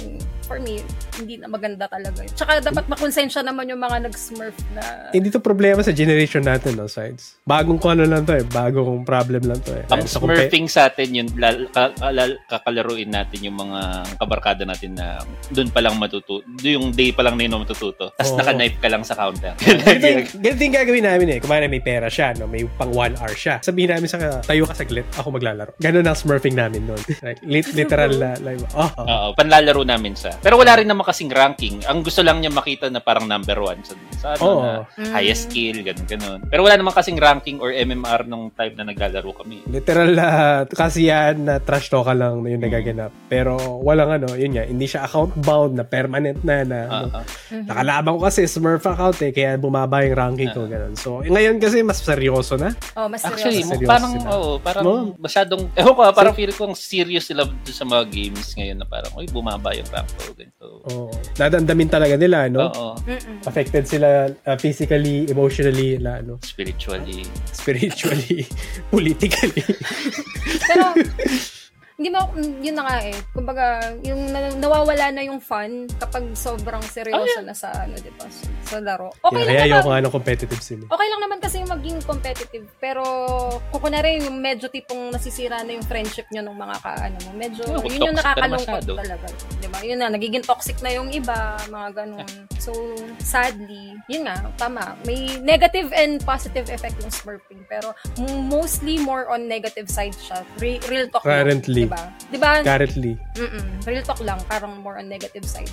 C: for me, hindi na maganda talaga yun. Tsaka dapat makonsensya naman yung mga nag-smurf na...
A: *laughs* Hindi to problema sa generation natin, no, sides. Bagong kono lang to eh. Bagong problem lang to eh.
B: Ang
A: Sa compa-
B: smurfing sa atin yun, lal- ka- lal- kakalaruin natin yung mga kabarkada natin na doon pa lang matututo. Yung day pa lang na yun na matututo. Tapos
A: Oo.
B: naka-knife ka lang sa counter.
A: Ganito yung- ganito yung gagawin namin eh. Kumari may pera siya, no? may pang one hour siya. Sabihin namin sa kanya, tayo ka saglit, ako maglalaro. Ganun ang smurfing namin noon. Like, lit- literal na, like, oh, oh.
B: Oo, panlalaro namin sa. Pero wala rin naman kasing ranking. Ang gusto lang niya makita na parang number one sa, sa ano,
A: Oo.
B: na highest skill, ganun, ganun. Pero wala naman kasing ranking or MMR nung time na naglalaro kami.
A: Literal na kasiyahan na trash talk lang na yung nagaganap. Pero walang ano, yun nga, hindi siya account bound na permanent na na ano.
B: Oo.
A: Nakalaban ko kasi Smurf account eh, kaya bumaba yung ranking ko ganun. So, eh, ngayon kasi mas seryoso na.
C: Oh, mas
B: Actually,
A: Seryoso
B: mo,
C: seryoso.
A: sila.
B: parang, oo, parang
A: No?
B: masyadong, ewan ko, ah, parang feel ko ang serious sila dun sa mga games ngayon na parang, uy, bumaba yung rank ko, ganito.
A: Oo. Nadandamin Oh, talaga nila, no?
B: Oo,
C: Mm-mm.
A: Affected sila uh, physically, emotionally, la, ano,
B: spiritually.
A: spiritually, *laughs* politically.
C: Pero, *laughs* hindi mo, yun na nga eh. Kumbaga, yung na- nawawala na yung fun kapag sobrang seryoso na sa, ano, di ba, sa, sa laro. Okay
A: kaya
C: lang
A: ayoko
C: naman.
A: nga ng competitive scene. eh.
C: Okay lang naman kasi yung maging competitive. Pero, kung kunwari, yung medyo tipong nasisira na yung friendship nyo nung mga ka, ano mo, medyo,
B: Oo, toxic
C: yun yung
B: ka na
C: nakakalungkot
B: masyado.
C: talaga. Di ba? Yun na, nagiging toxic na yung iba, mga ganun. So, sadly, yun nga, tama. May negative and positive effect yung smurfing. Pero, m- mostly more on negative side siya. Re- real talk
A: Currently.
C: Lang, di ba? Di ba?
A: Currently.
C: Mm-mm. Real talk lang, parang more on negative side.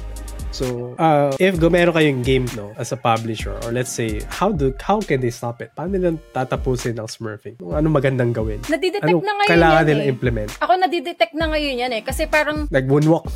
A: So, uh, if gumero kayong game no as a publisher or let's say how do how can they stop it? Paano nila tatapusin ang smurfing? Kung Ano magandang gawin?
C: Nadidetect
A: Ano
C: na ngayon
A: kailangan
C: yan
A: nila
C: eh.
A: implement?
C: Ako nadidetect na ngayon yan eh. Kasi parang
A: Like moonwalk.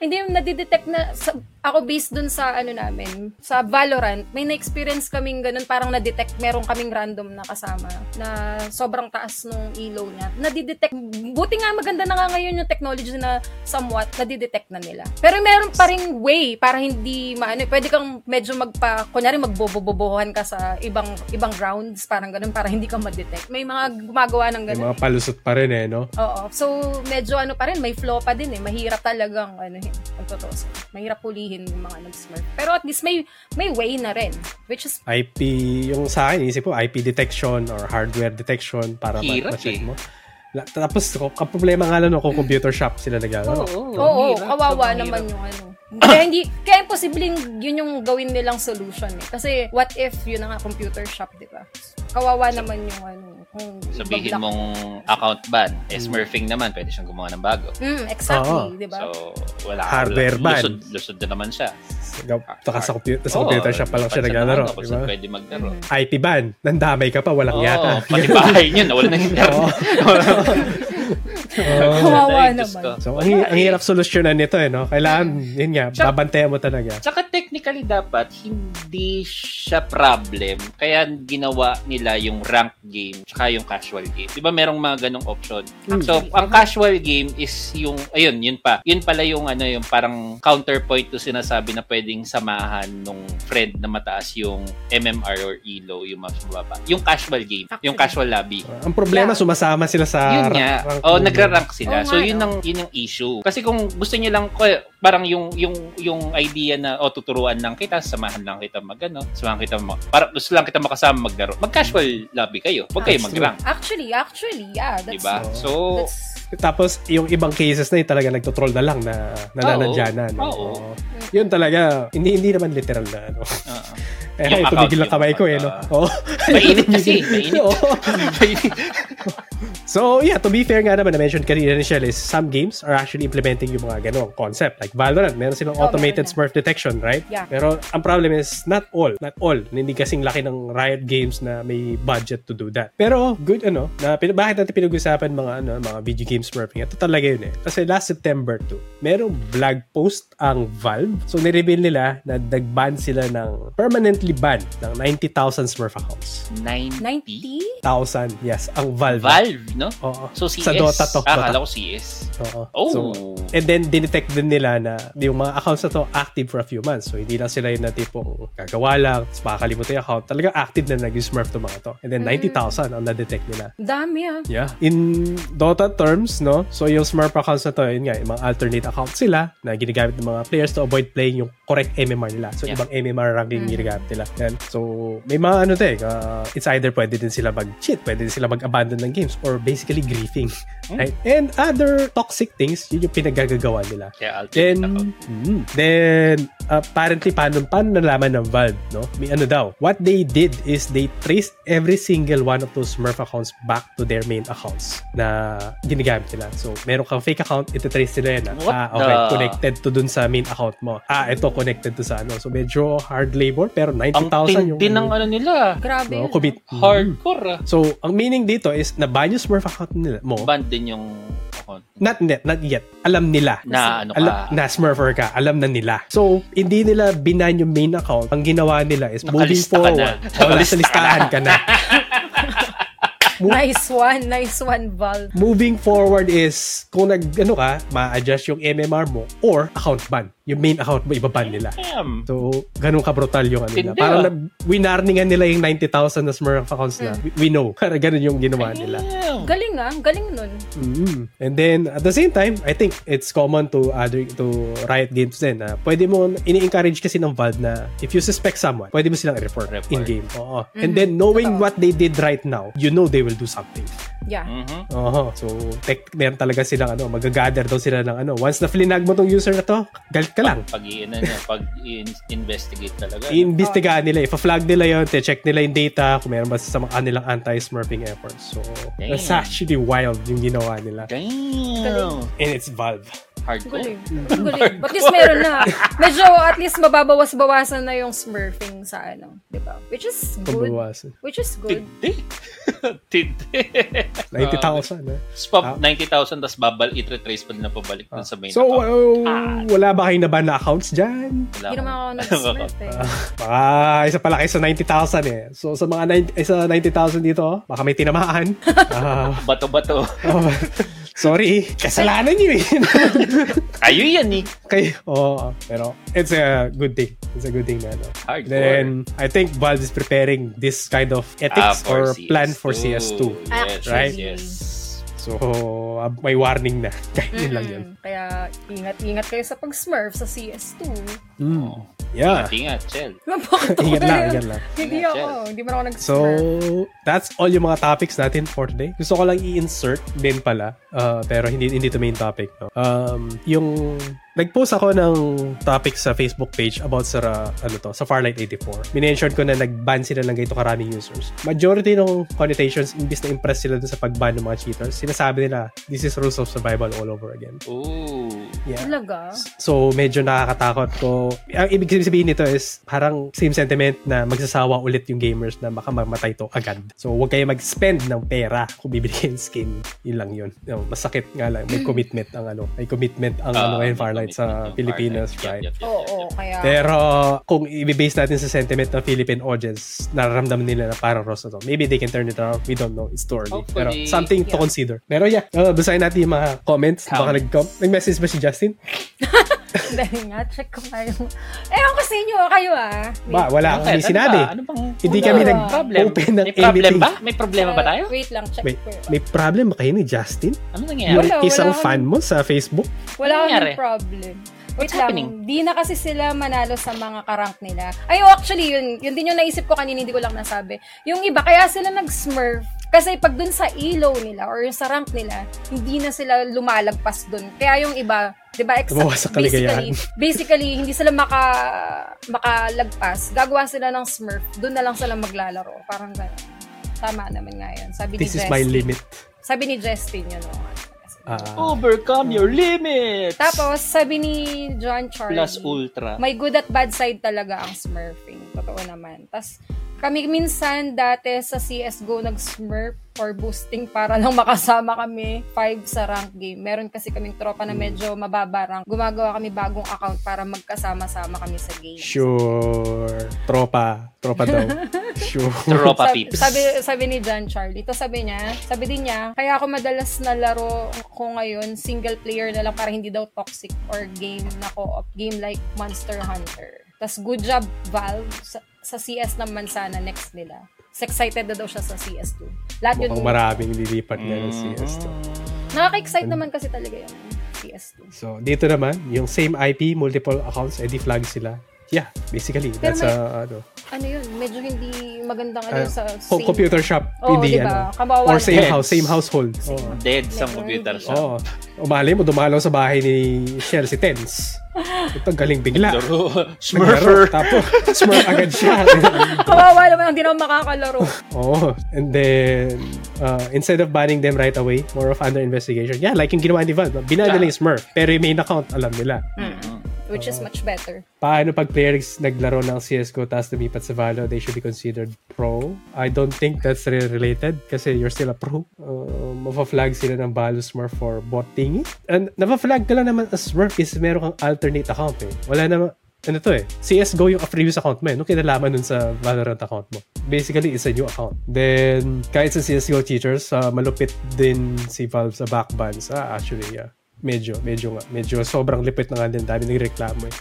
C: hindi yung nadidetect na sa- ako based dun sa ano namin sa Valorant may na-experience kaming ganun parang nadetect meron kaming random na kasama na sobrang taas nung elo niya nadidetect buti nga maganda na nga ngayon yung technology na somewhat nadidetect na nila pero meron pa ring way para hindi maano pwede kang medyo magpa kunyari magbobobobohan ka sa ibang ibang rounds parang ganun para hindi ka madetect may mga gumagawa ng
A: *laughs* May
C: ganun
A: mga palusot pa rin eh, no?
C: Oo. So, medyo ano pa rin, may flow pa din eh. Mahirap talagang, ano, eh, ang totoo sa- mahirap pulihin yung mga nag-smurf. Pero at least may, may way na rin. Which is,
A: IP, yung sa akin, isip ko, IP detection or hardware detection para ma-
B: Hirap
A: ma-check
B: eh.
A: mo. La- Tapos, ko- kaproblema nga lang no, kung computer shop sila ano. nagagawa.
C: oo, kawawa naman yung ano. kaya hindi, kaya imposibleng yun yung gawin nilang solution eh. Kasi, what if, yun na nga, computer shop, di ba? Kawawa naman yung ano, kung
B: Sabihin
C: ibablock-
B: mong account ban,
A: Mm.
B: eh, smurfing naman, pwede siyang gumawa ng bago.
C: Mm, exactly,
A: Oo.
C: di ba?
B: So, wala.
A: Hardware ban.
B: Lusod, lusod na naman siya. Ah,
A: Taka sa computer, sa computer shop pa lang siya
B: nagalaro.
A: naglalaro.
B: Ano, kung
A: di ba?
B: saan pwede maglaro.
C: Mhm.
A: IP ban, nandamay ka pa, walang
B: Oo, *laughs*
A: yata.
B: pati bahay niyo, nawala
A: *laughs*
B: ng internet.
C: *laughs* Kawawa
B: Ay, eh, Diyos
C: naman.
B: ko.
A: So,
B: Wala
A: ang, hi- ang
B: eh.
A: hirap solusyonan nito eh, no?
B: Mm.
A: Kailangan, yun nga,
B: Tsaka-
A: babantayan mo talaga.
B: Tsaka technically dapat hindi siya problem kaya ginawa nila yung rank game tsaka yung casual game. 'Di ba merong mga ganong option?
A: Mm.
B: So, ang casual game is yung ayun, yun pa. Yun pala yung ano yung parang counterpoint to sinasabi na pwedeng samahan nung friend na mataas yung MMR or ELO yung mas mababa. Yung casual game, yung casual lobby.
A: Ang problema,
C: Yeah.
A: sumasama sila sa
B: Yun
A: ra-
B: nga.
A: rank
B: oh,
A: nila.
B: nagra-rank sila.
C: Oo
B: so
C: nga,
B: yun
C: no?
B: ang yun ang issue. Kasi kung gusto niyo lang ko parang yung yung yung idea na oh tuturuan lang kita, samahan lang kita magano, samahan kita mag, para gusto lang kita makasama maglaro. Mag-casual lobby kayo. Huwag kayo
A: That's
B: mag-rank,
C: Actually, actually, yeah. Ah, That's,
B: 'di ba?
A: Oo.
B: So
C: That's,
A: Tapos, yung ibang cases na yun, talaga nagtotroll na lang na nananadya na. No?
B: Oo.
A: Oo. Yun talaga, hindi, hindi naman literal na ano. *laughs*
B: oo.
C: *laughs*
A: Eh,
B: Yung
A: tumigil
B: account
A: ang kamay
B: yung
A: ko eh, no?
B: pagka-
A: Oo. *laughs*
B: mainit kasi, mainit.
A: Oo.
C: Ano
A: So, yeah, to be fair nga naman, na-mention kanina ni Shell is some games are actually implementing yung mga ganong concept. Like Valorant, meron silang
C: Oh,
A: automated
C: meron na.
A: smurf detection, right?
C: Yeah.
A: Pero ang problem is, not all. Not all. Hindi kasing laki ng Riot Games na may budget to do that. Pero, good ano, na, pin- bakit natin pinag-usapan mga, ano, mga video game smurfing? Ito talaga yun eh. Kasi last September 2, merong blog post ang Valve. So, nireveal nila na nag-ban sila ng permanently ban ng 90,000 smurf accounts.
B: 90
C: 90?
A: 1,000, yes, ang Valve.
B: Valve no?
A: Oo.
B: So CS.
A: Sa Dota to.
B: Ah,
A: Dota.
B: akala ko CS.
A: Oo.
B: Oh.
A: So, and then, dinetect din nila na yung mga accounts na to active for a few months. So, hindi lang sila yung na tipong gagawa lang, tapos makakalimutan yung account. Talagang active na nag-smurf to mga to. And then, 90,000 ang na-detect nila.
C: Dami ah.
A: Yeah. In Dota terms, no? So, yung Smurf accounts na to, yun nga, yung mga alternate accounts sila na ginagamit ng mga players to avoid playing yung correct MMR nila. So,
B: Yeah.
A: ibang MMR ranking ginagamit nila. Yan. So, may mga ano to eh, uh, it's either pwede din sila mag-cheat, pwede din sila mag-abandon ng games, or basically griefing. Right? And other toxic things, yun yung pinagagagawa nila.
B: Kaya alternate
A: Then,
B: ako.
A: mm, then apparently, paano, paano nalaman ng Valve, no? May ano daw. What they did is they traced every single one of those Smurf accounts back to their main accounts na ginagamit nila. So, meron kang fake account, itatrace nila yan. ah.
B: What
A: ah, okay,
B: the-
A: connected to dun sa main account mo. Ah, ito connected to sa ano. So, medyo hard labor, pero
B: Ang
A: 90,000 yung... Mm-hmm.
B: tindi ng ano nila.
C: Grabe
A: no,
C: yun.
A: commit.
B: Hardcore ah.
A: So, ang meaning dito is na ban yung Smurf account nila mo.
B: Band din yung account.
A: not net, not yet. Alam nila.
B: Na ano ka.
A: Alam, na smurfer ka, alam na nila. So, hindi nila binan yung main account. Ang ginawa nila is moving
B: Nakalista ka *laughs*
A: forward.
B: na.
A: Oh, nasa
B: Nakalista
A: listahan ka na.
C: Nice one, nice one, Val.
A: Moving forward is, kung nag, ano ka, ma-adjust yung MMR mo or account ban. Yung main account mo, ibaban nila.
B: Damn.
A: So, ganun ka-brutal yung ano nila.
B: Hindi,
A: Parang
B: ah. Hmm.
A: na, winarningan nila yung 90,000 na smurf accounts na. We, we know. Parang ganun yung ginawa nila.
B: Damn.
C: Galing ah, ang galing nun.
A: Mm. And then at the same time, I think it's common to other to Riot Games din na pwede mo ini-encourage kasi ng Valve na if you suspect someone, pwede mo silang report,
B: Report.
A: in game. Oo. And then knowing
C: Totoo.
A: what they did right now, you know they will do something.
C: Yeah.
B: Mhm.
A: Oo. So, tech, meron talaga silang ano, magagather daw sila ng ano. Once na flinag mo tong user na to, galit ka lang.
B: Pag iinan niya, pag investigate talaga. ano?
A: Iimbestigahan nila. Ipa-flag nila yon check nila yung data kung meron ba sa mga kanilang anti-smurfing efforts. So,
B: Damn.
A: that's actually wild yung ginawa nila.
B: Damn.
A: And it's Valve.
B: Hardcore.
C: Galing.
B: Oh
C: Ang Galing. But at least meron na. Medyo at least mababawas-bawasan na yung smurfing sa ano, di ba? Which is good.
A: Pambawasan.
C: Which is good.
B: Tindi. *laughs* Tindi.
A: 90,000, eh.
B: Spam 90,000 tas babal i-retrace pa na pabalik dun sa main
A: So,
B: account.
A: uh, wala ba kayong naban na accounts dyan?
B: Wala
C: Hindi naman ako
B: akong-
C: nag-smurf eh.
A: Ah, Baka isa pala kayo sa 90,000 eh. So, sa mga 90, isa 90,000 dito, baka may *laughs* tinamaan. Ah,
B: *laughs* Bato-bato.
A: oh, *laughs* sorry, kasalanan nyo eh. *laughs*
B: Kayo yan eh.
A: Kayo, oo. pero, it's a good thing. It's a good thing na ano.
B: Hardcore.
A: Then, I think Valve is preparing this kind of
B: Ah,
A: ethics or plan for CS2.
B: Yes,
A: Right?
B: yes, yes.
A: So, ah, may warning na. *laughs* Kahit yun lang yun.
C: Mm, Kaya ingat-ingat kayo sa pag-smurf sa CS2.
A: Mm. Yeah.
B: Ingat, Chel.
C: Bakit ako
A: *laughs* Ingat lang,
C: na-
A: ingat lang.
C: Hindi
B: Ingat,
C: ako.
B: Jel.
C: Hindi mo ako
A: So,
C: nag-smurf.
A: that's all yung mga topics natin for today. Gusto ko lang i-insert din pala, uh, pero hindi hindi to main topic. No? Um, yung nag-post ako ng topic sa Facebook page about sa uh, ano to, sa Farlight 84. Minention ko na nag-ban sila ng ganito karaming users. Majority ng connotations, imbis na impress sila dun sa pag-ban ng mga cheaters, sinasabi nila, this is rules of survival all over again.
B: Ooh.
A: Yeah.
C: Talaga?
A: So, medyo nakakatakot ko. Ang ibig sabihin nito is, parang same sentiment na magsasawa ulit yung gamers na baka mamatay to agad. So, huwag kayo mag-spend ng pera kung bibili kayo ng skin. Yun lang yun. No, masakit nga lang. May commitment ang ano. May commitment
B: Ah,
A: ang ano ngayon, Farlight sa Pilipinas, right?
C: Oo, oo, kaya...
A: Pero kung i-base natin sa sentiment ng Philippine audience, nararamdaman nila na parang Ross na to. Maybe they can turn it around. We don't know. It's too early. Pero
B: Hopefully,
A: something to
C: yeah.
A: consider. Pero yeah, uh, basahin natin yung mga comments. Baka
B: Comments.
A: nag-com- nag-message ba si Justin?
C: *laughs* Dahil nga, check ko nga yung... Ewan ko sa inyo, kayo ah.
A: Ba, wala akong
B: Bakit?
A: may sinabi.
B: ba? Ano bang...
A: Hindi
C: kami
A: nag-open ng
B: May problem
A: anything.
B: ba? May problema ba tayo?
C: Wait lang, check
A: May,
C: ko. yun.
A: may problem ba kayo ni Justin?
B: Ano
A: Yung
B: nangyayari?
C: Wala, wala
A: isang
C: akong-
A: fan mo sa Facebook?
C: Wala
B: Ano nangyari?
C: akong problem.
B: What's
C: Wait
B: happening?
C: lang, di na kasi sila manalo sa mga karank nila. Ay, oh, actually, yun, yun din yung naisip ko kanina, hindi ko lang nasabi. Yung iba, kaya sila nag-smurf. Kasi pag dun sa elo nila or yung sa rank nila, hindi na sila lumalagpas dun. Kaya yung iba, di ba, ex-
A: Bawasan
C: basically,
A: kaligayahan.
C: basically, hindi sila maka, makalagpas. Gagawa sila ng smurf. Dun na lang sila maglalaro. Parang gano'n. Tama naman nga yun. Sabi
A: This is
C: ni Justin.
A: my limit.
C: Sabi ni Justin yun. oh, ano, kasi-
A: Ah,
B: Overcome your limits!
C: tapos, sabi ni John Charlie,
B: Plus ultra.
C: may good at bad side talaga ang smurfing. Totoo naman. Tapos, kami minsan dati sa CSGO nag-smurf or boosting para lang makasama kami five sa rank game. Meron kasi kaming tropa na medyo mababa rank. Gumagawa kami bagong account para magkasama-sama kami sa game. *laughs*
A: sure. Tropa. Tropa daw. Sure.
B: Tropa
C: Sabi,
B: peeps.
C: sabi, sabi ni John Charlie, ito sabi niya, sabi din niya, kaya ako madalas na laro ko ngayon, single player na lang para hindi daw toxic or game na co-op, game like Monster Hunter. Tas good job Valve sa, sa CS naman sana next nila. Mas excited na daw siya sa CS2. Lahat yun.
A: Mukhang Ano? maraming lilipat na
B: Mm.
A: ng CS to.
C: Nakaka-excite naman kasi talaga yung CS2.
A: So, dito naman, yung same IP, multiple accounts, edi flag sila. Yeah, basically, that's
C: may-
A: a, ano,
C: Ano yun, medyo hindi magandang ano
A: Ah,
C: yun sa Oh, diba?
A: co- computer shop.
C: Oo,
A: hindi,
C: di
A: ano,
C: ba? Kabawa
A: or same
B: Yes.
A: house, same household. Oo.
B: Dead sa computer shop.
A: Oo. Umali mo, dumalaw sa bahay ni Shell si
C: *laughs*
A: Tens. Ito, galing bigla.
B: Laro.
A: Naglaro.
B: Smurfer.
A: Tapos, *laughs* smurf agad *laughs* siya.
C: *laughs* Kawawa naman, hindi naman makakalaro.
A: Oo. Oh, And then, uh, instead of banning them right away, more of under investigation. Yeah, like yung ginawa ni Valve. Binan nila yung smurf, pero yung main account, alam nila.
C: Which
A: Ah.
C: is much better.
A: Paano pag players naglaro ng CSGO tapos lumipat sa Valo, they should be considered pro? I don't think that's re- related kasi you're still a pro. Uh, mapaflag sila ng Valo Smurf for botting it. And napaflag ka lang naman as Smurf is meron kang alternate account eh. Wala naman, ano to eh, CSGO yung previous account mo eh. Nung kinalaman nun sa Valorant account mo. Basically, it's a new account. Then, kahit sa CSGO cheaters, ah, malupit din si Valve sa backban sa actually, yeah. Medyo, medyo nga. Medyo sobrang lipit na nga din. Dami nagreklamo eh.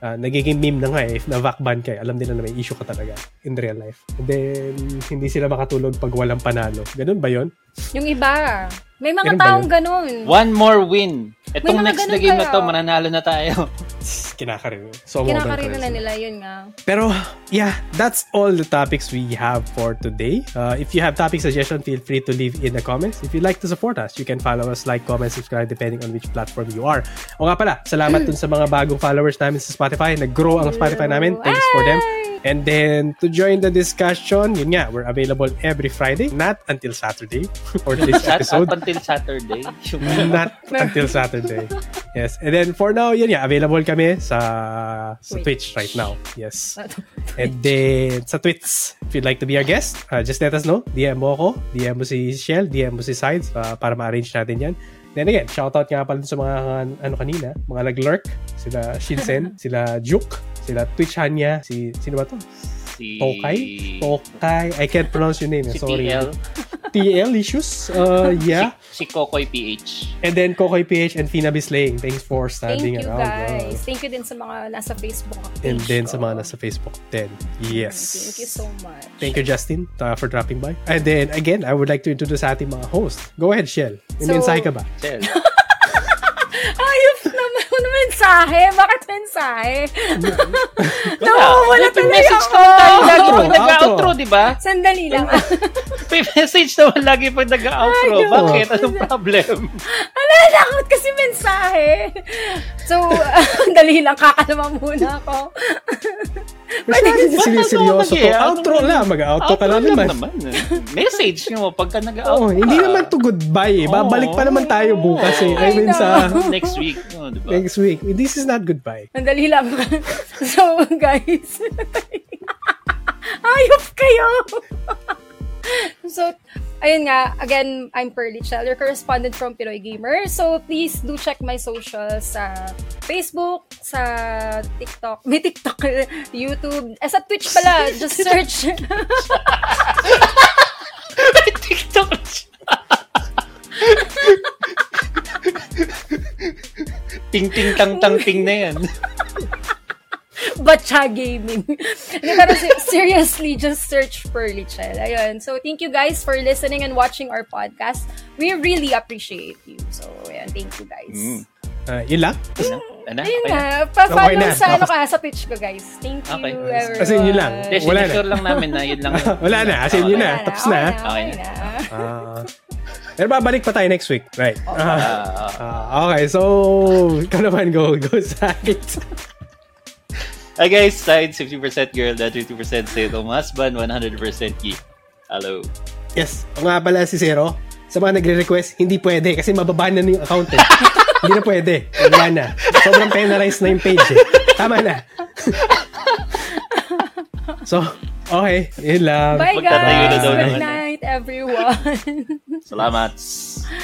A: Ah, nagiging meme na nga eh, if na-backban ka, eh, alam nila na may issue ka talaga in real life. And then, hindi sila makatulog pag walang panalo. Ganun ba yon?
C: Yung iba. May mga
A: Ganun ba
C: taong
A: yun?
C: ganun.
B: *laughs* One more win. Itong
C: mga
B: next na
C: ganun
B: game na
C: kayo.
B: to, mananalo na
A: *laughs*
B: tayo.
A: Kinakarino. So,
C: Kinakarino na
A: modern currency.
C: nila yun nga.
A: Pero, yeah, that's all the topics we have for today. Uh, if you have topic suggestion, feel free to leave in the comments. If you'd like to support us, you can follow us, like, comment, subscribe, depending on which platform you are. O nga pala, salamat dun sa mga bagong followers namin sa Spotify. Nag-grow ang Spotify namin. Thanks for them. And then, to join the discussion, yun nga, we're available every Friday, not until Saturday *laughs* for this
B: Sat-
A: episode. Hmm.
B: up until Saturday. Yung-
A: Not until Saturday. Yes. And then for now, yun yeah, available kami sa, sa Twitch
C: Twitch.
A: right now. Yes. And then sa Twits, if you'd like to be our guest, uh, just let us know. DM mo ako, DM mo si Shell, DM mo si Sides uh, para ma-arrange natin yan. Then again, shoutout nga pala sa mga ano kanina, mga nag-lurk, sila Shinsen, sila Juke, sila Twitch Hanya, si sino ba to?
B: Si...
A: Tokai? Tokai, I can't pronounce your name. eh.
B: Si
A: Sorry.
B: TL.
A: TL issues? Uh, yeah.
B: Si, si Kokoy PH.
A: And then Kokoy PH and Fina Bislaying, thanks for
C: Thank
A: standing
C: you
A: around. Uh,
C: guys. Thank you din sa mga nasa Facebook
A: and
C: page
A: then
C: ko.
A: sa mga nasa Facebook then. Yes.
C: Thank you so much.
A: Thank you, Justin, uh, for dropping by. And then, again, I would like to introduce sa ating mga host. Go ahead, Shell. Iminsahe ka
C: *laughs*
A: ba?
B: Shell.
C: Ayop *laughs* naman ano mensahe. Bakit mensahe?
B: Wala,
C: *laughs* Nawawala
B: may
C: tuloy
B: message
C: ako.
B: naman tayo lagi pag
A: Outro,
B: nag-outro,
A: outro.
B: di ba?
C: Sandali lang. *laughs*
B: May message naman lagi pag nag-outro.
C: Ay, no.
B: Bakit? Anong problem?
C: Ala, takot kasi mensahe. So, *laughs* dali lang. Kakalma muna ako. *laughs*
A: Pwede kasi
B: Ba't
A: siniseryoso to.
B: mag-i- ano
A: Outro
B: naman?
A: lang. Mag-outro ka
B: Outro
A: lang
B: lang
A: naman.
B: eh. Message nyo pagka
A: Oo,
B: nag-outro.
A: hindi
B: ka.
A: naman to goodbye eh. Babalik pa
B: Oo.
A: naman tayo bukas eh. I
C: Ah. Oh. I
A: mean sa
B: Next week. No, di ba?
A: *laughs* next week. This is not goodbye.
C: Mandali lang. *laughs* so, guys. *laughs* Ayop kayo! *laughs* so, ayun nga. Again, I'm Pearly Chell, your correspondent from Pinoy Gamer. So, please do check my socials sa Facebook, sa TikTok. *laughs* May TikTok, YouTube. Eh, sa Twitch pala. Just search.
B: May TikTok na siya. Ting-ting-tang-tang-ting na yan. Ano?
C: Bacha Gaming. *laughs* Hindi, pero se- seriously, just search Pearly Chell. Ayun. So, thank you guys for listening and watching our podcast. We really appreciate you. So, ayun. Thank you guys.
B: Mm.
A: Uh, yun lang.
B: Ano? Ano?
C: Ayun
B: Kaya-
C: na. Pa-follow
A: Okay na.
C: sa ano ka, sa Twitch ko, guys. Thank you,
B: Okay.
C: everyone.
A: As in, yun lang.
B: Hindi,
A: Wala na.
B: sinasure lang namin na yun lang.
A: *laughs* Wala na. As in, yun na. Tapos na.
C: Okay na. Okay na. *laughs*
A: Ah. pero babalik pa tayo next week. Right.
C: Oh,
A: Ah,
B: Ah, ah.
A: ah, okay, so ikaw naman go, go *laughs* Sides.
B: Hi guys, sides 50% girl, that 50% Sato Masban, 100% geek. Hello.
A: Yes. O nga pala si Zero, sa mga nagre-request, hindi pwede kasi mababa na yung account eh. hindi na pwede. Wala na. Sobrang penalized na yung page eh. Tama na. *laughs* so, okay. Yun lang.
C: Bye,
B: Magtatayo
A: na
C: guys.
A: daw
C: Good
A: naman.
C: night, everyone. *laughs*
B: Salamat.